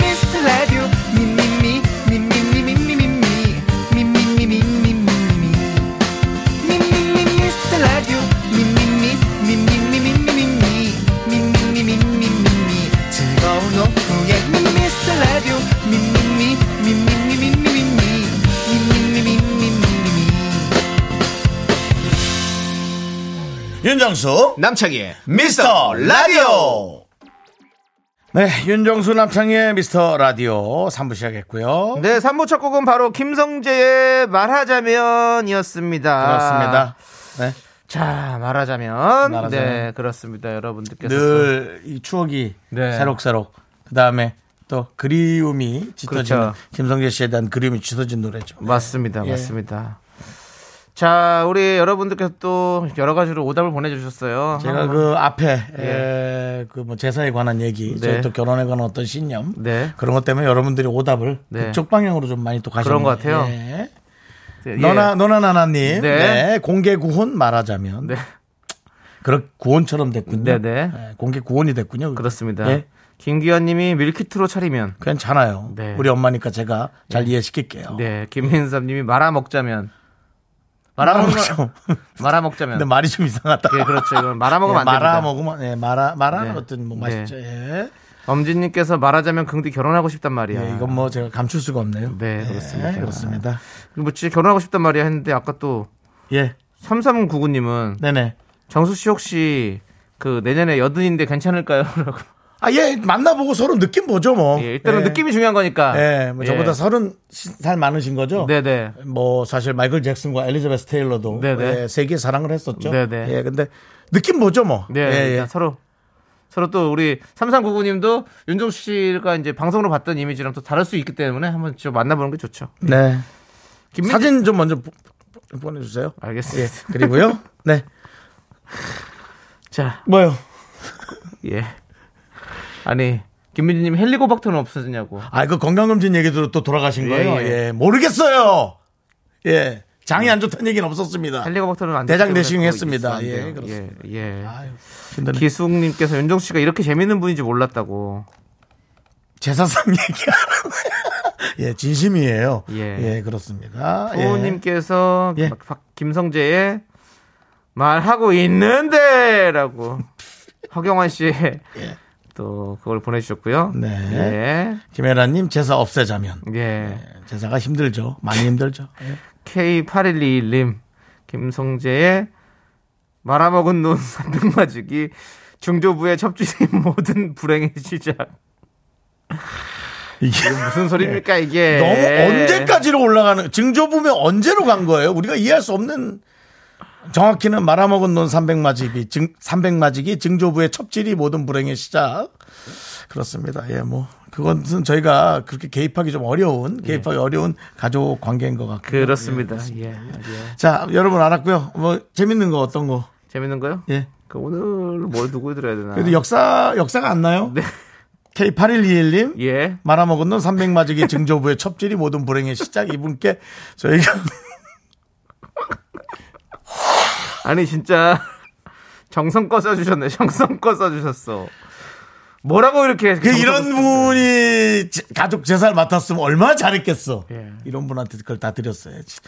[SPEAKER 6] 미스터 라디오 미미미 미미미 미미미 미미미 미미미 미미미 미스터 라디오 미미미 미미미 미미미 미미미 미미미 즐거운 오후에 미스터 라디오 미미미 미미미 미미미 미미미
[SPEAKER 1] 윤정수
[SPEAKER 2] 남창희의
[SPEAKER 1] 미스터 라디오 네, 윤정수 남창의 미스터 라디오 3부 시작했고요.
[SPEAKER 2] 네, 3부 첫 곡은 바로 김성재의 말하자면이었습니다.
[SPEAKER 1] 그렇습니다. 네.
[SPEAKER 2] 자, 말하자면.
[SPEAKER 1] 말하자면.
[SPEAKER 2] 네, 그렇습니다. 여러분들께서.
[SPEAKER 1] 늘 이 추억이
[SPEAKER 2] 네.
[SPEAKER 1] 새록새록 그 다음에 또 그리움이 짙어지는
[SPEAKER 2] 그렇죠.
[SPEAKER 1] 김성재 씨에 대한 그리움이 짙어진 노래죠. 네.
[SPEAKER 2] 맞습니다.
[SPEAKER 1] 예.
[SPEAKER 2] 맞습니다. 자, 우리 여러분들께서 또 여러 가지로 오답을 보내주셨어요.
[SPEAKER 1] 제가
[SPEAKER 2] 한번-
[SPEAKER 1] 그 앞에
[SPEAKER 2] 예.
[SPEAKER 1] 그 뭐 제사에 관한 얘기, 저희 또 결혼에 관한 어떤 신념
[SPEAKER 2] 네.
[SPEAKER 1] 그런 것 때문에 여러분들이 오답을
[SPEAKER 2] 네.
[SPEAKER 1] 그쪽 방향으로 좀 많이 또 가시는
[SPEAKER 2] 그런 것 같아요.
[SPEAKER 1] 예.
[SPEAKER 2] 예.
[SPEAKER 1] 너나 너나 나나님,
[SPEAKER 2] 네.
[SPEAKER 1] 네, 공개 구혼 말하자면
[SPEAKER 2] 네,
[SPEAKER 1] 그런 구혼처럼 됐군요.
[SPEAKER 2] 네, 네.
[SPEAKER 1] 예, 공개 구혼이 됐군요.
[SPEAKER 2] 그렇습니다.
[SPEAKER 1] 예,
[SPEAKER 2] 김기현님이 밀키트로 차리면.
[SPEAKER 1] 괜찮아요.
[SPEAKER 2] 네.
[SPEAKER 1] 우리 엄마니까 제가 잘 이해시킬게요.
[SPEAKER 2] 네, 김민섭님이 말아먹자면.
[SPEAKER 1] 말아먹죠.
[SPEAKER 2] 말아먹자면.
[SPEAKER 1] 근데 말이 좀 이상하다.
[SPEAKER 2] 예, 그렇죠. 이건 말아먹으면
[SPEAKER 1] 예,
[SPEAKER 2] 안 됩니다.
[SPEAKER 1] 말아 먹으면 예, 말아 말하는
[SPEAKER 2] 네.
[SPEAKER 1] 어떤 뭐
[SPEAKER 2] 네.
[SPEAKER 1] 맛있죠. 예.
[SPEAKER 2] 엄진님께서 말하자면 긍디 결혼하고 싶단 말이야.
[SPEAKER 1] 예, 이건 뭐 제가 감출 수가 없네요.
[SPEAKER 2] 네, 그렇습니다.
[SPEAKER 1] 예, 그렇습니다.
[SPEAKER 2] 뭐지 결혼하고 싶단 말이야 했는데 아까 또
[SPEAKER 1] 예.
[SPEAKER 2] 3399님은
[SPEAKER 1] 네네.
[SPEAKER 2] 정수 씨 혹시 그 내년에 여든인데 괜찮을까요? 라고.
[SPEAKER 1] 아, 예, 만나보고 서로 느낌 보죠, 뭐.
[SPEAKER 2] 예, 일단은
[SPEAKER 1] 예.
[SPEAKER 2] 느낌이 중요한 거니까.
[SPEAKER 1] 예, 뭐 저보다
[SPEAKER 2] 예.
[SPEAKER 1] 서른 살 많으신 거죠?
[SPEAKER 2] 네네.
[SPEAKER 1] 뭐 사실 마이클 잭슨과 엘리자베스 테일러도
[SPEAKER 2] 네네.
[SPEAKER 1] 예, 세계의 사랑을 했었죠.
[SPEAKER 2] 네네.
[SPEAKER 1] 예, 근데 느낌 보죠, 뭐.
[SPEAKER 2] 네,
[SPEAKER 1] 예, 예.
[SPEAKER 2] 일단 서로 서로 또 우리 3399님도 윤종수 씨가 이제 방송으로 봤던 이미지랑 또 다를 수 있기 때문에 한번 좀 만나보는 게 좋죠.
[SPEAKER 1] 네.
[SPEAKER 2] 김민지-
[SPEAKER 1] 사진 좀 먼저 보- 보- 보내주세요. 예,
[SPEAKER 2] 알겠습니다.
[SPEAKER 1] 그리고요. 네.
[SPEAKER 2] 자,
[SPEAKER 1] 뭐요?
[SPEAKER 2] 예. 아니 김민지님 헬리코박터는 없어지냐고.
[SPEAKER 1] 아, 그 건강검진 얘기도 또 돌아가신
[SPEAKER 2] 예,
[SPEAKER 1] 거예요?
[SPEAKER 2] 예.
[SPEAKER 1] 예, 모르겠어요. 예. 장이 안 좋다는 얘기는 없었습니다.
[SPEAKER 2] 헬리코박터는 안
[SPEAKER 1] 대장
[SPEAKER 2] 되기 때문에
[SPEAKER 1] 내시경
[SPEAKER 2] 그거
[SPEAKER 1] 했습니다.
[SPEAKER 2] 있으면 안
[SPEAKER 1] 예,
[SPEAKER 2] 돼요.
[SPEAKER 1] 그렇습니다.
[SPEAKER 2] 예, 예.
[SPEAKER 1] 아유, 힘드네.
[SPEAKER 2] 기숙님께서 윤정 씨가 이렇게 재밌는 분인지 몰랐다고.
[SPEAKER 1] 제사상 얘기하라고. 예, 진심이에요. 예,
[SPEAKER 2] 예.
[SPEAKER 1] 그렇습니다. 예.
[SPEAKER 2] 부모님께서
[SPEAKER 1] 예.
[SPEAKER 2] 박- 박- 김성재의 말하고 있는데라고 허경환 씨의
[SPEAKER 1] 예.
[SPEAKER 2] 또 그걸 보내주셨고요.
[SPEAKER 1] 네. 김혜라님, 제사 없애자면.
[SPEAKER 2] 예. 예.
[SPEAKER 1] 네. 제사가 힘들죠. 많이 힘들죠. 예.
[SPEAKER 2] K8121님, 김성재의 말아먹은 눈 삼등마주기, 중조부의 첩주의 모든 불행의 시작.
[SPEAKER 1] 이게
[SPEAKER 2] 무슨 소리입니까,
[SPEAKER 1] 예.
[SPEAKER 2] 이게?
[SPEAKER 1] 너무 언제까지로 올라가는, 증조부면 언제로 간 거예요? 우리가 이해할 수 없는, 정확히는 말아먹은 논 300마지기, 증, 300마지기, 증조부의 첩질이 모든 불행의 시작. 그렇습니다. 예, 뭐. 그것은 저희가 그렇게 개입하기 좀 어려운, 개입하기 어려운 가족 관계인 것 같고.
[SPEAKER 2] 예. 그렇습니다. 예. 예.
[SPEAKER 1] 자, 여러분 알았고요. 뭐 재밌는 거 어떤 거?
[SPEAKER 2] 재밌는 거요?
[SPEAKER 1] 예.
[SPEAKER 2] 그 오늘 뭘 누구 들어야 되나?
[SPEAKER 1] 그래도 역사 역사가 안 나요? K8121님
[SPEAKER 2] 네. 예.
[SPEAKER 1] 말아먹은 놈 300마지기 증조부의 첩질이 모든 불행의 시작 이분께 저희가
[SPEAKER 2] 아니 진짜 정성껏 써주셨네. 정성껏 써주셨어. 뭐라고 이렇게
[SPEAKER 1] 그
[SPEAKER 2] 정성껏
[SPEAKER 1] 이런
[SPEAKER 2] 쓰세요?
[SPEAKER 1] 분이 제- 가족 제사를 맡았으면 얼마나 잘했겠어.
[SPEAKER 2] 예.
[SPEAKER 1] 이런 분한테 그걸 다 드렸어야지.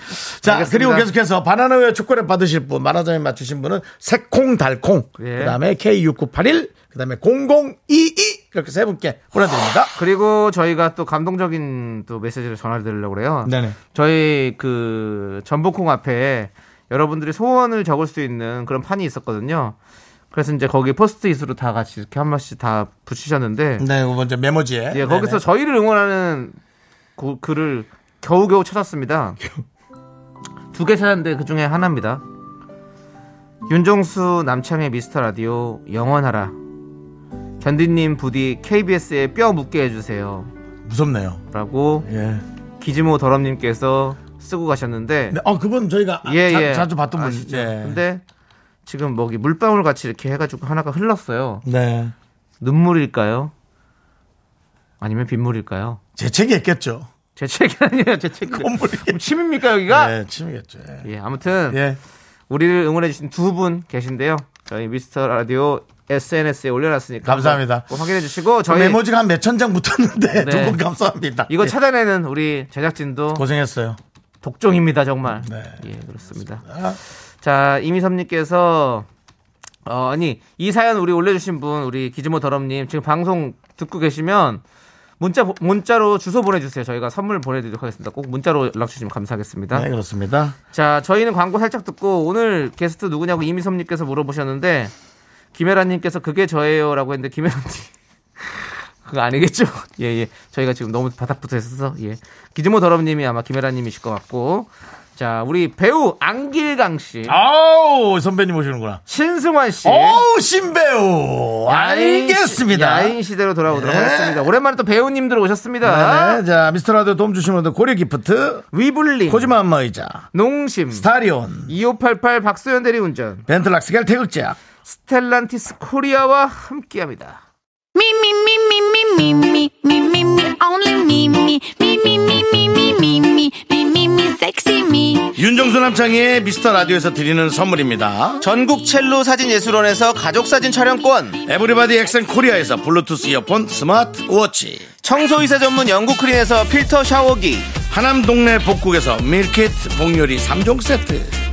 [SPEAKER 1] 자
[SPEAKER 2] 알겠습니다.
[SPEAKER 1] 그리고 계속해서 바나나우유 초콜릿 받으실 분 말하자면 맞추신 분은 새콩달콩
[SPEAKER 2] 예.
[SPEAKER 1] 그다음에 K6981 그다음에 0022 이렇게 세 분께 보내드립니다.
[SPEAKER 2] 그리고 저희가 또 감동적인 또 메시지를 전화드리려고 그래요.
[SPEAKER 1] 네네.
[SPEAKER 2] 저희 그 전복콩 앞에 여러분들이 소원을 적을 수 있는 그런 판이 있었거든요. 그래서 이제 거기 포스트잇으로 다 같이 이렇게 한 번씩 다 붙이셨는데
[SPEAKER 1] 네, 이거 먼저 메모지에.
[SPEAKER 2] 예,
[SPEAKER 1] 네네.
[SPEAKER 2] 거기서 저희를 응원하는 그 글을 겨우겨우 찾았습니다. 두 개 찾았는데 그 중에 하나입니다. 윤종수 남창의 미스터 라디오 영원하라. 견디님 부디 KBS에 뼈 묻게 해주세요.
[SPEAKER 1] 무섭네요.
[SPEAKER 2] 라고
[SPEAKER 1] 예.
[SPEAKER 2] 기지모 더럽님께서 쓰고 가셨는데
[SPEAKER 1] 네, 어, 그분 저희가 아,
[SPEAKER 2] 예,
[SPEAKER 1] 자,
[SPEAKER 2] 예.
[SPEAKER 1] 자주 봤던 분이죠.
[SPEAKER 2] 아시죠?
[SPEAKER 1] 예.
[SPEAKER 2] 근데 지금 뭐기 물방울 같이 이렇게 해가지고 하나가 흘렀어요.
[SPEAKER 1] 네.
[SPEAKER 2] 눈물일까요? 아니면 빗물일까요?
[SPEAKER 1] 재채기 했겠죠.
[SPEAKER 2] 제 책이 아니에요, 제 책.
[SPEAKER 1] 그 콧물이.
[SPEAKER 2] 침입니까 여기가?
[SPEAKER 1] 예, 침이겠죠. 예.
[SPEAKER 2] 예, 아무튼
[SPEAKER 1] 예.
[SPEAKER 2] 우리를 응원해주신 두 분 계신데요. 저희 미스터 라디오 SNS에 올려놨으니까
[SPEAKER 1] 감사합니다.
[SPEAKER 2] 한번 꼭 확인해주시고
[SPEAKER 1] 그
[SPEAKER 2] 저희
[SPEAKER 1] 메모지가 한 몇 천 장 붙었는데
[SPEAKER 2] 네.
[SPEAKER 1] 두 분 감사합니다.
[SPEAKER 2] 이거
[SPEAKER 1] 예.
[SPEAKER 2] 찾아내는 우리 제작진도
[SPEAKER 1] 고생했어요.
[SPEAKER 2] 독종입니다 정말.
[SPEAKER 1] 네.
[SPEAKER 2] 예, 그렇습니다.
[SPEAKER 1] 아,
[SPEAKER 2] 자, 이미섭님께서 어, 아니 이 사연 우리 올려주신 분 우리 기즈모 더럽님 지금 방송 듣고 계시면 문자 보- 문자로 주소 보내주세요. 저희가 선물 보내드리도록 하겠습니다. 꼭 문자로 연락 주시면 감사하겠습니다.
[SPEAKER 1] 네, 그렇습니다.
[SPEAKER 2] 자, 저희는 광고 살짝 듣고 오늘 게스트 누구냐고 이미섭님께서 물어보셨는데 김혜란님께서 그게 저예요라고 했는데 김혜란님 그거 아니겠죠? 예, 예. 저희가 지금 너무 바닥부터 했어서, 예. 기즈모 더럽님이 아마 김혜라님이실 것 같고. 자, 우리 배우 안길강 씨,
[SPEAKER 1] 아우 선배님 오시는구나.
[SPEAKER 2] 신승환
[SPEAKER 1] 예.
[SPEAKER 2] 씨.
[SPEAKER 1] 어우 신배우
[SPEAKER 2] 야인 시-
[SPEAKER 1] 알겠습니다.
[SPEAKER 2] 야인 시대로 돌아오도록
[SPEAKER 1] 네.
[SPEAKER 2] 하겠습니다. 오랜만에 또 배우님들 오셨습니다.
[SPEAKER 1] 네네. 자 미스터 라디오 도움 주시는 분들 고려 기프트,
[SPEAKER 2] 위블링,
[SPEAKER 1] 코지마 안마의자,
[SPEAKER 2] 농심,
[SPEAKER 1] 스타리온,
[SPEAKER 2] 2588 박소연 대리운전,
[SPEAKER 1] 벤틀락스겔 태극제약,
[SPEAKER 2] 스텔란티스 코리아와 함께합니다.
[SPEAKER 5] Me, me, me, me, me, me, me, me, me, me, only me, me, me, me, me, me, me, me, me, me, me, me, sexy me.
[SPEAKER 1] 윤정수 남창의 미스터 라디오에서 드리는 선물입니다.
[SPEAKER 7] 전국 첼로 사진 예술원에서 가족 사진 촬영권,
[SPEAKER 1] 에브리바디 엑센 코리아에서 블루투스 이어폰 스마트 워치,
[SPEAKER 7] 청소이사 전문 영국 크린에서 필터 샤워기,
[SPEAKER 1] 하남 동네 복국에서 밀키트 복요리 3종 세트,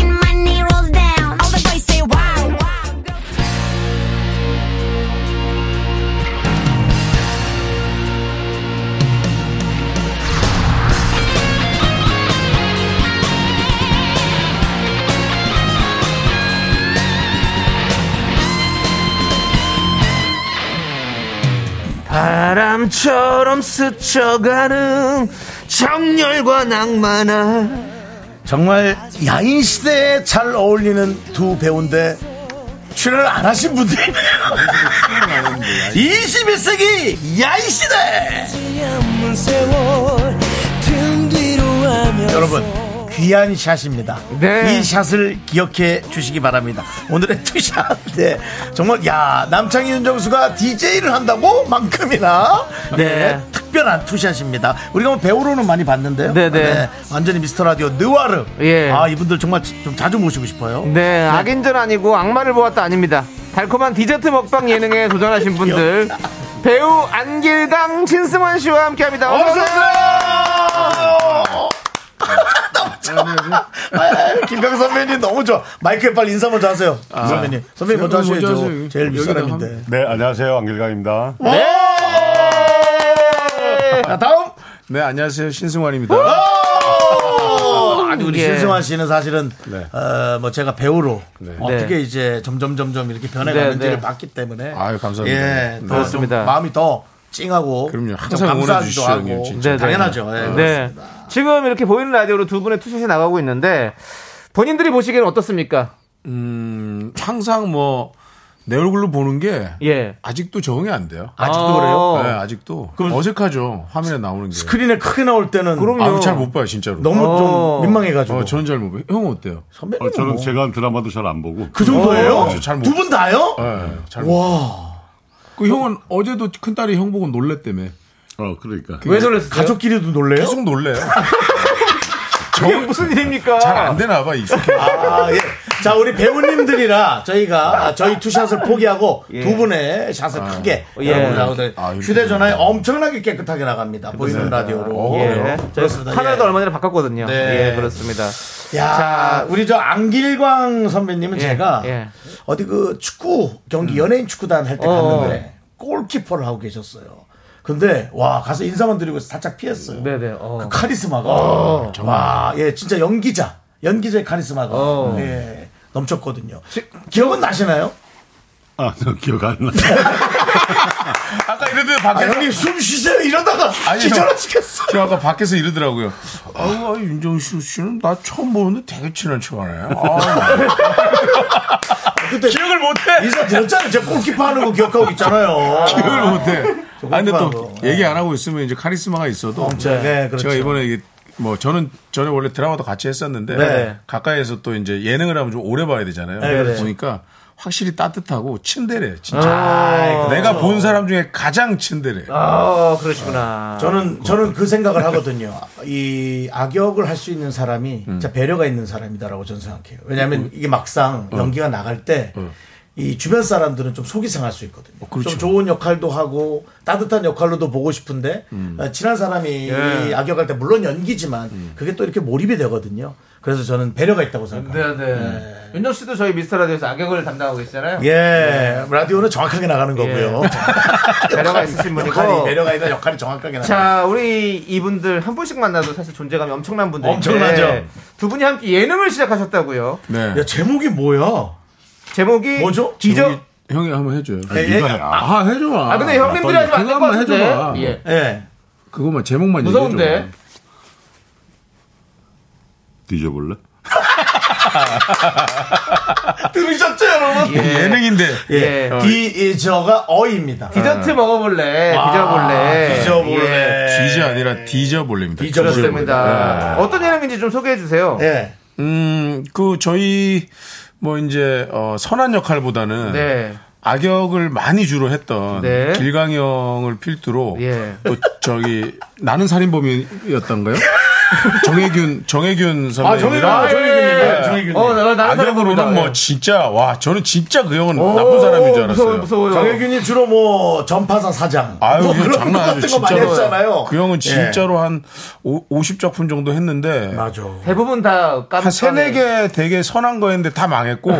[SPEAKER 5] and my knee rolls down. All the boys say wow, wow.
[SPEAKER 2] 바람처럼 스쳐가는 정열과 낭만아.
[SPEAKER 1] 정말 야인 시대에 잘 어울리는 두 배우인데 출연을 안 하신 분들이네요. 21세기 야인 시대. 여러분 귀한 샷입니다.
[SPEAKER 2] 네.
[SPEAKER 1] 이 샷을 기억해 주시기 바랍니다. 오늘의 투샷. 네. 정말 야 남창희 윤정수가 DJ를 한다고 만큼이나 네,
[SPEAKER 2] 네.
[SPEAKER 1] 특별한 투샷입니다. 우리가 뭐 배우로는 많이 봤는데요.
[SPEAKER 2] 네, 네.
[SPEAKER 1] 완전히 미스터 라디오 느와르.
[SPEAKER 2] 예.
[SPEAKER 1] 아 이분들 정말 좀 자주 모시고 싶어요.
[SPEAKER 2] 네, 악인전 아니고 악마를 보았다 아닙니다. 달콤한 디저트 먹방 예능에 도전하신 분들. 배우 안길강 신승환 씨와 함께합니다. 어서 오세요.
[SPEAKER 1] 어서오세요! 너무 좋아. 아, 김강 선배님 너무 좋아. 마이크에 빨리 인사 먼저 하세요. 선배님. 선배님 먼저 하셔야죠. 아. 제일 윗사람인데. 네.
[SPEAKER 8] 네, 안녕하세요. 안길강입니다.
[SPEAKER 2] 네.
[SPEAKER 1] 자, 다음!
[SPEAKER 9] 네, 안녕하세요. 신승환입니다.
[SPEAKER 1] 아니, 우리
[SPEAKER 2] 예.
[SPEAKER 1] 신승환 씨는 사실은,
[SPEAKER 9] 네.
[SPEAKER 1] 어, 뭐 제가 배우로 어떻게
[SPEAKER 2] 네.
[SPEAKER 1] 이제 점점 점점 이렇게 변해가는지를
[SPEAKER 2] 네, 네.
[SPEAKER 1] 봤기 때문에.
[SPEAKER 9] 아유, 감사합니다.
[SPEAKER 1] 예,
[SPEAKER 9] 네.
[SPEAKER 1] 더좀
[SPEAKER 2] 그렇습니다.
[SPEAKER 1] 마음이 더 찡하고.
[SPEAKER 9] 그럼요. 항상
[SPEAKER 1] 좀
[SPEAKER 9] 응원해
[SPEAKER 1] 감사하기도
[SPEAKER 9] 주시죠,
[SPEAKER 1] 하고.
[SPEAKER 9] 형님, 진짜.
[SPEAKER 2] 네, 네.
[SPEAKER 1] 당연하죠. 예,
[SPEAKER 2] 네. 지금 이렇게 보이는 라디오로 두 분의 투샷이 나가고 있는데 본인들이 보시기에는 어떻습니까?
[SPEAKER 9] 음, 항상 뭐, 내 얼굴로 보는 게
[SPEAKER 2] 예. 어.
[SPEAKER 9] 아직도 적응이 안 돼요.
[SPEAKER 1] 아직도 그래요?
[SPEAKER 9] 네, 아직도. 어색하죠. 화면에 나오는 게.
[SPEAKER 1] 스크린에 크게 나올 때는
[SPEAKER 9] 아무 잘못 봐요, 진짜로.
[SPEAKER 1] 너무
[SPEAKER 2] 어.
[SPEAKER 1] 좀 민망해가지고.
[SPEAKER 9] 어, 저는 잘 못 봐요. 형은 어때요?
[SPEAKER 1] 선배님
[SPEAKER 8] 어, 저는
[SPEAKER 1] 뭐.
[SPEAKER 8] 제가 한 드라마도 잘 안 보고.
[SPEAKER 1] 그 정도예요?
[SPEAKER 9] 어, 잘 못-
[SPEAKER 1] 두 분 다요?
[SPEAKER 9] 네, 잘 못.
[SPEAKER 1] 와
[SPEAKER 9] 그 형은 어제도 큰딸이 형 보고 놀랬다며.
[SPEAKER 8] 어, 그러니까.
[SPEAKER 2] 왜 놀랐어요?
[SPEAKER 1] 가족끼리도 놀래요?
[SPEAKER 9] 계속 놀래요.
[SPEAKER 2] 이게 무슨 일입니까?
[SPEAKER 9] 잘 안 되나 봐, 익숙해.
[SPEAKER 1] 아, 예. 자 우리 배우님들이라 저희가 아, 저희 투샷을 포기하고 두 분의 샷을 크게
[SPEAKER 2] 예.
[SPEAKER 1] 여러분 나오들
[SPEAKER 9] 아, 이렇게
[SPEAKER 1] 휴대전화에 엄청나게 깨끗하게 나갑니다 보이는 라디오로
[SPEAKER 9] 어,
[SPEAKER 2] 예.
[SPEAKER 1] 그렇습니다.
[SPEAKER 2] 저희 카메라도
[SPEAKER 1] 예.
[SPEAKER 2] 얼마 전에 바꿨거든요.
[SPEAKER 1] 네.
[SPEAKER 2] 예, 그렇습니다.
[SPEAKER 1] 야 우리 저 안길광 선배님은
[SPEAKER 2] 예,
[SPEAKER 1] 제가
[SPEAKER 2] 예.
[SPEAKER 1] 어디 그 축구 경기
[SPEAKER 9] 음.
[SPEAKER 1] 연예인 축구단 할 때
[SPEAKER 2] 어어.
[SPEAKER 1] 갔는데 골키퍼를 하고 계셨어요 근데 와 가서 인사만 드리고 살짝 피했어요
[SPEAKER 2] 네네. 어.
[SPEAKER 1] 그 카리스마가 와, 예, 진짜 연기자, 연기자의 카리스마가
[SPEAKER 2] 어.
[SPEAKER 1] 예, 넘쳤거든요. 기억은 나시나요?
[SPEAKER 8] 아, 저 기억 안 나.
[SPEAKER 9] 아까 이러더니
[SPEAKER 1] 아,
[SPEAKER 9] 밖에
[SPEAKER 1] 형님 숨 쉬세요 이러다가
[SPEAKER 9] 아니,
[SPEAKER 1] 기절하시겠어.
[SPEAKER 9] 저 아까 밖에서 이러더라고요. 아우, 아, 윤정수 씨는 나 처음 보는데 되게 친한 척 하네. 아,
[SPEAKER 1] 그때
[SPEAKER 9] 기억을 못해!
[SPEAKER 1] 인사 드렸잖아요. 제가 골키퍼 하는 거 기억하고 있잖아요.
[SPEAKER 9] 기억을 못해.
[SPEAKER 1] 조금
[SPEAKER 9] 아니, 근데 또
[SPEAKER 1] 하고.
[SPEAKER 9] 얘기 안 하고 있으면 이제 카리스마가 있어도.
[SPEAKER 1] 진짜, 네, 그렇죠.
[SPEAKER 9] 제가 이번에 이게 뭐 저는 전에 원래 드라마도 같이 했었는데
[SPEAKER 1] 네.
[SPEAKER 9] 가까이에서 또 이제 예능을 하면 좀 오래 봐야 되잖아요.
[SPEAKER 1] 그렇죠.
[SPEAKER 9] 보니까 확실히 따뜻하고 친데레 진짜. 내가 본 사람 중에 가장 친데레.
[SPEAKER 2] 아, 그러시구나.
[SPEAKER 1] 저는 저는 그 생각을 하거든요. 이 악역을 할 수 있는 사람이 진짜 배려가 있는 사람이다라고 저는 생각해요. 왜냐하면 이게 막상 연기가 나갈 때. 이 주변 사람들은 좀 속이 상할 수 있거든요. 좀 좋은 역할도 하고 따뜻한 역할로도 보고 아, 싶은데 어, 친한 사람이 악역할 때 물론 연기지만 그게 또 이렇게 몰입이 되거든요. 그래서 저는 배려가 있다고 생각합니다.
[SPEAKER 2] 네, 네. 윤정 씨도 저희 미스터 라디오에서 악역을 담당하고 계시잖아요.
[SPEAKER 1] 예, 라디오는 정확하게 나가는 거고요.
[SPEAKER 2] 배려가 있으신 분이고.
[SPEAKER 1] 역할이 배려가 있다 역할이 정확하게 나가.
[SPEAKER 2] 자, 우리 이분들 한 분씩 만나도 사실 존재감이 엄청난 분들.
[SPEAKER 1] 엄청나죠.
[SPEAKER 2] 두 분이 함께 예능을 시작하셨다고요.
[SPEAKER 9] 네.
[SPEAKER 1] 야 제목이 뭐야?
[SPEAKER 2] 제목이
[SPEAKER 1] 뭐죠?
[SPEAKER 2] 기적.
[SPEAKER 9] 형이 한번 해줘요.
[SPEAKER 1] 예,
[SPEAKER 8] 네가
[SPEAKER 1] 예.
[SPEAKER 8] 해라.
[SPEAKER 9] 아, 해줘봐.
[SPEAKER 2] 아, 근데 형님들이 하면 안될 것
[SPEAKER 9] 그거 한번
[SPEAKER 2] 같은데.
[SPEAKER 9] 해줘봐.
[SPEAKER 2] 예.
[SPEAKER 1] 예.
[SPEAKER 9] 그거만 제목만
[SPEAKER 2] 무서운데.
[SPEAKER 9] 얘기해줘.
[SPEAKER 8] 뒤져볼래?
[SPEAKER 1] 들으셨죠, 여러분?
[SPEAKER 2] 예.
[SPEAKER 9] 예능인데.
[SPEAKER 1] 예.
[SPEAKER 2] 예.
[SPEAKER 1] 디저가 어입니다.
[SPEAKER 2] 디저트 먹어볼래.
[SPEAKER 1] 아,
[SPEAKER 2] 뒤져볼래. 예.
[SPEAKER 1] 뒤져볼래.
[SPEAKER 9] 디지 아니라 디저볼레입니다.
[SPEAKER 2] 그렇습니다. 어떤 예능인지 좀 소개해 주세요.
[SPEAKER 1] 예.
[SPEAKER 9] 음, 그 저희 뭐 이제 어, 선한 역할보다는
[SPEAKER 2] 네.
[SPEAKER 9] 악역을 많이 주로 했던
[SPEAKER 2] 네.
[SPEAKER 9] 길강형을 필두로
[SPEAKER 2] 예.
[SPEAKER 9] 또 저기 나는 살인범이었던가요? 정혜균
[SPEAKER 1] 아, 정혜균,
[SPEAKER 9] 정혜균
[SPEAKER 1] 예.
[SPEAKER 9] 선배님이랑
[SPEAKER 1] 아, 정혜균님.
[SPEAKER 2] 예.
[SPEAKER 1] 아, 정혜균님.
[SPEAKER 2] 어, 나, 나는
[SPEAKER 9] 악역으로는 뭐 진짜 와 저는 진짜 그 형은 나쁜 사람인 줄
[SPEAKER 2] 무서워,
[SPEAKER 9] 알았어요.
[SPEAKER 2] 무서워요.
[SPEAKER 1] 정혜균이 주로 뭐 전파사 사장.
[SPEAKER 9] 아유,
[SPEAKER 1] 뭐
[SPEAKER 9] 그냥
[SPEAKER 1] 그런
[SPEAKER 9] 장난
[SPEAKER 1] 것
[SPEAKER 9] 아니죠.
[SPEAKER 1] 같은 거 많이
[SPEAKER 9] 진짜로.
[SPEAKER 1] 했잖아요.
[SPEAKER 9] 그 형은
[SPEAKER 1] 예.
[SPEAKER 9] 진짜로 한 오, 50작품 정도 했는데
[SPEAKER 1] 맞아.
[SPEAKER 2] 대부분 다 깜.
[SPEAKER 9] 한 세네 개 되게 선한 거였는데 다 망했고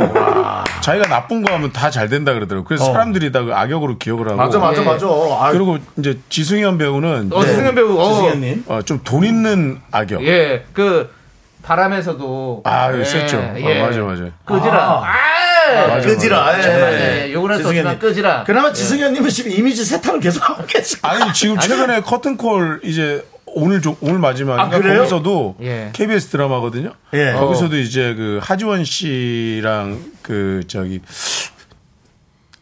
[SPEAKER 9] 자기가 나쁜 거 하면 다 잘 된다 그러더라고. 요 그래서 사람들이 다 그 악역으로 기억을 하고.
[SPEAKER 1] 어. 맞아, 맞아,
[SPEAKER 2] 예.
[SPEAKER 1] 맞아. 아유,
[SPEAKER 9] 그리고 이제 지승현 배우는
[SPEAKER 2] 어, 승현 배우. 어.
[SPEAKER 1] 지승현님.
[SPEAKER 9] 좀 돈 있는 악역.
[SPEAKER 2] 예, 그 바람에서도
[SPEAKER 9] 아,
[SPEAKER 2] 예,
[SPEAKER 9] 셌죠. 아, 맞아, 맞아.
[SPEAKER 2] 끄지라. 아,
[SPEAKER 9] 맞아,
[SPEAKER 1] 끄지라. 예.
[SPEAKER 2] 정말, 예, 욕을 할수
[SPEAKER 1] 지승현님.
[SPEAKER 2] 없지만 끄지라.
[SPEAKER 1] 그나마 지승현님은 지금 이미지 세탁을 계속 하고 계시
[SPEAKER 9] 아니 지금 최근에 커튼콜 이제 오늘 좀 오늘 마지막인가
[SPEAKER 1] 아, 그래요?
[SPEAKER 9] 거기서도
[SPEAKER 2] 예.
[SPEAKER 9] KBS 드라마거든요.
[SPEAKER 1] 예.
[SPEAKER 9] 거기서도 이제 그 하지원 씨랑 그 저기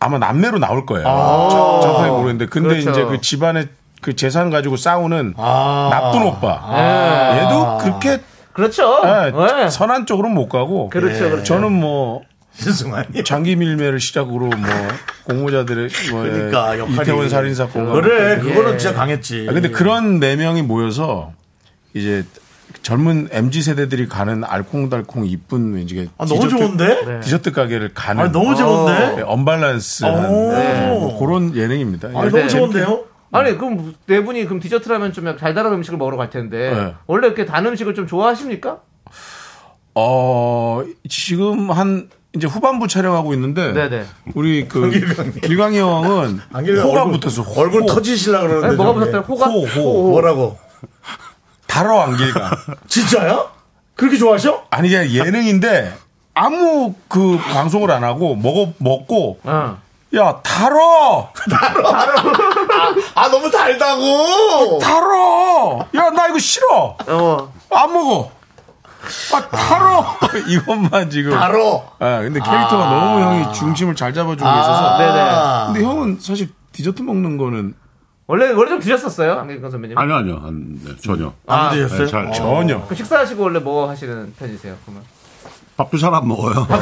[SPEAKER 9] 아마 남매로 나올 거예요. 정- 정확하게 모르겠는데 근데
[SPEAKER 2] 그렇죠.
[SPEAKER 9] 이제 그 집안의 그 재산 가지고 싸우는
[SPEAKER 1] 아.
[SPEAKER 9] 나쁜 오빠. 얘도 그렇게
[SPEAKER 2] 그렇죠.
[SPEAKER 9] 예,
[SPEAKER 2] 예.
[SPEAKER 9] 선한 쪽으로는 못 가고
[SPEAKER 2] 그렇죠, 그렇죠.
[SPEAKER 9] 저는 뭐
[SPEAKER 1] 지승환이.
[SPEAKER 9] 장기 밀매를 시작으로 뭐 공모자들의 뭐
[SPEAKER 1] 그러니까 역할이.
[SPEAKER 9] 이태원 살인 사건
[SPEAKER 2] 예.
[SPEAKER 1] 그래, 그거는 진짜 강했지.
[SPEAKER 9] 아, 근데 그런 네 명이 모여서 이제 젊은 MZ 세대들이 가는 알콩달콩 이쁜 왠지
[SPEAKER 1] 아, 너무 좋은데?
[SPEAKER 9] 디저트 가게를 가는 네,
[SPEAKER 1] 아,
[SPEAKER 2] 어.
[SPEAKER 1] 너무 좋은데? 오.
[SPEAKER 9] 언밸런스한 네. 네, 뭐 그런 예능입니다.
[SPEAKER 1] 아,
[SPEAKER 9] 예.
[SPEAKER 2] 네.
[SPEAKER 1] 너무 좋은데요?
[SPEAKER 2] 아니 그럼 네 분이 그럼 디저트라면 좀 달달한 음식을 먹으러 갈 텐데
[SPEAKER 9] 네.
[SPEAKER 2] 원래 이렇게 단 음식을 좀 좋아하십니까?
[SPEAKER 9] 어, 지금 한 이제 후반부 촬영하고 있는데
[SPEAKER 2] 네네.
[SPEAKER 9] 우리 그
[SPEAKER 1] 안길강이.
[SPEAKER 9] 길광이 형은
[SPEAKER 1] 안길강
[SPEAKER 9] 호가
[SPEAKER 1] 얼굴-
[SPEAKER 9] 붙어서
[SPEAKER 1] 얼굴 터지실라 그러는데.
[SPEAKER 2] 아니, 뭐가
[SPEAKER 1] 저게.
[SPEAKER 2] 붙었어요? 호가
[SPEAKER 9] 호, 호.
[SPEAKER 1] 뭐라고?
[SPEAKER 9] 달어 안길강
[SPEAKER 1] 진짜요? 그렇게 좋아하셔?
[SPEAKER 9] 아니 그냥 예능인데 아무 그 방송을 안 하고 먹어 먹고
[SPEAKER 2] 어.
[SPEAKER 9] 야 달어
[SPEAKER 1] 아, 너무 달다고!
[SPEAKER 9] 달어! 야, 나 이거 싫어!
[SPEAKER 2] 어.
[SPEAKER 9] 안 먹어! 아, 달어! 이것만 지금.
[SPEAKER 1] 바로!
[SPEAKER 9] 아, 근데 캐릭터가 너무 형이 중심을 잘 잡아주고 계셔서.
[SPEAKER 2] 네네.
[SPEAKER 9] 근데 형은 사실 디저트 먹는 거는
[SPEAKER 2] 원래 원래 좀 드셨었어요, 안경건 선배님. 아,
[SPEAKER 8] 아니요, 아니요. 안, 네, 전혀.
[SPEAKER 1] 안
[SPEAKER 8] 네,
[SPEAKER 1] 드셨어요?
[SPEAKER 8] 잘,
[SPEAKER 9] 전혀.
[SPEAKER 2] 그럼 식사하시고 원래 뭐 하시는 편이세요? 그러면.
[SPEAKER 8] 밥도 잘 안 먹어요.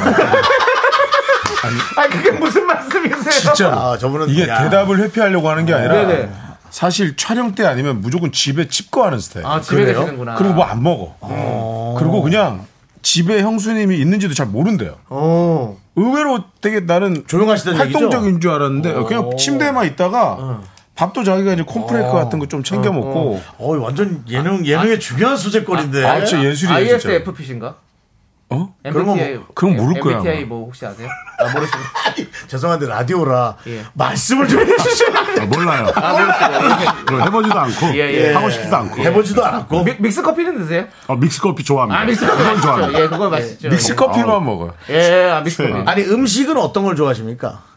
[SPEAKER 2] 아 그게 무슨 말씀이세요?
[SPEAKER 9] 진짜로.
[SPEAKER 1] 아, 저분은
[SPEAKER 9] 이게
[SPEAKER 1] 야.
[SPEAKER 9] 대답을 회피하려고 하는 게 아니라.
[SPEAKER 2] 네네.
[SPEAKER 9] 사실 촬영 때 아니면 무조건 집에 집거하는 스타일.
[SPEAKER 2] 아 집에
[SPEAKER 1] 그래요?
[SPEAKER 2] 계시는구나.
[SPEAKER 9] 그리고 뭐 안 먹어. 그리고 그냥 집에 형수님이 있는지도 잘 모른대요.
[SPEAKER 2] 오.
[SPEAKER 9] 의외로 되게 나는
[SPEAKER 1] 조용하시다는
[SPEAKER 9] 활동적인 줄 알았는데 그냥 침대에만 있다가 밥도 자기가 이제 콤프레이크 같은 거 좀 챙겨 먹고
[SPEAKER 1] 어, 완전 예능, 예능의 중요한 소재거리인데.
[SPEAKER 9] 아, 진짜 예술이에요 진짜.
[SPEAKER 2] ISFP신가?
[SPEAKER 9] 어?
[SPEAKER 2] MBTI.
[SPEAKER 9] 그건 모를 거야,
[SPEAKER 2] MBTI
[SPEAKER 9] 아마.
[SPEAKER 2] 뭐 혹시 아세요? 아, 모르시고.
[SPEAKER 1] 죄송한데, 라디오라.
[SPEAKER 2] 예.
[SPEAKER 1] 말씀을 좀 해주시면
[SPEAKER 8] 아, 몰라요.
[SPEAKER 2] 아, 모르시고.
[SPEAKER 8] 그걸 해보지도 않고
[SPEAKER 2] 예, 예.
[SPEAKER 8] 하고 싶지도 않고.
[SPEAKER 1] 해보지도 않았고.
[SPEAKER 2] 믹- 믹스 커피는 드세요?
[SPEAKER 8] 아, 믹스 커피 좋아합니다.
[SPEAKER 2] 아, 믹스 커피
[SPEAKER 8] 그건
[SPEAKER 2] 맛있죠.
[SPEAKER 8] 좋아합니다.
[SPEAKER 2] 예, 그거 맛있죠.
[SPEAKER 9] 믹스 커피만 먹어요.
[SPEAKER 2] 예, 예, 아, 믹스 커피.
[SPEAKER 1] 아니, 음식은 어떤 걸 좋아하십니까?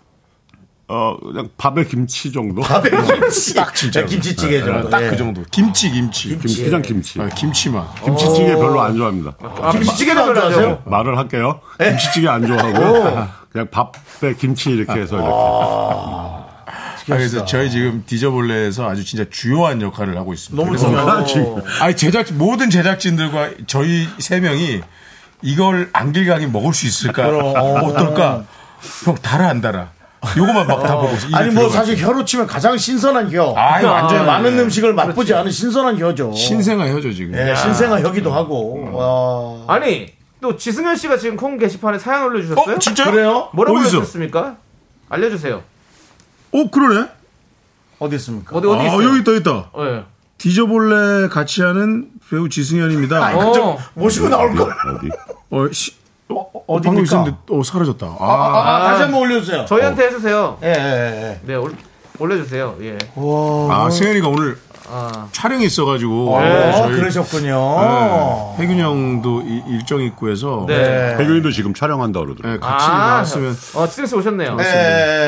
[SPEAKER 8] 어, 그냥 밥에 김치 정도.
[SPEAKER 1] 밥에 김치. 딱
[SPEAKER 9] 진짜로.
[SPEAKER 1] 김치찌개 정도.
[SPEAKER 9] 딱
[SPEAKER 1] 예.
[SPEAKER 9] 그 정도. 김치 김치.
[SPEAKER 8] 김치, 그냥 김치.
[SPEAKER 9] 아, 김치만.
[SPEAKER 8] 김치찌개 별로 안 좋아합니다.
[SPEAKER 1] 김치찌개도 안 좋아하세요?
[SPEAKER 8] 말을 할게요.
[SPEAKER 1] 예.
[SPEAKER 8] 김치찌개 안 좋아하고 그냥 밥에 김치 이렇게 해서 이렇게.
[SPEAKER 9] 아, 그래서 저희 지금 디저블레에서 아주 진짜 주요한 역할을 하고 있습니다.
[SPEAKER 1] 너무
[SPEAKER 9] 그래서-
[SPEAKER 8] 음.
[SPEAKER 1] 좋아요.
[SPEAKER 9] 아니 제작 모든 제작진들과 저희 세 명이 이걸 안길강이 먹을 수 있을까? 어떨까? 형 달아 안 달아? 요거만 막 다 보고 있어. 입에
[SPEAKER 1] 아니, 뭐,
[SPEAKER 9] 들어가지고.
[SPEAKER 1] 사실 어. 혀로 치면 가장 신선한 혀.
[SPEAKER 9] 아이, 완전
[SPEAKER 1] 많은 음식을 맛보지 않은 신선한 혀죠.
[SPEAKER 9] 신생아 혀죠 지금.
[SPEAKER 1] 예, 신생아 혀기도 하고. 와.
[SPEAKER 2] 아니, 또 지승현 씨가 지금 콩 게시판에 사연 올려주셨어요?
[SPEAKER 9] 어, 진짜요?
[SPEAKER 1] 그래요?
[SPEAKER 2] 뭐라고
[SPEAKER 9] 어디서?
[SPEAKER 2] 올려주셨습니까? 알려주세요.
[SPEAKER 9] 어, 그러네.
[SPEAKER 1] 어디 있습니까?
[SPEAKER 9] 아,
[SPEAKER 2] 어디, 어디 있어요?
[SPEAKER 9] 있다, 있다.
[SPEAKER 2] 예.
[SPEAKER 9] 디저볼레 같이 하는 배우 지승현입니다.
[SPEAKER 1] 아,
[SPEAKER 2] 어.
[SPEAKER 1] 이거 좀 모시고 나올 걸.
[SPEAKER 8] 어디?
[SPEAKER 9] 어, 시, 어,
[SPEAKER 1] 어디입니까?
[SPEAKER 9] 방금 있었는데 어, 사라졌다.
[SPEAKER 1] 아,
[SPEAKER 9] 아,
[SPEAKER 1] 아, 아, 다시 한번 올려주세요.
[SPEAKER 9] 어.
[SPEAKER 2] 저희한테 해주세요.
[SPEAKER 1] 예, 예,
[SPEAKER 2] 네, 올, 올려주세요. 예.
[SPEAKER 9] 아, 승현이가 오늘
[SPEAKER 2] 아,
[SPEAKER 9] 촬영이 있어가지고
[SPEAKER 1] 예.
[SPEAKER 9] 어,
[SPEAKER 1] 어,
[SPEAKER 9] 저희 네.
[SPEAKER 1] 그러셨군요.
[SPEAKER 9] 혜균 형도 이- 일정이 있고 해서
[SPEAKER 1] 예.
[SPEAKER 2] 네.
[SPEAKER 8] 혜균이도 지금 촬영한다 그러더라고요.
[SPEAKER 9] 네, 같이
[SPEAKER 2] 아.
[SPEAKER 9] 나왔으면 어.
[SPEAKER 2] 어, 지승 씨 오셨네요.
[SPEAKER 1] 예,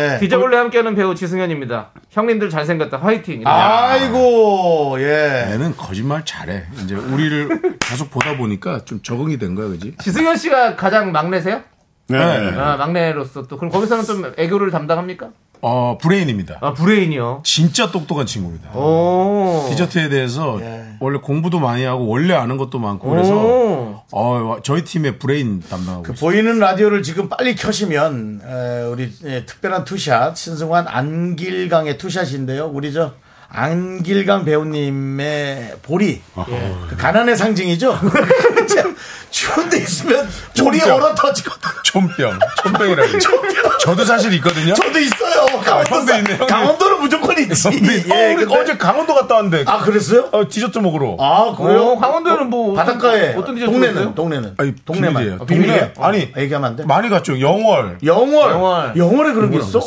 [SPEAKER 1] 예, 예.
[SPEAKER 2] 디저블레 함께하는 배우 지승현입니다. 형님들 잘생겼다. 화이팅. 이렇게.
[SPEAKER 1] 아이고, 예.
[SPEAKER 9] 애는 거짓말 잘해. 이제 우리를 계속 보다 보니까 좀 적응이 된 거야, 그지?
[SPEAKER 2] 지승현 씨가 가장 막내세요?
[SPEAKER 1] 예.
[SPEAKER 8] 네.
[SPEAKER 2] 아, 막내로서 또 그럼 거기서는 좀 애교를 담당합니까?
[SPEAKER 9] 어, 브레인입니다.
[SPEAKER 2] 아, 브레인이요.
[SPEAKER 9] 진짜 똑똑한 친구입니다.
[SPEAKER 2] 오.
[SPEAKER 9] 디저트에 대해서
[SPEAKER 1] 예.
[SPEAKER 9] 원래 공부도 많이 하고 원래 아는 것도 많고 그래서
[SPEAKER 2] 오.
[SPEAKER 9] 어, 저희 팀의 브레인 담당하고
[SPEAKER 1] 그
[SPEAKER 9] 있어요.
[SPEAKER 1] 보이는 라디오를 지금 빨리 켜시면 에, 우리 예, 특별한 투샷 신승환 안길강의 투샷인데요. 우리 저 안길강 배우님의 보리 그 가난의 상징이죠. 참, 추운데 있으면 보리
[SPEAKER 9] 진짜.
[SPEAKER 1] 얼어 터지거든.
[SPEAKER 9] 촌병, 촌병이라고. 저도 사실 있거든요.
[SPEAKER 1] 저도 있어요. 강원도
[SPEAKER 9] 형도 아, 있네,
[SPEAKER 1] 사-
[SPEAKER 9] 형님.
[SPEAKER 1] 강원도는 무조건 있지. 예, 근데-
[SPEAKER 9] 어제 강원도 갔다 왔는데
[SPEAKER 1] 아 그랬어요?
[SPEAKER 9] 어, 디저트 먹으러.
[SPEAKER 1] 아 그래요?
[SPEAKER 2] 오, 강원도는 뭐 어떤-
[SPEAKER 1] 바닷가에
[SPEAKER 2] 어떤 디저트
[SPEAKER 1] 동네는
[SPEAKER 2] 먹었어요?
[SPEAKER 1] 동네는
[SPEAKER 9] 아니,
[SPEAKER 1] 동네만
[SPEAKER 9] 비밀이에요.
[SPEAKER 1] 아, 비밀이에요?
[SPEAKER 9] 동네. 아니.
[SPEAKER 1] 어, 얘기하면 안 돼?
[SPEAKER 9] 많이 갔죠. 영월.
[SPEAKER 1] 영월
[SPEAKER 2] 영월.
[SPEAKER 1] 영월. 에 그런 게 있어?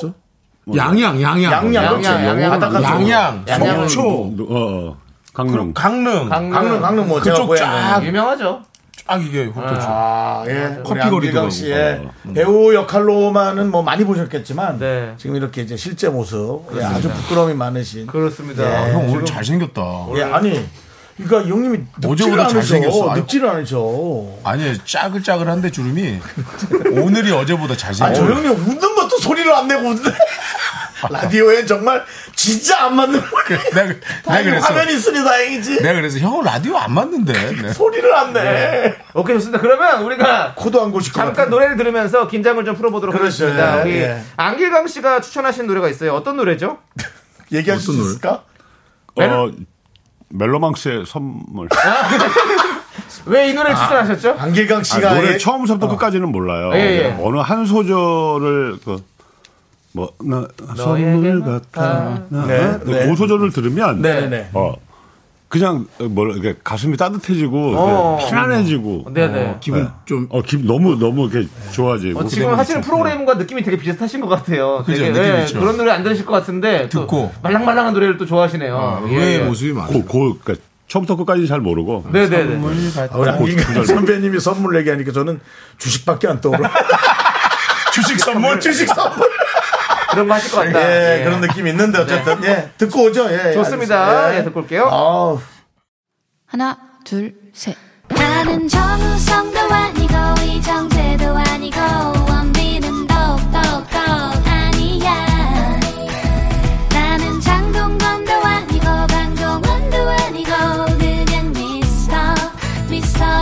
[SPEAKER 9] 양양, 양양.
[SPEAKER 1] 양양
[SPEAKER 2] 양양,
[SPEAKER 1] 그렇지.
[SPEAKER 2] 양양.
[SPEAKER 1] 바닷가 쪽으로.
[SPEAKER 9] 양양,
[SPEAKER 2] 양양은
[SPEAKER 1] 뭐.
[SPEAKER 9] 속초,
[SPEAKER 8] 어, 어. 강릉.
[SPEAKER 9] 강릉.
[SPEAKER 2] 강릉.
[SPEAKER 1] 강릉 강릉 뭐 제가
[SPEAKER 9] 그쪽
[SPEAKER 1] 고향
[SPEAKER 9] 쫙.
[SPEAKER 2] 유명하죠.
[SPEAKER 9] 아, 이게 호텔.
[SPEAKER 1] 아, 예. 커피
[SPEAKER 9] 커피 거리도
[SPEAKER 1] 거리강
[SPEAKER 9] 가고.
[SPEAKER 1] 씨의 배우 역할로만은 뭐 많이 보셨겠지만
[SPEAKER 2] 음. 네.
[SPEAKER 1] 지금 이렇게 이제 실제 모습 예, 아주 부끄러움이 많으신
[SPEAKER 2] 그렇습니다.
[SPEAKER 1] 예.
[SPEAKER 9] 형 오늘 잘생겼다.
[SPEAKER 1] 예, 아니 그러니까 이 형님이 늙지를
[SPEAKER 9] 어제보다 잘생겼어.
[SPEAKER 1] 않으셔.
[SPEAKER 9] 아유.
[SPEAKER 1] 늙지를 않으셔.
[SPEAKER 9] 아니, 짜글짜글한데 주름이 오늘이 어제보다
[SPEAKER 1] 아, 저
[SPEAKER 9] 잘생겼어.
[SPEAKER 1] 형님 웃는 것도 소리를 안 내고 웃는데. 라디오엔 정말 진짜 안 맞는 거예요.
[SPEAKER 9] 내가, 그- 내가
[SPEAKER 1] 다행히
[SPEAKER 9] 그랬어.
[SPEAKER 1] 화면이 있으니 다행이지.
[SPEAKER 9] 내가 그래서 형은 라디오 안 맞는데. 네.
[SPEAKER 1] 소리를 안 내.
[SPEAKER 2] 오케이 좋습니다. 그러면 우리가
[SPEAKER 1] 코도 안 고실 것
[SPEAKER 2] 잠깐
[SPEAKER 1] 같은데.
[SPEAKER 2] 노래를 들으면서 긴장을 좀 풀어보도록
[SPEAKER 1] 그렇죠.
[SPEAKER 2] 하겠습니다.
[SPEAKER 1] 예,
[SPEAKER 2] 우리
[SPEAKER 1] 예.
[SPEAKER 2] 안길강 씨가 추천하신 노래가 있어요. 어떤 노래죠?
[SPEAKER 1] 얘기할 수
[SPEAKER 9] 어떤 노래?
[SPEAKER 1] 있을까?
[SPEAKER 8] 어, 멜로망스의 선물.
[SPEAKER 2] 왜 이
[SPEAKER 1] 아.
[SPEAKER 2] 노래를 추천하셨죠?
[SPEAKER 1] 안길강
[SPEAKER 8] 아,
[SPEAKER 1] 씨가
[SPEAKER 8] 노래
[SPEAKER 1] 예,
[SPEAKER 8] 처음부터 끝까지는 몰라요.
[SPEAKER 2] 예, 예.
[SPEAKER 8] 어느 한 소절을 그, 뭐, 나, 선물
[SPEAKER 2] 너에게만
[SPEAKER 8] 같아. 나,
[SPEAKER 1] 네, 네.
[SPEAKER 8] 그 소절을 들으면,
[SPEAKER 1] 네, 네.
[SPEAKER 8] 어, 그냥 뭐이게 가슴이 따뜻해지고
[SPEAKER 2] 어.
[SPEAKER 8] 이렇게 편안해지고
[SPEAKER 2] 네네.
[SPEAKER 9] 기분 좀
[SPEAKER 8] 어, 기, 너무 너무 이렇게 좋아지고
[SPEAKER 2] 어, 지금 하시는 프로그램과 느낌이 되게 비슷하신 것 같아요.
[SPEAKER 9] 그죠,
[SPEAKER 2] 되게,
[SPEAKER 9] 느낌
[SPEAKER 2] 예,
[SPEAKER 9] 있죠.
[SPEAKER 2] 그런 노래 안 들으실 것 같은데 또
[SPEAKER 9] 듣고.
[SPEAKER 2] 말랑말랑한 노래를 또 좋아하시네요. 예,
[SPEAKER 1] 예,
[SPEAKER 9] 의외의 모습이 많아.
[SPEAKER 8] 고, 고, 그러니까 처음부터 끝까지 잘 모르고
[SPEAKER 2] 네네네.
[SPEAKER 1] 아, 우리 안길강 선배님이 선물 얘기하니까 저는 주식밖에 안 떠오르. 주식 선물, 주식 선물.
[SPEAKER 2] 그런 거 하실 것 같다.
[SPEAKER 1] 예,
[SPEAKER 2] 예.
[SPEAKER 1] 네. 그런 느낌이 있는데 어쨌든 예, 듣고 오죠. 예, 예,
[SPEAKER 2] 네. 좋습니다.
[SPEAKER 1] 알겠습니다.
[SPEAKER 2] 예, 듣고 올게요.
[SPEAKER 1] 아우.
[SPEAKER 5] 하나, 둘, 셋. 나는 정우성도 아니고, 이정재도 아니고, 원빈은 더욱더 아니야. 나는 장동건도 아니고, 강동원도 아니고, 그냥 미스터,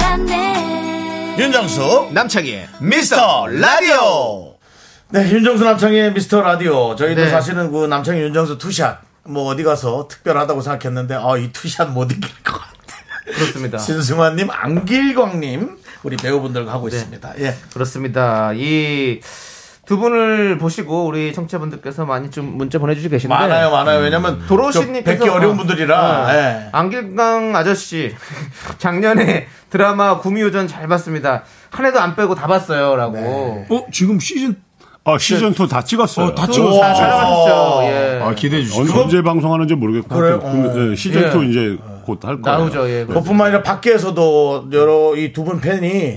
[SPEAKER 5] 미스터란데.
[SPEAKER 1] 윤정수
[SPEAKER 7] 남창희의
[SPEAKER 1] 미스터 라디오. 네, 윤정수 남창의 미스터 라디오. 저희도
[SPEAKER 2] 네.
[SPEAKER 1] 사실은 그 남창의 윤정수 투샷 뭐 어디 가서 특별하다고 생각했는데 아 이 투샷 못 이길 것 같아.
[SPEAKER 2] 그렇습니다.
[SPEAKER 1] 신승환님, 안길광님 우리 배우분들과 하고
[SPEAKER 2] 네.
[SPEAKER 1] 있습니다. 예,
[SPEAKER 2] 그렇습니다. 이 두 분을 보시고 우리 청취자분들께서 많이 좀 문자 보내주시고 계신데 음.
[SPEAKER 1] 많아요, 많아요. 왜냐면 좀
[SPEAKER 2] 도로시님께서
[SPEAKER 1] 뵙기 어려운 분들이라. 예.
[SPEAKER 2] 안길강 아저씨 작년에 드라마 구미호전 잘 봤습니다. 한 해도 안 빼고 다 봤어요라고.
[SPEAKER 1] 네.
[SPEAKER 9] 어, 지금 시즌
[SPEAKER 8] 아 시즌 2 다 찍었어요.
[SPEAKER 9] 어, 다
[SPEAKER 1] 오.
[SPEAKER 9] 찍었어.
[SPEAKER 2] 잘하셨죠.
[SPEAKER 1] 네.
[SPEAKER 2] 예.
[SPEAKER 9] 아, 기대해
[SPEAKER 8] 언-
[SPEAKER 9] 주시고.
[SPEAKER 8] 언제 방송하는지 모르겠고
[SPEAKER 1] 그래요?
[SPEAKER 8] 하여튼 그-
[SPEAKER 1] 어.
[SPEAKER 8] 예, 시즌
[SPEAKER 2] 예.
[SPEAKER 8] 2 이제 곧 할 거예요. 네.
[SPEAKER 2] 나오죠. 예.
[SPEAKER 1] 그뿐만 네. 아니라 밖에서도 여러 이 두 분 팬이
[SPEAKER 2] 네.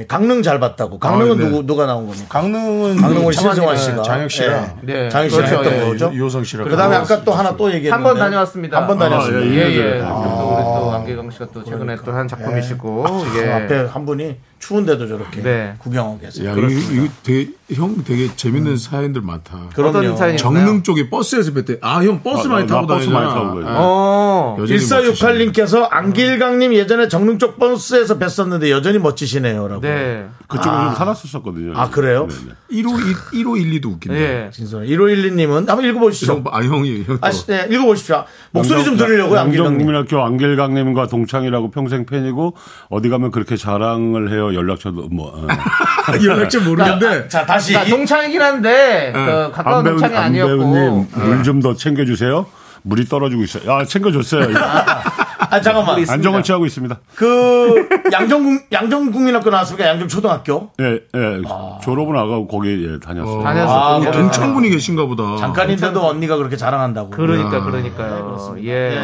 [SPEAKER 1] 예, 강릉 잘 봤다고. 강릉은
[SPEAKER 9] 아, 네.
[SPEAKER 1] 누구 누가 나온 겁니까?
[SPEAKER 9] 강릉은
[SPEAKER 1] 강릉은
[SPEAKER 2] 음,
[SPEAKER 9] 그
[SPEAKER 1] 신승환
[SPEAKER 9] 차관이랑
[SPEAKER 1] 씨가
[SPEAKER 9] 장혁 씨랑
[SPEAKER 1] 예.
[SPEAKER 2] 네.
[SPEAKER 1] 장혁 씨랑
[SPEAKER 2] 그렇죠.
[SPEAKER 1] 했던
[SPEAKER 2] 예.
[SPEAKER 1] 거죠.
[SPEAKER 9] 요성 씨랑
[SPEAKER 1] 그다음에
[SPEAKER 9] 같이
[SPEAKER 1] 아까 또 하나 또 얘기했는데
[SPEAKER 2] 한 번 다녀왔습니다.
[SPEAKER 1] 한번 다녀왔습니다. 네,
[SPEAKER 8] 아,
[SPEAKER 2] 예,
[SPEAKER 8] 예,
[SPEAKER 2] 예.
[SPEAKER 8] 예.
[SPEAKER 2] 또 우리 또 안길강 씨가 또 최근에 또 한 작품이시고
[SPEAKER 1] 그
[SPEAKER 2] 예.
[SPEAKER 1] 그러니까. 앞에 한 분이 추운데도 저렇게
[SPEAKER 2] 네.
[SPEAKER 1] 구경하고 계세요.
[SPEAKER 9] 야, 이거, 이거 되게, 형 되게 재밌는 사연들 많다.
[SPEAKER 2] 어떤 사연이
[SPEAKER 9] 정릉 쪽에 버스에서 뵀대. 아, 형 버스
[SPEAKER 8] 아,
[SPEAKER 9] 많이
[SPEAKER 8] 나
[SPEAKER 9] 타고
[SPEAKER 8] 버스
[SPEAKER 9] 다니잖아.
[SPEAKER 8] 많이 타고 다녀요.
[SPEAKER 9] 아,
[SPEAKER 2] 어.
[SPEAKER 9] 여전히
[SPEAKER 1] 1468님께서 안길강님 예전에 정릉 쪽 버스에서 뵀었는데 여전히 멋지시네요라고.
[SPEAKER 2] 네.
[SPEAKER 8] 그쪽에 좀 살았었거든요.
[SPEAKER 1] 아, 그래요?
[SPEAKER 8] 네, 네.
[SPEAKER 9] 1512, 1512도 웃긴다.
[SPEAKER 2] 예.
[SPEAKER 1] 진솔 1512님은 한번 읽어보시죠.
[SPEAKER 9] 형, 아, 형이, 형.
[SPEAKER 1] 아, 씨, 네, 읽어보십시오. 목소리 좀
[SPEAKER 8] 남정-
[SPEAKER 1] 들으려고요, 안길강님.
[SPEAKER 8] 남정국민학교 안길강님과 동창이라고 평생 팬이고 어디 가면 그렇게 자랑을 해요. 연락처도 뭐 어.
[SPEAKER 9] 연락처 모르는데.
[SPEAKER 1] 자, 다시.
[SPEAKER 2] 그러니까 동창이긴 한데 그
[SPEAKER 8] 안
[SPEAKER 2] 가까운
[SPEAKER 8] 배운
[SPEAKER 2] 동창이
[SPEAKER 8] 안
[SPEAKER 2] 아니었고
[SPEAKER 8] 배우님 물 좀 더 챙겨주세요. 물이 떨어지고 있어요. 아 챙겨줬어요. 이거.
[SPEAKER 1] 아 잠깐만.
[SPEAKER 8] 안정을 취하고 있습니다.
[SPEAKER 1] 그 양정국 양정국민학교 나왔으니까 양정초등학교
[SPEAKER 8] 예, 예. 졸업은 아가고 거기 에 예, 다녔어요.
[SPEAKER 2] 다녀서
[SPEAKER 1] 아,
[SPEAKER 2] 공부를
[SPEAKER 1] 그렇구나.
[SPEAKER 2] 해서.
[SPEAKER 9] 동창분이 계신가 보다.
[SPEAKER 1] 잠깐인데도 언니가 그렇게 자랑한다고.
[SPEAKER 2] 그러니까 그러니까요. 예.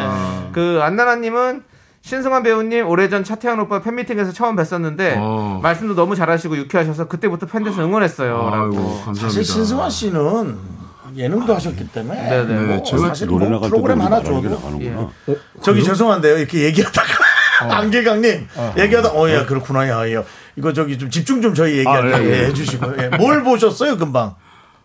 [SPEAKER 2] 그 안나나님은 신승환 배우님 오래전 차태현 오빠 팬미팅에서 처음 뵀었는데
[SPEAKER 9] 어.
[SPEAKER 2] 말씀도 너무 잘하시고 유쾌하셔서 그때부터 팬 돼서 응원했어요라고.
[SPEAKER 9] 아이고, 감사합니다.
[SPEAKER 1] 사실 신승환 씨는 예능도 하셨기 때문에
[SPEAKER 2] 네네.
[SPEAKER 1] 뭐
[SPEAKER 9] 네, 제가
[SPEAKER 1] 사실
[SPEAKER 8] 노래
[SPEAKER 1] 뭐
[SPEAKER 8] 나갈
[SPEAKER 1] 프로그램
[SPEAKER 8] 때도
[SPEAKER 1] 하나
[SPEAKER 8] 우리가
[SPEAKER 1] 줘도
[SPEAKER 8] 다르게 나가는구나.
[SPEAKER 1] 저기 죄송한데요. 이렇게 얘기하다가 안길강님 얘기하다 어야 예, 그렇구나 야 야. 이거 저기 좀 집중 좀 저희 얘기할 때
[SPEAKER 8] 아, 예, 예.
[SPEAKER 1] 해주시고요. 예. 뭘 보셨어요 금방?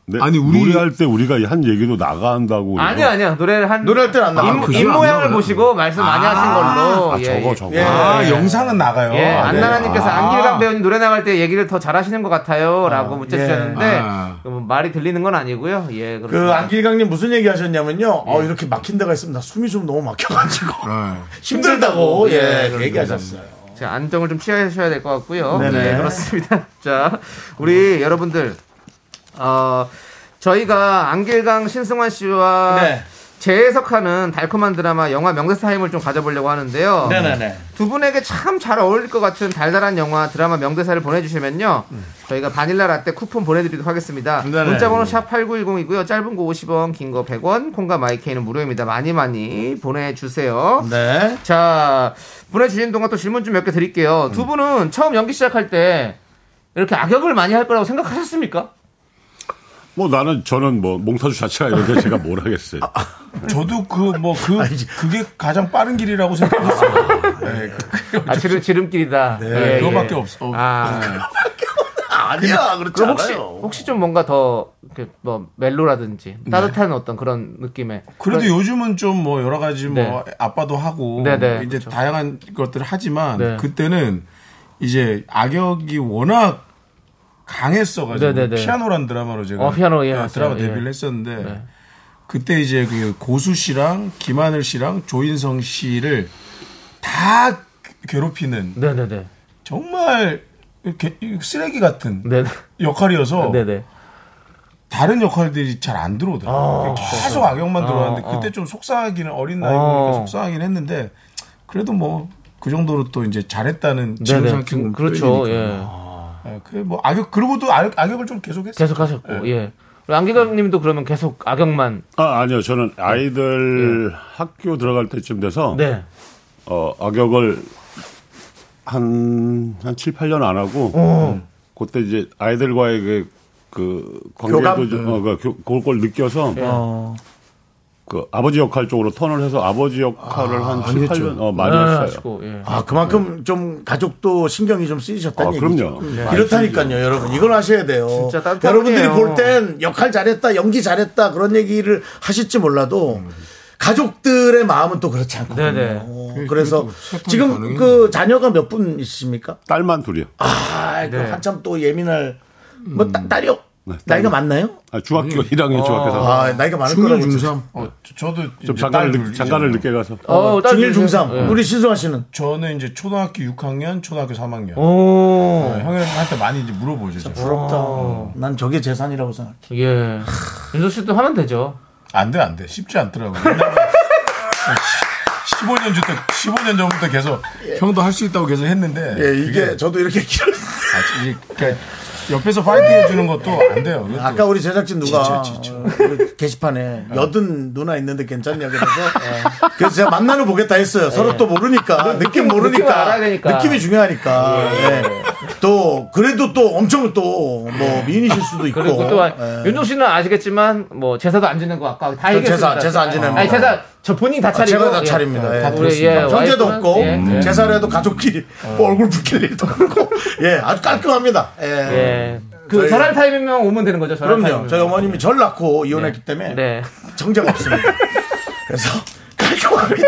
[SPEAKER 8] 네,
[SPEAKER 9] 아니, 우리-
[SPEAKER 8] 노래할 때 우리가 한 얘기도 나간다고.
[SPEAKER 2] 아니 아니요 노래를 한
[SPEAKER 1] 노래할 때는 안 나가요.
[SPEAKER 2] 입-
[SPEAKER 9] 그죠?
[SPEAKER 2] 입
[SPEAKER 9] 안
[SPEAKER 2] 모양을
[SPEAKER 9] 나가요.
[SPEAKER 2] 보시고 말씀 많이 하신 걸로.
[SPEAKER 8] 아,
[SPEAKER 2] 예,
[SPEAKER 8] 저거
[SPEAKER 2] 예.
[SPEAKER 8] 저거.
[SPEAKER 1] 예.
[SPEAKER 9] 아, 영상은 나가요.
[SPEAKER 2] 예,
[SPEAKER 9] 아, 네.
[SPEAKER 2] 안나라님께서
[SPEAKER 9] 아.
[SPEAKER 2] 안길강 배우님 노래 나갈 때 얘기를 더 잘하시는 것 같아요라고 문자
[SPEAKER 1] 예.
[SPEAKER 2] 주셨는데
[SPEAKER 9] 아.
[SPEAKER 2] 그 말이 들리는 건 아니고요. 예, 그렇습니다.
[SPEAKER 1] 그 안길강님 무슨 얘기 하셨냐면요. 어, 이렇게 막힌 데가 있으면 나 숨이 좀 너무 막혀가지고 힘들다고 예
[SPEAKER 2] 힘들다고.
[SPEAKER 1] 얘기하셨어요.
[SPEAKER 2] 자, 안정을 좀 취하셔야 될 것 같고요.
[SPEAKER 1] 네네.
[SPEAKER 2] 네, 그렇습니다. 자, 우리 여러분들, 어, 저희가 안길강 신승환 씨와
[SPEAKER 1] 네.
[SPEAKER 2] 재해석하는 달콤한 드라마 영화 명대사임을 좀 가져보려고 하는데요.
[SPEAKER 1] 네네네.
[SPEAKER 2] 두 분에게 참 잘 어울릴 것 같은 달달한 영화 드라마 명대사를 보내주시면요. 저희가 바닐라 라떼 쿠폰 보내드리도록 하겠습니다.
[SPEAKER 1] 음. 네네.
[SPEAKER 2] 문자번호 샵 8910이고요. 짧은 거 50원, 긴 거 100원, 콩과 마이케이는 무료입니다. 많이 많이 보내주세요.
[SPEAKER 1] 네.
[SPEAKER 2] 자, 보내주신 동안 또 질문 좀 몇 개 드릴게요. 두 분은 처음 연기 시작할 때 이렇게 악역을 많이 할 거라고 생각하셨습니까?
[SPEAKER 8] 뭐 나는 저는 뭐 몽타주 자체가 이런데 제가 뭘 하겠어요.
[SPEAKER 9] 저도 그 뭐 그 그게 가장 빠른 길이라고 생각했어요. 네, 그-
[SPEAKER 2] 아, 지름, 지름길이다. 예,
[SPEAKER 9] 그거밖에
[SPEAKER 2] 예.
[SPEAKER 9] 없어.
[SPEAKER 2] 아,
[SPEAKER 1] 네, 아니야 그렇지
[SPEAKER 2] 그럼 혹시,
[SPEAKER 1] 않아요. 네.
[SPEAKER 2] 혹시 좀 뭔가 더, 이렇게 뭐, 멜로라든지, 따뜻한 어떤 그런
[SPEAKER 1] 뭐,
[SPEAKER 2] 느낌의.
[SPEAKER 9] 그래도
[SPEAKER 2] 그런-
[SPEAKER 9] 요즘은 좀 뭐 여러 가지 뭐
[SPEAKER 2] 그러니까 네.
[SPEAKER 9] 아빠도 하고
[SPEAKER 2] 네네,
[SPEAKER 9] 이제
[SPEAKER 2] 그렇죠.
[SPEAKER 9] 다양한 것들을 하지만
[SPEAKER 2] 네.
[SPEAKER 9] 그때는 이제 악역이 워낙 강했어가지고
[SPEAKER 2] 네네네.
[SPEAKER 9] 피아노란 드라마로 제가 네,
[SPEAKER 2] 어, 피아노, 예, 맞아요.
[SPEAKER 9] 드라마
[SPEAKER 2] 예.
[SPEAKER 9] 데뷔를 했었는데 그때 이제 그 고수 씨랑 김하늘 씨랑 조인성 씨를 다 괴롭히는
[SPEAKER 2] 네네네.
[SPEAKER 9] 정말 이렇게 쓰레기 같은
[SPEAKER 2] 네네.
[SPEAKER 9] 역할이어서
[SPEAKER 2] 네네.
[SPEAKER 9] 다른 역할들이 잘 안
[SPEAKER 2] 아,
[SPEAKER 9] 들어오더라고요. 계속 악역만 들어왔는데 그때 좀 속상하기는 어린 나이니까
[SPEAKER 2] 어.
[SPEAKER 9] 속상하긴 했는데 그래도 뭐 그 정도로 또 이제 잘했다는 지금
[SPEAKER 2] 네네.
[SPEAKER 9] 생각해
[SPEAKER 2] 지금
[SPEAKER 9] 보면 아,
[SPEAKER 2] 그렇죠. 예.
[SPEAKER 9] 그뭐 악역 그리고도 악역, 악역을 좀 계속했어요.
[SPEAKER 2] 계속 하셨고, 예. 우리 안기강 님도 그러면 계속 악역만.
[SPEAKER 8] 아 아니요 저는 아이들 학교 들어갈 때쯤 돼서
[SPEAKER 2] 네.
[SPEAKER 8] 어, 악역을 한, 한 7, 8년 안 하고, 그때 이제 아이들과의 그, 그
[SPEAKER 1] 교감?
[SPEAKER 8] 관계도 좀, 어, 그, 교- 그걸 느껴서, 그 아버지 역할 쪽으로 턴을 해서 아버지 역할을 한 7, 8년, 어, 많이 했어요.
[SPEAKER 2] 하시고, 예.
[SPEAKER 1] 아 그만큼 좀 가족도 신경이 좀 쓰이셨다는
[SPEAKER 8] 아,
[SPEAKER 1] 얘기죠. 네.
[SPEAKER 8] 그럼요.
[SPEAKER 1] 이렇다니까요, 여러분. 이걸 하셔야 돼요.
[SPEAKER 2] 진짜 따뜻하네요.
[SPEAKER 1] 여러분들이 볼 땐 역할 잘했다, 연기 잘했다 그런 얘기를 하실지 몰라도 가족들의 마음은 또 그렇지 않거든요.
[SPEAKER 2] 네네.
[SPEAKER 1] 어, 그래서
[SPEAKER 9] 세탁이
[SPEAKER 1] 지금
[SPEAKER 9] 가능했네.
[SPEAKER 1] 그 자녀가 몇 분 있으십니까?
[SPEAKER 8] 딸만 둘이요.
[SPEAKER 1] 아,
[SPEAKER 2] 네.
[SPEAKER 1] 그 한참 또 예민할 뭐 따- 딸이요? 나이가 많나요?
[SPEAKER 8] 아, 중학교 1학년 중학교에서.
[SPEAKER 1] 아, 나이가 많을 거라고.
[SPEAKER 9] 중일 중삼. 어, 저- 저도
[SPEAKER 8] 좀
[SPEAKER 9] 이제
[SPEAKER 8] 장가를,
[SPEAKER 9] 딸
[SPEAKER 8] 늦-
[SPEAKER 9] 둘이죠.
[SPEAKER 8] 장가를 늦게 가서.
[SPEAKER 2] 어, 딸
[SPEAKER 1] 중일
[SPEAKER 2] 둘이세요?
[SPEAKER 1] 중삼.
[SPEAKER 2] 예.
[SPEAKER 1] 우리 신수환 씨는
[SPEAKER 9] 저는 이제 초등학교 6학년, 초등학교 3학년. 네,
[SPEAKER 2] 오. 아,
[SPEAKER 9] 형한테 많이 이제 물어보죠. 제가.
[SPEAKER 1] 부럽다. 아, 난 저게 재산이라고 생각해.
[SPEAKER 2] 예. 윤석 씨도 하면 되죠.
[SPEAKER 9] 안 돼, 안 돼. 쉽지 않더라고요. 15년 전부터, 15년 전부터 계속 형도 할 수 있다고 계속 했는데.
[SPEAKER 1] 예, 이게
[SPEAKER 9] 그게
[SPEAKER 1] 저도 이렇게 길었어요.
[SPEAKER 9] 아, 이게 그러니까 옆에서 파이팅 해주는 것도 안 돼요. 이것도.
[SPEAKER 1] 아까 우리 제작진 누가
[SPEAKER 9] 지쳐, 지쳐.
[SPEAKER 1] 어, 그 게시판에 여든 누나 있는데 괜찮냐 그래서 그래서 제가 만나는 보겠다 했어요. 서로 또 모르니까 느낌
[SPEAKER 2] 네. 느낌을
[SPEAKER 1] 모르니까
[SPEAKER 2] 알아야 되니까. 네.
[SPEAKER 1] 이 중요하니까 예. 또 그래도 또 엄청 또 뭐 미인이실 수도 있고
[SPEAKER 2] 네. 그리고 또 아,
[SPEAKER 1] 예.
[SPEAKER 2] 윤종 씨는 아시겠지만 뭐 제사도 안 지내고 아까 다
[SPEAKER 1] 저
[SPEAKER 2] 얘기했습니다.
[SPEAKER 1] 제사- 제사 안 지냅니다.
[SPEAKER 2] 아니 제사 저 본인 다
[SPEAKER 1] 아,
[SPEAKER 2] 차리고
[SPEAKER 1] 제가 다 차립니다. 예.
[SPEAKER 9] 다
[SPEAKER 2] 우리 예,
[SPEAKER 9] 그렇습니다.
[SPEAKER 1] 형제도
[SPEAKER 2] 와이프는-
[SPEAKER 1] 없고 음.
[SPEAKER 2] 예. 어.
[SPEAKER 1] 제사를 해도 가족끼리 뭐 얼굴 붉힐 일도 없고 예 아주 깔끔합니다. 예.
[SPEAKER 2] 예. 그
[SPEAKER 1] 저희-
[SPEAKER 2] 전할 타임이면 오면 되는 거죠. 전할
[SPEAKER 1] 그럼요.
[SPEAKER 2] 타임이면.
[SPEAKER 1] 저희 어머님이 절 낳고 이혼했기 때문에
[SPEAKER 2] 네.
[SPEAKER 1] 정작 없습니다. 그래서 깔끔합니다.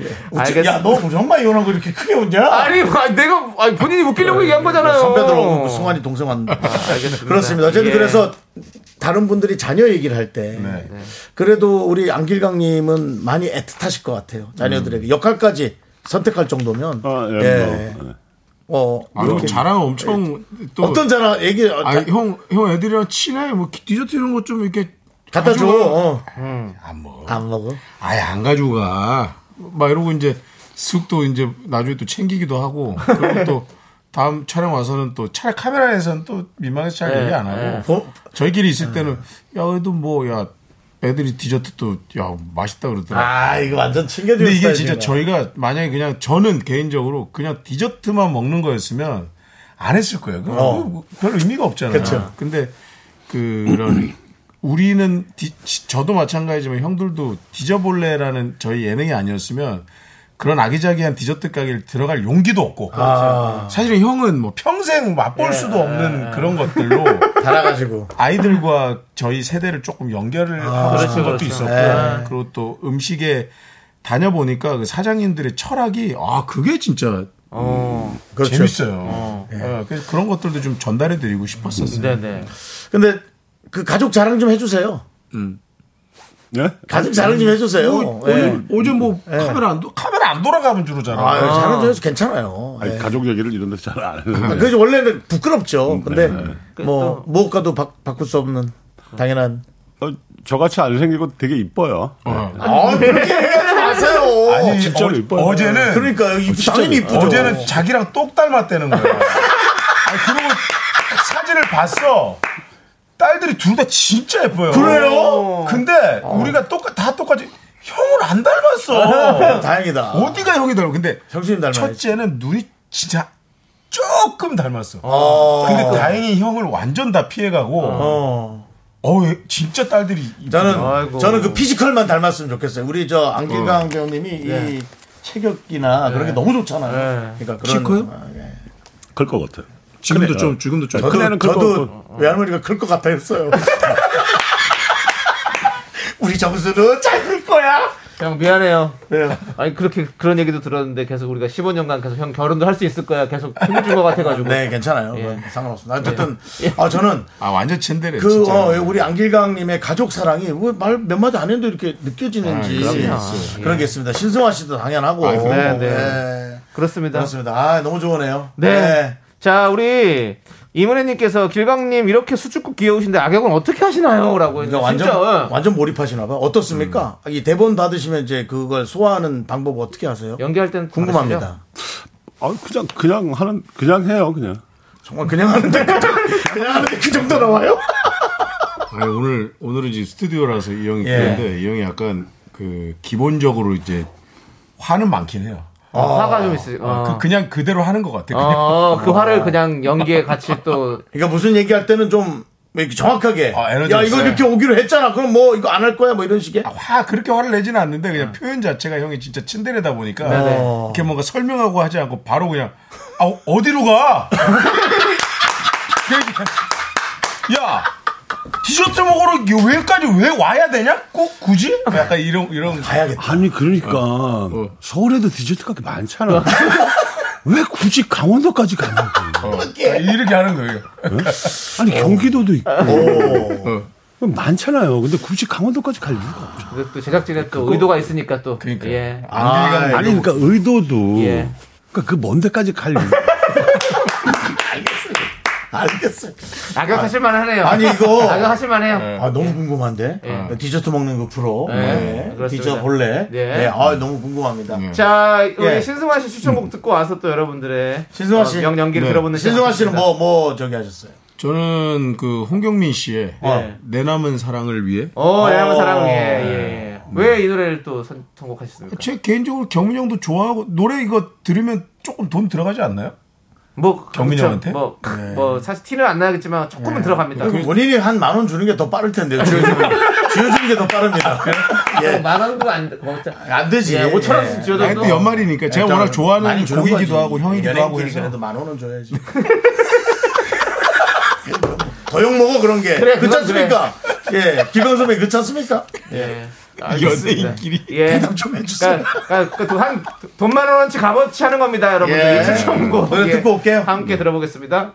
[SPEAKER 1] 예. 어째-
[SPEAKER 2] 알겠습니다.
[SPEAKER 1] 야, 너 정말 이혼하고 이렇게 크게 웃냐?
[SPEAKER 2] 아니 아, 내가 아니, 본인이 웃기려고 얘기한 거잖아요.
[SPEAKER 1] 네, 선배들 오고 그 승환이 동생 왔는데.
[SPEAKER 2] 알겠습니다.
[SPEAKER 1] 그렇습니다. 어쨌든
[SPEAKER 2] 예.
[SPEAKER 1] 그래서 다른 분들이 자녀 얘기를 할 때 그래도 우리 안길강님은 많이 애틋하실 것 같아요. 자녀들에게 역할까지 선택할 정도면
[SPEAKER 8] 아, 예,
[SPEAKER 1] 예.
[SPEAKER 8] 뭐, 예.
[SPEAKER 1] 어,
[SPEAKER 9] 아, 형
[SPEAKER 1] 이렇게
[SPEAKER 9] 자랑 엄청 또.
[SPEAKER 1] 어떤 자녀 얘기 어,
[SPEAKER 9] 아,
[SPEAKER 1] 자-
[SPEAKER 9] 형, 형 애들이랑 친해. 뭐 디저트 이런 거 좀 이렇게. 아, 뭐.
[SPEAKER 1] 갖다 줘.
[SPEAKER 9] 가져가.
[SPEAKER 1] 어.
[SPEAKER 9] 안 먹어.
[SPEAKER 1] 안 먹어.
[SPEAKER 9] 아예 안 가져가. 막 이러고 이제 쑥도 이제 나중에 또 챙기기도 하고 그리고 또 다음 촬영 와서는 또 차라 카메라에서는 또 민망해서 잘 얘기 안 하고
[SPEAKER 1] 어?
[SPEAKER 9] 저희끼리 있을 때는 야 그래도 뭐 야 애들이 디저트 또 야 맛있다 그러더라.
[SPEAKER 1] 아 이거 완전 챙겨주는
[SPEAKER 9] 근데 이게
[SPEAKER 1] 스타일이구나.
[SPEAKER 9] 진짜 저희가 만약에 그냥 저는 개인적으로 그냥 디저트만 먹는 거였으면 안 했을 거예요. 그건
[SPEAKER 1] 어.
[SPEAKER 9] 뭐 별로 의미가 없잖아요.
[SPEAKER 1] 그쵸.
[SPEAKER 9] 근데 그런 우리는 디- 저도 마찬가지지만 형들도 디저볼레라는 저희 예능이 아니었으면 그런 아기자기한 디저트 가게를 들어갈 용기도 없고
[SPEAKER 1] 아.
[SPEAKER 9] 사실은 형은 뭐 평생
[SPEAKER 1] 예.
[SPEAKER 9] 맛볼 수도 없는 그런 것들로
[SPEAKER 1] 달아가지고
[SPEAKER 9] 아이들과 저희 세대를 조금 연결을 하고 싶은 것도 있었고
[SPEAKER 1] 네.
[SPEAKER 9] 그리고 또 음식에 다녀보니까 그 사장님들의 철학이 아 그게 진짜
[SPEAKER 2] 어,
[SPEAKER 1] 그렇죠.
[SPEAKER 9] 재밌어요. 예, 그래서 그런 것들도 좀 전달해 드리고 싶었었어요.
[SPEAKER 2] 네네.
[SPEAKER 1] 근데 그 가족 자랑 좀 해주세요.
[SPEAKER 8] 네?
[SPEAKER 1] 가족 자랑 좀 해주세요. 예.
[SPEAKER 9] 어제 뭐 카메라 안 도, 카메라 안 돌아가면 주로잖아.
[SPEAKER 1] 아, 자랑 좀 해서 괜찮아요.
[SPEAKER 8] 아니,
[SPEAKER 1] 예.
[SPEAKER 8] 가족 얘기를 이런 데서 잘 안 해요.
[SPEAKER 1] 아, 그래서 원래는 부끄럽죠. 근데
[SPEAKER 2] 네.
[SPEAKER 1] 뭐 무엇과도 바, 바꿀 수 없는 당연한.
[SPEAKER 8] 어, 저같이 안 생기고 되게 이뻐요.
[SPEAKER 9] 어.
[SPEAKER 8] 네.
[SPEAKER 1] 아 그렇게 얘기하지 마세요.
[SPEAKER 9] 아니
[SPEAKER 8] 진짜로 이뻐요.
[SPEAKER 9] 어, 제는
[SPEAKER 1] 그러니까 이
[SPEAKER 8] 진짜
[SPEAKER 1] 당연히 이쁘죠.
[SPEAKER 9] 어제는 자기랑 똑 닮았다는 거예요. 아니, 그리고 사진을 봤어. 딸들이 둘 다 진짜 예뻐요.
[SPEAKER 1] 그래요? 어.
[SPEAKER 9] 근데 우리가 똑같 다 똑같이 형을 안 닮았어.
[SPEAKER 1] 다행이다.
[SPEAKER 9] 어디가 형이 닮아? 근데
[SPEAKER 1] 형수님 닮아야지.
[SPEAKER 9] 첫째는 눈이 진짜 조금 닮았어.
[SPEAKER 1] 어.
[SPEAKER 9] 근데 다행히 형을 완전 다 피해가고 어,
[SPEAKER 1] 어.
[SPEAKER 9] 얘 진짜 딸들이 이쁘다.
[SPEAKER 1] 저는
[SPEAKER 2] 아이고.
[SPEAKER 1] 저는 그 피지컬만 닮았으면 좋겠어요. 우리 저 안길강 배우님이 이 체격이나 그런 게 너무 좋잖아요.
[SPEAKER 2] 네.
[SPEAKER 1] 그러니까
[SPEAKER 9] 키 커요?
[SPEAKER 1] 아, 예.
[SPEAKER 8] 클 것 같아요.
[SPEAKER 9] 지금도
[SPEAKER 8] 그래요.
[SPEAKER 9] 좀 지금도 좀.
[SPEAKER 1] 저도,
[SPEAKER 8] 큰애는 클것
[SPEAKER 1] 저도 외할머니가 클 것 같아 했어요. 우리 정수는 잘 클 거야.
[SPEAKER 2] 형 미안해요.
[SPEAKER 1] 네.
[SPEAKER 2] 아니 그렇게 그런 얘기도 들었는데 계속 우리가 15년간 계속 형 결혼도 할 수 있을 거야 계속 힘준 것 같아가지고.
[SPEAKER 1] 네, 괜찮아요.
[SPEAKER 2] 예.
[SPEAKER 1] 그건 상관없습니다. 어쨌든, 아, 저는
[SPEAKER 9] 아 완전 챈데레
[SPEAKER 1] 그,
[SPEAKER 9] 진짜.
[SPEAKER 1] 어, 우리 안길강님의 가족 사랑이 뭐 말몇 마디 안 했는데 이렇게 느껴지는지 예. 그런 게 있습니다. 신승화 씨도 당연하고.
[SPEAKER 2] 네, 네.
[SPEAKER 1] 네.
[SPEAKER 2] 그렇습니다.
[SPEAKER 1] 그렇습니다. 아, 너무 좋으네요.
[SPEAKER 2] 네.
[SPEAKER 1] 네.
[SPEAKER 2] 자 우리 이문혜님께서 길강님 이렇게 수줍고 귀여우신데 악역은 어떻게 하시나요?라고
[SPEAKER 1] 그러니까 완전
[SPEAKER 2] 예.
[SPEAKER 1] 완전 몰입하시나 봐. 어떻습니까? 이 대본 받으시면 이제 그걸 소화하는 방법 어떻게 하세요?
[SPEAKER 2] 연기할 땐 다르시죠?
[SPEAKER 1] 궁금합니다.
[SPEAKER 8] 아, 그냥 그냥 하는 그냥 해요, 그냥.
[SPEAKER 1] 정말 그냥 하는데 그냥 하는데 그 정도 나와요?
[SPEAKER 9] 아니, 오늘 오늘은 이제 스튜디오라서 이 형이
[SPEAKER 1] 예.
[SPEAKER 9] 그런데 이 형이 약간 그 기본적으로 이제 화는 많긴 해요.
[SPEAKER 2] 화가 좀 있어요.
[SPEAKER 1] 아,
[SPEAKER 2] 어.
[SPEAKER 9] 그 그냥 그대로 하는 것 같아. 그냥.
[SPEAKER 2] 어, 그 화를 그냥 연기에 같이 또
[SPEAKER 1] 그러니까 무슨 얘기할 때는 좀 이렇게 정확하게
[SPEAKER 9] 아, 에너지
[SPEAKER 1] 야 이거
[SPEAKER 9] 있어요.
[SPEAKER 1] 이렇게 오기로 했잖아. 그럼 뭐 이거 안 할 거야 뭐 이런 식의.
[SPEAKER 9] 화 그렇게 화를 내지는 않는데
[SPEAKER 1] 아.
[SPEAKER 9] 그냥 표현 자체가 형이 진짜 친데레다 보니까
[SPEAKER 2] 네네.
[SPEAKER 9] 이렇게 뭔가 설명하고 하지 않고 바로 그냥 아, 어디로 가? 그냥 야 디저트 먹으러 여기까지 왜 와야 되냐? 꼭 굳이? 뭐 약간 이런 이런
[SPEAKER 1] 가야겠다.
[SPEAKER 8] 아니 그러니까
[SPEAKER 9] 어.
[SPEAKER 8] 서울에도 디저트 가게 많잖아. 왜 굳이 강원도까지 가냐고. 네?
[SPEAKER 9] 어, 이렇게 하는 거예요.
[SPEAKER 8] 아니 경기도도
[SPEAKER 9] 어.
[SPEAKER 8] 있고 어.
[SPEAKER 1] 오.
[SPEAKER 8] 많잖아요. 근데 굳이 강원도까지 갈 이유가 없죠.
[SPEAKER 2] 그또 제작진의 또 의도가 있으니까 또
[SPEAKER 9] 그러니까요.
[SPEAKER 2] 예.
[SPEAKER 9] 안길가는
[SPEAKER 8] 아니 그러니까 의도도
[SPEAKER 2] 예.
[SPEAKER 8] 그러니까 그 먼데까지 갈 이유.
[SPEAKER 1] 알겠어요.
[SPEAKER 2] 악역 하실만 하네요.
[SPEAKER 1] 아니, 이거-
[SPEAKER 2] 악역 하실만 해요.
[SPEAKER 1] 아 너무 궁금한데
[SPEAKER 2] 예.
[SPEAKER 1] 디저트 먹는 거 프로 네.
[SPEAKER 2] 그렇습니다.
[SPEAKER 1] 디저 볼래
[SPEAKER 2] 예.
[SPEAKER 1] 네. 아 너무 궁금합니다
[SPEAKER 2] 자 우리
[SPEAKER 1] 예.
[SPEAKER 2] 신승환 씨 추천곡 듣고 와서 또 여러분들의
[SPEAKER 1] 신승환 씨.
[SPEAKER 2] 어, 명 연기를
[SPEAKER 9] 네.
[SPEAKER 2] 들어보는
[SPEAKER 1] 신승환 씨는
[SPEAKER 2] 시간
[SPEAKER 1] 뭐 뭐 저기 하셨어요
[SPEAKER 9] 저는 그 홍경민 씨의
[SPEAKER 2] 예.
[SPEAKER 9] 내 남은 사랑을 위해
[SPEAKER 2] 오,
[SPEAKER 1] 어. 음.
[SPEAKER 2] 내가 사랑 예, 예. 왜 이 노래를 또 선, 선곡하셨습니까?
[SPEAKER 9] 제 개인적으로 경민 형도 좋아하고 노래 이거 들으면 조금 돈 들어가지 않나요?
[SPEAKER 2] 뭐
[SPEAKER 9] 경민이
[SPEAKER 2] 그렇죠.
[SPEAKER 9] 형한테?
[SPEAKER 2] 뭐, 뭐 사실 티는 안 나겠지만 조금은 들어갑니다.
[SPEAKER 1] 네. 그 본인이 한 만 원 주는 게 더 빠를 텐데요 쥐어주는 게 더 빠릅니다 예.
[SPEAKER 2] 만원 도안 먹자.
[SPEAKER 1] 안 되지
[SPEAKER 2] 예, 5천 원씩
[SPEAKER 1] 네,
[SPEAKER 2] 지어도
[SPEAKER 9] 아니
[SPEAKER 1] 뭐.
[SPEAKER 9] 또 연말이니까 제가 워낙 좋아하는 곡이기도 하고 형이기도 하고
[SPEAKER 1] 연예인끼리 그래도
[SPEAKER 9] 해서
[SPEAKER 1] 만 원은 줘야지 더 욕 먹어 그런 게
[SPEAKER 2] 그래, 그건
[SPEAKER 1] 그렇잖습니까 예 김광섭이 그렇잖습니까
[SPEAKER 2] 예.
[SPEAKER 9] 연예인끼리
[SPEAKER 2] 예.
[SPEAKER 1] 대답 좀 해주세요
[SPEAKER 2] 그러니까, 그러니까 그 돈- 한, 돈만 원치 값어치 하는 겁니다, 여러분들.
[SPEAKER 1] 예.
[SPEAKER 2] 이 추천곡.
[SPEAKER 1] 노래 네. 듣고 올게요.
[SPEAKER 2] 함께 들어보겠습니다.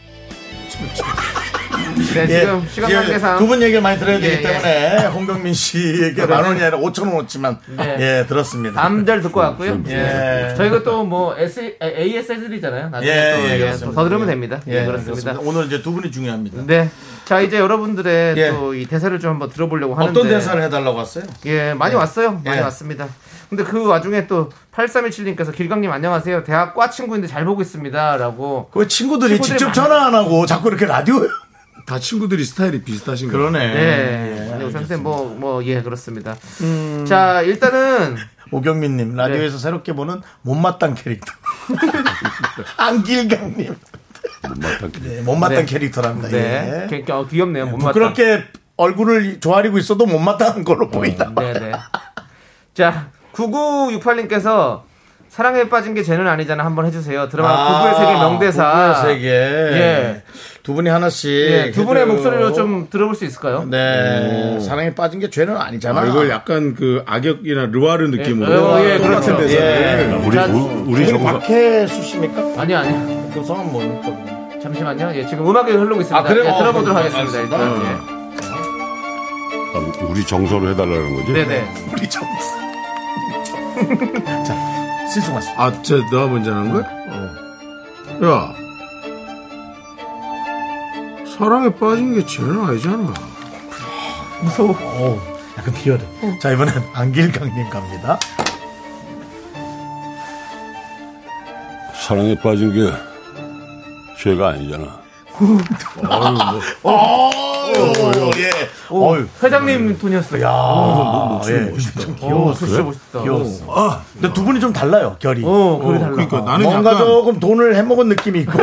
[SPEAKER 2] 네, 지금 시간 관계상.
[SPEAKER 1] 예. 두 분 얘기를 많이 들어야 되기
[SPEAKER 2] 예, 예.
[SPEAKER 1] 때문에 홍경민 씨에게 만 원이 아니라 5천 원어치만
[SPEAKER 2] 네.
[SPEAKER 1] 예 들었습니다.
[SPEAKER 2] 남들 듣고
[SPEAKER 1] 네,
[SPEAKER 2] 왔고요.
[SPEAKER 1] 예.
[SPEAKER 2] 저희가 또 뭐 ASS들이잖아요. 나중에
[SPEAKER 1] 예,
[SPEAKER 2] 또
[SPEAKER 1] 예,
[SPEAKER 2] 예,
[SPEAKER 1] 그렇습니다.
[SPEAKER 2] 더 들으면 됩니다.
[SPEAKER 1] 예,
[SPEAKER 2] 네, 그렇습니다.
[SPEAKER 1] 그렇습니다. 오늘 이제 두 분이 중요합니다.
[SPEAKER 2] 네. 자 이제 여러분들의
[SPEAKER 1] 예.
[SPEAKER 2] 또 이 대사를 좀 한번 들어보려고 하는데
[SPEAKER 1] 어떤 대사를 해달라고 왔어요?
[SPEAKER 2] 예, 많이 왔어요. 많이
[SPEAKER 1] 예.
[SPEAKER 2] 왔습니다. 근데 그 와중에 또 8317님께서 길강님 안녕하세요. 대학과 친구인데 잘 보고 있습니다. 라고.
[SPEAKER 1] 그 친구들이
[SPEAKER 2] 친구들이
[SPEAKER 1] 직접 전화 안 하고 자꾸 이렇게 라디오에
[SPEAKER 9] 다 친구들이 스타일이 비슷하신 거예요.
[SPEAKER 1] 그러네.
[SPEAKER 2] 네. 네. 선생님, 뭐, 뭐, 예, 그렇습니다.
[SPEAKER 1] 음.
[SPEAKER 2] 자, 일단은
[SPEAKER 1] 오경민님 라디오에서 새롭게 보는 못마땅 캐릭터. 안길강님 네, 못마땅
[SPEAKER 2] 네.
[SPEAKER 1] 캐릭터랍니다.
[SPEAKER 2] 네.
[SPEAKER 1] 예.
[SPEAKER 2] 개- 어, 귀엽네요. 못맞다
[SPEAKER 1] 그렇게 얼굴을 조아리고 있어도 못마땅한 걸로 보인다.
[SPEAKER 2] 네네. 자, 9968님께서 사랑에 빠진 게 죄는 아니잖아. 한번 해주세요. 드라마 구구의 세계 명대사.
[SPEAKER 1] 구구의 세계.
[SPEAKER 2] 예.
[SPEAKER 1] 두 분이 하나씩.
[SPEAKER 2] 예, 두 분의
[SPEAKER 1] 해줘요.
[SPEAKER 2] 목소리로 좀 들어볼 수 있을까요?
[SPEAKER 1] 네. 사랑에 빠진 게 죄는 아니잖아.
[SPEAKER 9] 아, 이걸 약간 그 악역이나 르와르
[SPEAKER 1] 네,
[SPEAKER 9] 느낌으로
[SPEAKER 2] 어, 예, 그렇죠.
[SPEAKER 9] 똑같은 데서.
[SPEAKER 1] 예.
[SPEAKER 8] 우리
[SPEAKER 2] 자,
[SPEAKER 8] 우- 우리
[SPEAKER 1] 이거
[SPEAKER 8] 정말
[SPEAKER 1] 박혜수 씨입니까?
[SPEAKER 2] 아니, 아니.
[SPEAKER 1] 그 성함 뭡니까?
[SPEAKER 2] 잠시만요. 예, 지금 음악이 흐르고 있습니다.
[SPEAKER 1] 아, 그래요?
[SPEAKER 2] 예, 들어보도록
[SPEAKER 1] 어,
[SPEAKER 2] 하겠습니다.
[SPEAKER 1] 알겠습니다. 음.
[SPEAKER 2] 일단. 예.
[SPEAKER 8] 우리 정서로 해달라는 거지.
[SPEAKER 2] 네네.
[SPEAKER 1] 우리 정수. 자, 실수하시
[SPEAKER 9] 아, 쟤, 너가 먼저 하는 거야? 어. 야. 사랑에 빠진 게 죄는 아니잖아.
[SPEAKER 1] 오, 약간 비열해. 자, 이번엔 안길강님 갑니다.
[SPEAKER 8] 사랑에 빠진 게 죄가 아니잖아.
[SPEAKER 1] 어유 예. 어유
[SPEAKER 2] 회장님 돈이었어요.
[SPEAKER 1] 야, 예.
[SPEAKER 2] 귀여웠어. 진짜 멋있다.
[SPEAKER 1] 귀여웠어. 아, 근데 두 분이 좀 달라요, 결이.
[SPEAKER 2] 어, 거의 달라.
[SPEAKER 9] 그러니까 나는
[SPEAKER 1] 뭔가
[SPEAKER 9] 약간
[SPEAKER 1] 조금 돈을 해먹은 느낌이 있고,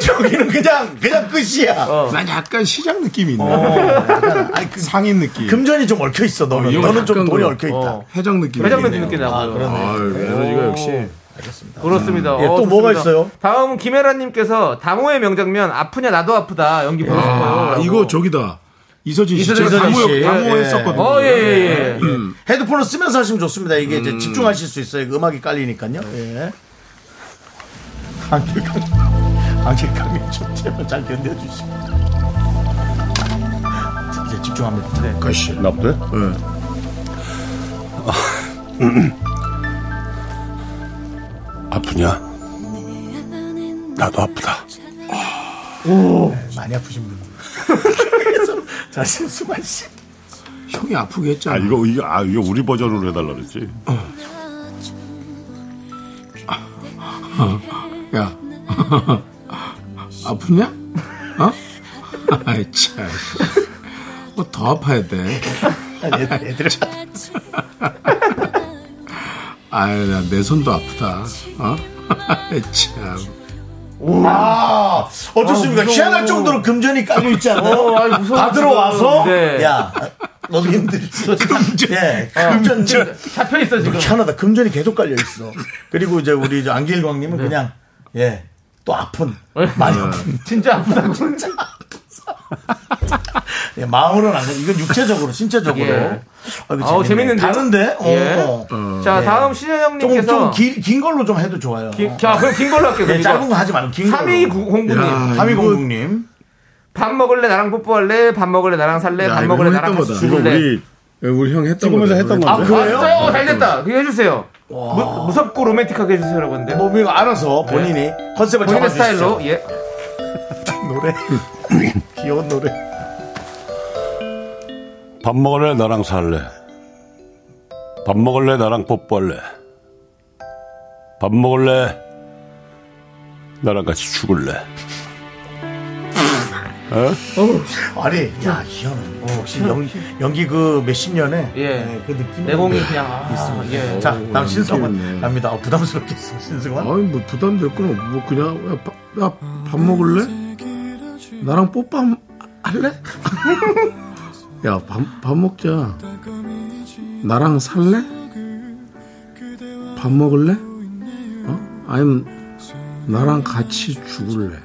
[SPEAKER 1] 저기는 그냥, 그냥 끝이야.
[SPEAKER 9] 난 약간 시장 느낌이 있네. 아니, 그 상인 느낌.
[SPEAKER 1] 어. 금전이 좀 얽혀있어, 너는.
[SPEAKER 9] 이거
[SPEAKER 1] 너는 좀
[SPEAKER 9] 약간
[SPEAKER 1] 돈이
[SPEAKER 9] 그-
[SPEAKER 1] 얽혀있다.
[SPEAKER 2] 어.
[SPEAKER 9] 회장 느낌. 아, 어,
[SPEAKER 2] 회장님
[SPEAKER 1] 네.
[SPEAKER 2] 느낌 나고요.
[SPEAKER 9] 아유, 에너지가 역시.
[SPEAKER 2] 그렇습니다.
[SPEAKER 1] 예,
[SPEAKER 2] 어,
[SPEAKER 1] 또
[SPEAKER 2] 좋습니다.
[SPEAKER 1] 뭐가 있어요?
[SPEAKER 2] 다음 김혜라님께서 당호의 명장면 아프냐 나도 아프다 연기 보고 싶어요.
[SPEAKER 9] 아,
[SPEAKER 2] 라고.
[SPEAKER 9] 이거 저기다. 이서진 씨.
[SPEAKER 1] 이서진
[SPEAKER 9] 제가
[SPEAKER 1] 씨.
[SPEAKER 9] 당호,
[SPEAKER 1] 예, 예.
[SPEAKER 9] 당호했었거든요.
[SPEAKER 2] 어, 예, 예, 예.
[SPEAKER 1] 헤드폰을 쓰면서 하시면 좋습니다. 이게 이제 집중하실 수 있어요. 이거 음악이 깔리니까요. 예. 안길강, 안길강님 좀 제발 잘 견뎌주시고. 자, 이제 집중합니다. 네.
[SPEAKER 9] 그렇지.
[SPEAKER 8] 나쁘대? 아프냐? 나도 아프다.
[SPEAKER 1] 많이 아프신 분. 자, 신수만 씨.
[SPEAKER 9] 형이 아프게 했잖아.
[SPEAKER 8] 아 이거 이거 아 이거 우리 버전으로 해달라 그랬지.
[SPEAKER 9] 야. 아프냐? 어? 아이, 참. 뭐더 아파야 돼.
[SPEAKER 1] 애들
[SPEAKER 9] 아유, 나 내 손도 아프다. 어? 아이, 참.
[SPEAKER 1] 아, 어떻습니까? 희한할 정도로 금전이 깔려 있지 않아요?
[SPEAKER 2] 어, 아이, 무서워,
[SPEAKER 1] 받으러
[SPEAKER 2] 지금.
[SPEAKER 1] 와서,
[SPEAKER 2] 네.
[SPEAKER 1] 야, 너도 힘들지. 금전. 예, 금전.
[SPEAKER 2] 지금 잡혀 있어 지금.
[SPEAKER 1] 희한하다. 금전이 계속 깔려 있어. 그리고 이제 우리 저 안길광님은 그냥, 예, 또 아픈. 많이 아픈.
[SPEAKER 2] 진짜 아프다고.
[SPEAKER 1] 예, 마음으로는 안 돼. 이건 육체적으로, 신체적으로.
[SPEAKER 2] 예.
[SPEAKER 1] 아, 이거
[SPEAKER 2] 아우,
[SPEAKER 1] 재밌네.
[SPEAKER 2] 재밌는데요?
[SPEAKER 1] 다른데? 어.
[SPEAKER 2] 예. 자
[SPEAKER 1] 예.
[SPEAKER 2] 다음
[SPEAKER 1] 조금
[SPEAKER 2] 신현영님께서.
[SPEAKER 1] 좀 긴, 긴 걸로 좀 해도 좋아요. 어.
[SPEAKER 2] 자 그럼 긴 걸로 할게요.
[SPEAKER 1] 예, 짧은 거 하지 말고, 긴 걸로.
[SPEAKER 2] 3209님.
[SPEAKER 9] 야.
[SPEAKER 1] 삼위공국님
[SPEAKER 2] 밥 먹을래 나랑 뽀뽀할래 밥 먹을래 나랑 살래
[SPEAKER 9] 야,
[SPEAKER 2] 네, 밥
[SPEAKER 9] 이거
[SPEAKER 2] 먹을래
[SPEAKER 9] 했던
[SPEAKER 2] 나랑 같이
[SPEAKER 9] 거다.
[SPEAKER 8] 이거
[SPEAKER 2] 죽을래.
[SPEAKER 8] 우리
[SPEAKER 9] 우리 형 했던
[SPEAKER 8] 찍으면서
[SPEAKER 9] 거다.
[SPEAKER 8] 했던
[SPEAKER 9] 우리
[SPEAKER 8] 건데.
[SPEAKER 1] 그래요?
[SPEAKER 2] 아, 잘 됐다. 그거 해주세요. 무, 무섭고 로맨틱하게 해주세요라고 했는데.
[SPEAKER 1] 뭐, 이거 알아서 예. 본인이 컨셉을
[SPEAKER 2] 본인의
[SPEAKER 1] 잡아주시죠.
[SPEAKER 2] 스타일로 예.
[SPEAKER 1] 노래. 귀여운 노래.
[SPEAKER 8] 밥 먹을래 나랑 살래. 밥 먹을래 나랑 뽀뽀할래. 밥 먹을래 나랑 같이 죽을래. 어?
[SPEAKER 1] 어? 아니, 야, 희한해. 어, 역시 연, 연기 그 몇십 년에
[SPEAKER 2] 예.
[SPEAKER 1] 예, 그 느낌이
[SPEAKER 2] 내공이 그냥 아, 있습니다. 예.
[SPEAKER 1] 자, 다음 신승원
[SPEAKER 9] 재밌네.
[SPEAKER 1] 갑니다. 어, 부담스럽겠어, 신승원.
[SPEAKER 9] 아니 뭐 부담됐구나 뭐 그냥 야, 밥, 야, 밥 먹을래? 나랑 뽀뽀 함- 할래? 야 밥 먹자 나랑 살래? 밥 먹을래? 어? 아니면 나랑 같이 죽을래?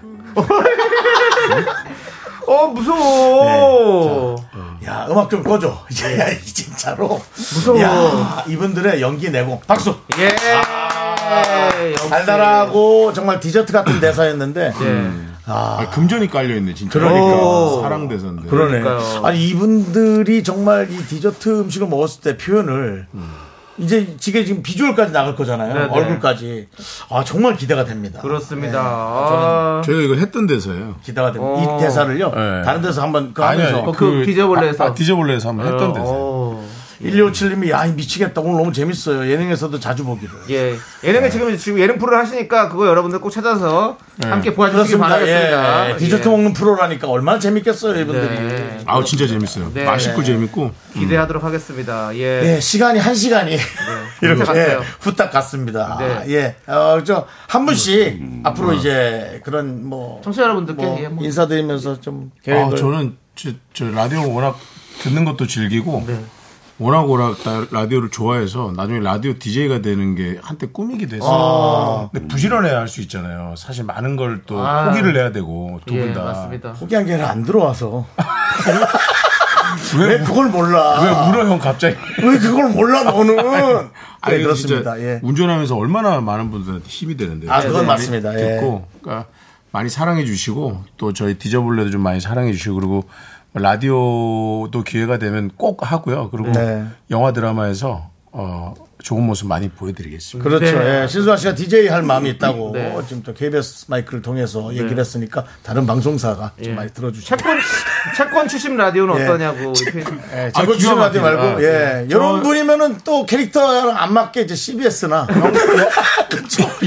[SPEAKER 2] 어 무서워.
[SPEAKER 1] 네, 야, 음악 좀 꺼줘. 이제, 야, 이 진짜로.
[SPEAKER 2] 무서워.
[SPEAKER 1] 야, 이분들의 연기 내공. 박수! 아,
[SPEAKER 2] 예.
[SPEAKER 1] 달달하고 정말 디저트 같은 대사였는데.
[SPEAKER 2] 예.
[SPEAKER 9] 아, 금전이 깔려 있네 진짜. 어.
[SPEAKER 1] 그러니까.
[SPEAKER 9] 사랑 대사인데.
[SPEAKER 1] 그러네.
[SPEAKER 2] 그러니까요.
[SPEAKER 1] 아니 이분들이 정말 이 디저트 음식을 먹었을 때 표현을 이제 지게 지금 비주얼까지 나갈 거잖아요.
[SPEAKER 2] 음. 네네.
[SPEAKER 1] 얼굴까지. 아 정말 기대가 됩니다.
[SPEAKER 2] 그렇습니다.
[SPEAKER 1] 네.
[SPEAKER 2] 아,
[SPEAKER 9] 저희가 이거 했던 대사예요.
[SPEAKER 1] 기대가 됩니다.
[SPEAKER 2] 어.
[SPEAKER 1] 이 대사를요.
[SPEAKER 9] 네.
[SPEAKER 1] 다른 데서 한번 그
[SPEAKER 9] 아니요,
[SPEAKER 1] 하면서
[SPEAKER 2] 어, 그 디저블레에서.
[SPEAKER 9] 아, 아, 디저블레에서 한번
[SPEAKER 2] 어.
[SPEAKER 9] 했던 대사.
[SPEAKER 1] 157님이 야 미치겠다 오늘 너무 재밌어요. 예능에서도 자주 보기로.
[SPEAKER 2] 예. 예능에
[SPEAKER 1] 네.
[SPEAKER 2] 지금, 지금 예능 프로를 하시니까 그거 여러분들 꼭 찾아서 함께 보아주시기 바라겠습니다.
[SPEAKER 1] 예, 예. 디저트
[SPEAKER 2] 예.
[SPEAKER 1] 먹는 프로라니까 얼마나 재밌겠어요 이분들이.
[SPEAKER 2] 네.
[SPEAKER 9] 아우 진짜 재밌어요.
[SPEAKER 2] 네.
[SPEAKER 9] 맛있고 재밌고.
[SPEAKER 2] 기대하도록 하겠습니다. 예.
[SPEAKER 1] 예, 시간이 한 시간이 이렇게
[SPEAKER 2] 갔어요.
[SPEAKER 1] 예, 후딱 갔습니다.
[SPEAKER 2] 네.
[SPEAKER 1] 아, 예, 어, 저한 분씩
[SPEAKER 9] 음.
[SPEAKER 1] 앞으로 이제 그런 뭐,
[SPEAKER 2] 청취자 여러분들께
[SPEAKER 1] 뭐
[SPEAKER 2] 예, 뭐
[SPEAKER 1] 인사드리면서 좀 계획을
[SPEAKER 9] 아, 저는 저, 저 라디오를 워낙 듣는 것도 즐기고 워낙 워낙 다- 라디오를 좋아해서 나중에 라디오 DJ가 되는 게 한때 꿈이기도 했어요. 근데 부지런해야 할 수 있잖아요. 사실 많은 걸 또
[SPEAKER 2] 아.
[SPEAKER 9] 포기를 해야 되고 두
[SPEAKER 2] 예,
[SPEAKER 9] 분 다.
[SPEAKER 2] 맞습니다.
[SPEAKER 1] 포기한 게 아니라 안 들어와서
[SPEAKER 9] 왜,
[SPEAKER 1] 왜 그걸 몰라?
[SPEAKER 9] 왜 울어 형 갑자기?
[SPEAKER 1] 왜 그걸 몰라 너는?
[SPEAKER 9] 아니,
[SPEAKER 1] 네, 그렇습니다.
[SPEAKER 9] 진짜
[SPEAKER 1] 예.
[SPEAKER 9] 운전하면서 얼마나 많은 분들한테 힘이 되는데.
[SPEAKER 1] 아, 그건
[SPEAKER 9] 많이
[SPEAKER 1] 맞습니다. 예.
[SPEAKER 9] 듣고, 그러니까 많이 사랑해 주시고, 또 저희 디저블레도 좀 많이 사랑해 주시고, 그리고 라디오도 기회가 되면 꼭 하고요. 그리고
[SPEAKER 1] 네.
[SPEAKER 9] 영화 드라마에서, 어, 좋은 모습 많이 보여드리겠습니다.
[SPEAKER 1] 그렇죠.
[SPEAKER 2] 네.
[SPEAKER 1] 예. 신수아 씨가 DJ 할 마음이 있다고
[SPEAKER 2] 네.
[SPEAKER 1] 지금 또 KBS 마이크를 통해서 얘기를 했으니까 다른 방송사가 좀
[SPEAKER 2] 예.
[SPEAKER 1] 많이 들어주시고.
[SPEAKER 2] 채권, 채권 추심 라디오는
[SPEAKER 1] 예.
[SPEAKER 2] 어떠냐고. 이렇게
[SPEAKER 1] 예,
[SPEAKER 9] 아,
[SPEAKER 1] 제거
[SPEAKER 9] 기가
[SPEAKER 1] 주시면 하지
[SPEAKER 9] 막히네.
[SPEAKER 1] 말고,
[SPEAKER 9] 아,
[SPEAKER 1] 예. 이런 분이면은 또 캐릭터랑 안 맞게 이제 CBS나.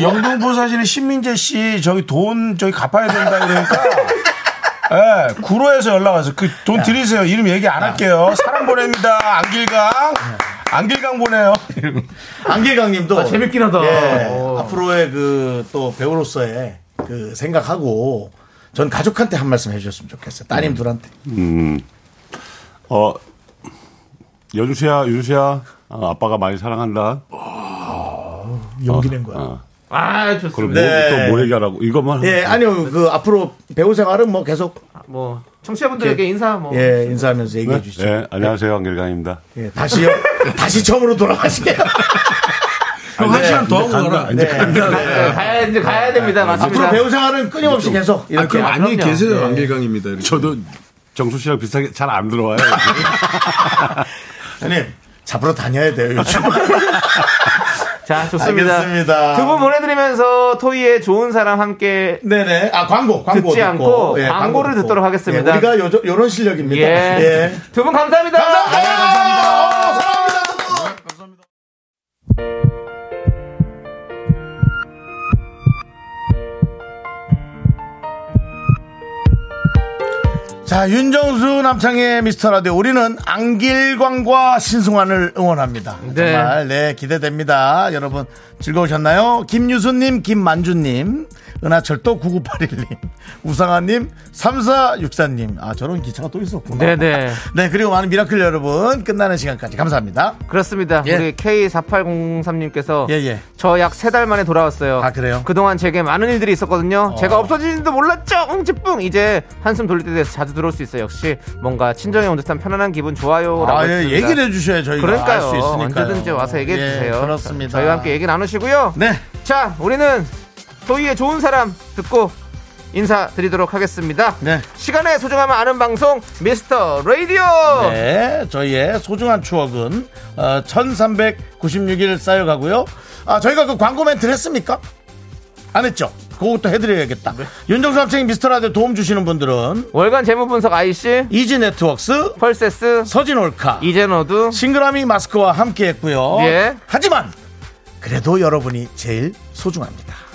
[SPEAKER 9] 영등포 사시는 신민재 씨, 저기 돈, 저기 갚아야 된다 그러니까. 예, 구로에서 연락 와서 그 돈
[SPEAKER 1] 네.
[SPEAKER 9] 드리세요. 이름 얘기 안 할게요. 사람 보냅니다. 안길강. 안길강 보내요.
[SPEAKER 1] 안길강 님도.
[SPEAKER 2] 아, 재밌긴 하다.
[SPEAKER 1] 예,
[SPEAKER 2] 어.
[SPEAKER 1] 앞으로의 그, 또 배우로서의 그 생각하고, 전 가족한테 한 말씀 해주셨으면 좋겠어요. 따님들한테.
[SPEAKER 8] 어, 여주세야, 여주세야. 어, 아빠가 많이 사랑한다. 뭐,
[SPEAKER 1] 용기 낸 거야.
[SPEAKER 8] 어.
[SPEAKER 2] 아,
[SPEAKER 8] 그걸
[SPEAKER 2] 좋습니다.
[SPEAKER 8] 뭐,
[SPEAKER 1] 네.
[SPEAKER 8] 또뭐 얘기하라고. 이것만. 하면
[SPEAKER 1] 예, 아니요. 그, 앞으로 배우 생활은 뭐 계속,
[SPEAKER 2] 뭐, 청취자분들에게 인사 뭐.
[SPEAKER 1] 예, 인사하면서 얘기해
[SPEAKER 8] 돼.
[SPEAKER 1] 주시죠.
[SPEAKER 8] 예, 안녕하세요. 안길강입니다.
[SPEAKER 1] 예, 다시요. 다시 처음으로 돌아가시게요.
[SPEAKER 9] 한 시간 더 하고 가라.
[SPEAKER 1] 네.
[SPEAKER 2] 네, 가야, 이제 가야 됩니다. 맞습니다.
[SPEAKER 1] 앞으로 배우 생활은 끊임없이 계속
[SPEAKER 9] 아,
[SPEAKER 1] 이렇게.
[SPEAKER 9] 그럼 안녕히
[SPEAKER 2] 그럼요.
[SPEAKER 9] 계세요. 안길강입니다. 이렇게.
[SPEAKER 8] 네. 저도 정수 씨랑 비슷하게 잘 안 들어와요.
[SPEAKER 1] 형님, 잡으러 다녀야 돼요, 요즘.
[SPEAKER 2] 자, 좋습니다.
[SPEAKER 1] 알겠습니다.
[SPEAKER 2] 두 분 보내드리면서 토이의 좋은 사람 함께
[SPEAKER 1] 네네. 아, 광고, 광고.
[SPEAKER 2] 듣지 않고 광고를
[SPEAKER 1] 듣고.
[SPEAKER 2] 듣도록 하겠습니다.
[SPEAKER 1] 예, 우리가 요, 요런 실력입니다.
[SPEAKER 2] 예.
[SPEAKER 1] 예.
[SPEAKER 2] 두 분 감사합니다. 네.
[SPEAKER 1] 자, 윤정수 남창의 미스터 라디오. 우리는 안길광과 신승환을 응원합니다.
[SPEAKER 2] 네.
[SPEAKER 1] 정말, 네, 기대됩니다. 여러분, 즐거우셨나요? 김유수님, 김만주님, 은하철도 9981님, 우상아님, 3464님. 아, 저런 기차가 또 있었구나.
[SPEAKER 2] 네네.
[SPEAKER 1] 네, 그리고 많은 미라클 여러분, 끝나는 시간까지 감사합니다.
[SPEAKER 2] 그렇습니다.
[SPEAKER 1] 예.
[SPEAKER 2] 우리 K4803님께서
[SPEAKER 1] 예, 예.
[SPEAKER 2] 저 약 세 달 만에 돌아왔어요.
[SPEAKER 1] 아, 그래요?
[SPEAKER 2] 그동안 제게 많은 일들이 있었거든요. 제가 없어지는지도 몰랐죠. 웅지뿡 이제 한숨 돌릴 때 돼서 자주 들어올 수 있어요. 역시 뭔가 친정에 온 듯한 편안한 기분 좋아요. 어, 라고
[SPEAKER 1] 아, 예,
[SPEAKER 2] 했습니다.
[SPEAKER 1] 얘기를 해주셔야 저희가 알
[SPEAKER 2] 그러니까요.
[SPEAKER 1] 수 있으니까.
[SPEAKER 2] 언제든지 와서 얘기해 주세요.
[SPEAKER 1] 그렇습니다.
[SPEAKER 2] 저희와 함께 얘기 나누시고요.
[SPEAKER 1] 네.
[SPEAKER 2] 자, 우리는 토이의 좋은 사람 듣고 인사드리도록 하겠습니다.
[SPEAKER 1] 네.
[SPEAKER 2] 시간의 소중함을 아는 방송 미스터 라디오.
[SPEAKER 1] 네, 저희의 소중한 추억은 어, 1396일 쌓여가고요. 아, 저희가 그 광고 멘트를 했습니까? 안 했죠? 그것도 해드려야겠다.
[SPEAKER 2] 네.
[SPEAKER 1] 윤정수 합창인 미스터라디오 도움 주시는 분들은
[SPEAKER 2] 월간 재무 분석 IC
[SPEAKER 1] 이지네트웍스,
[SPEAKER 2] 펄세스
[SPEAKER 1] 서진올카,
[SPEAKER 2] 이젠어두
[SPEAKER 1] 싱그라미 마스크와 함께했고요.
[SPEAKER 2] 예.
[SPEAKER 1] 하지만 그래도 여러분이 제일 소중합니다.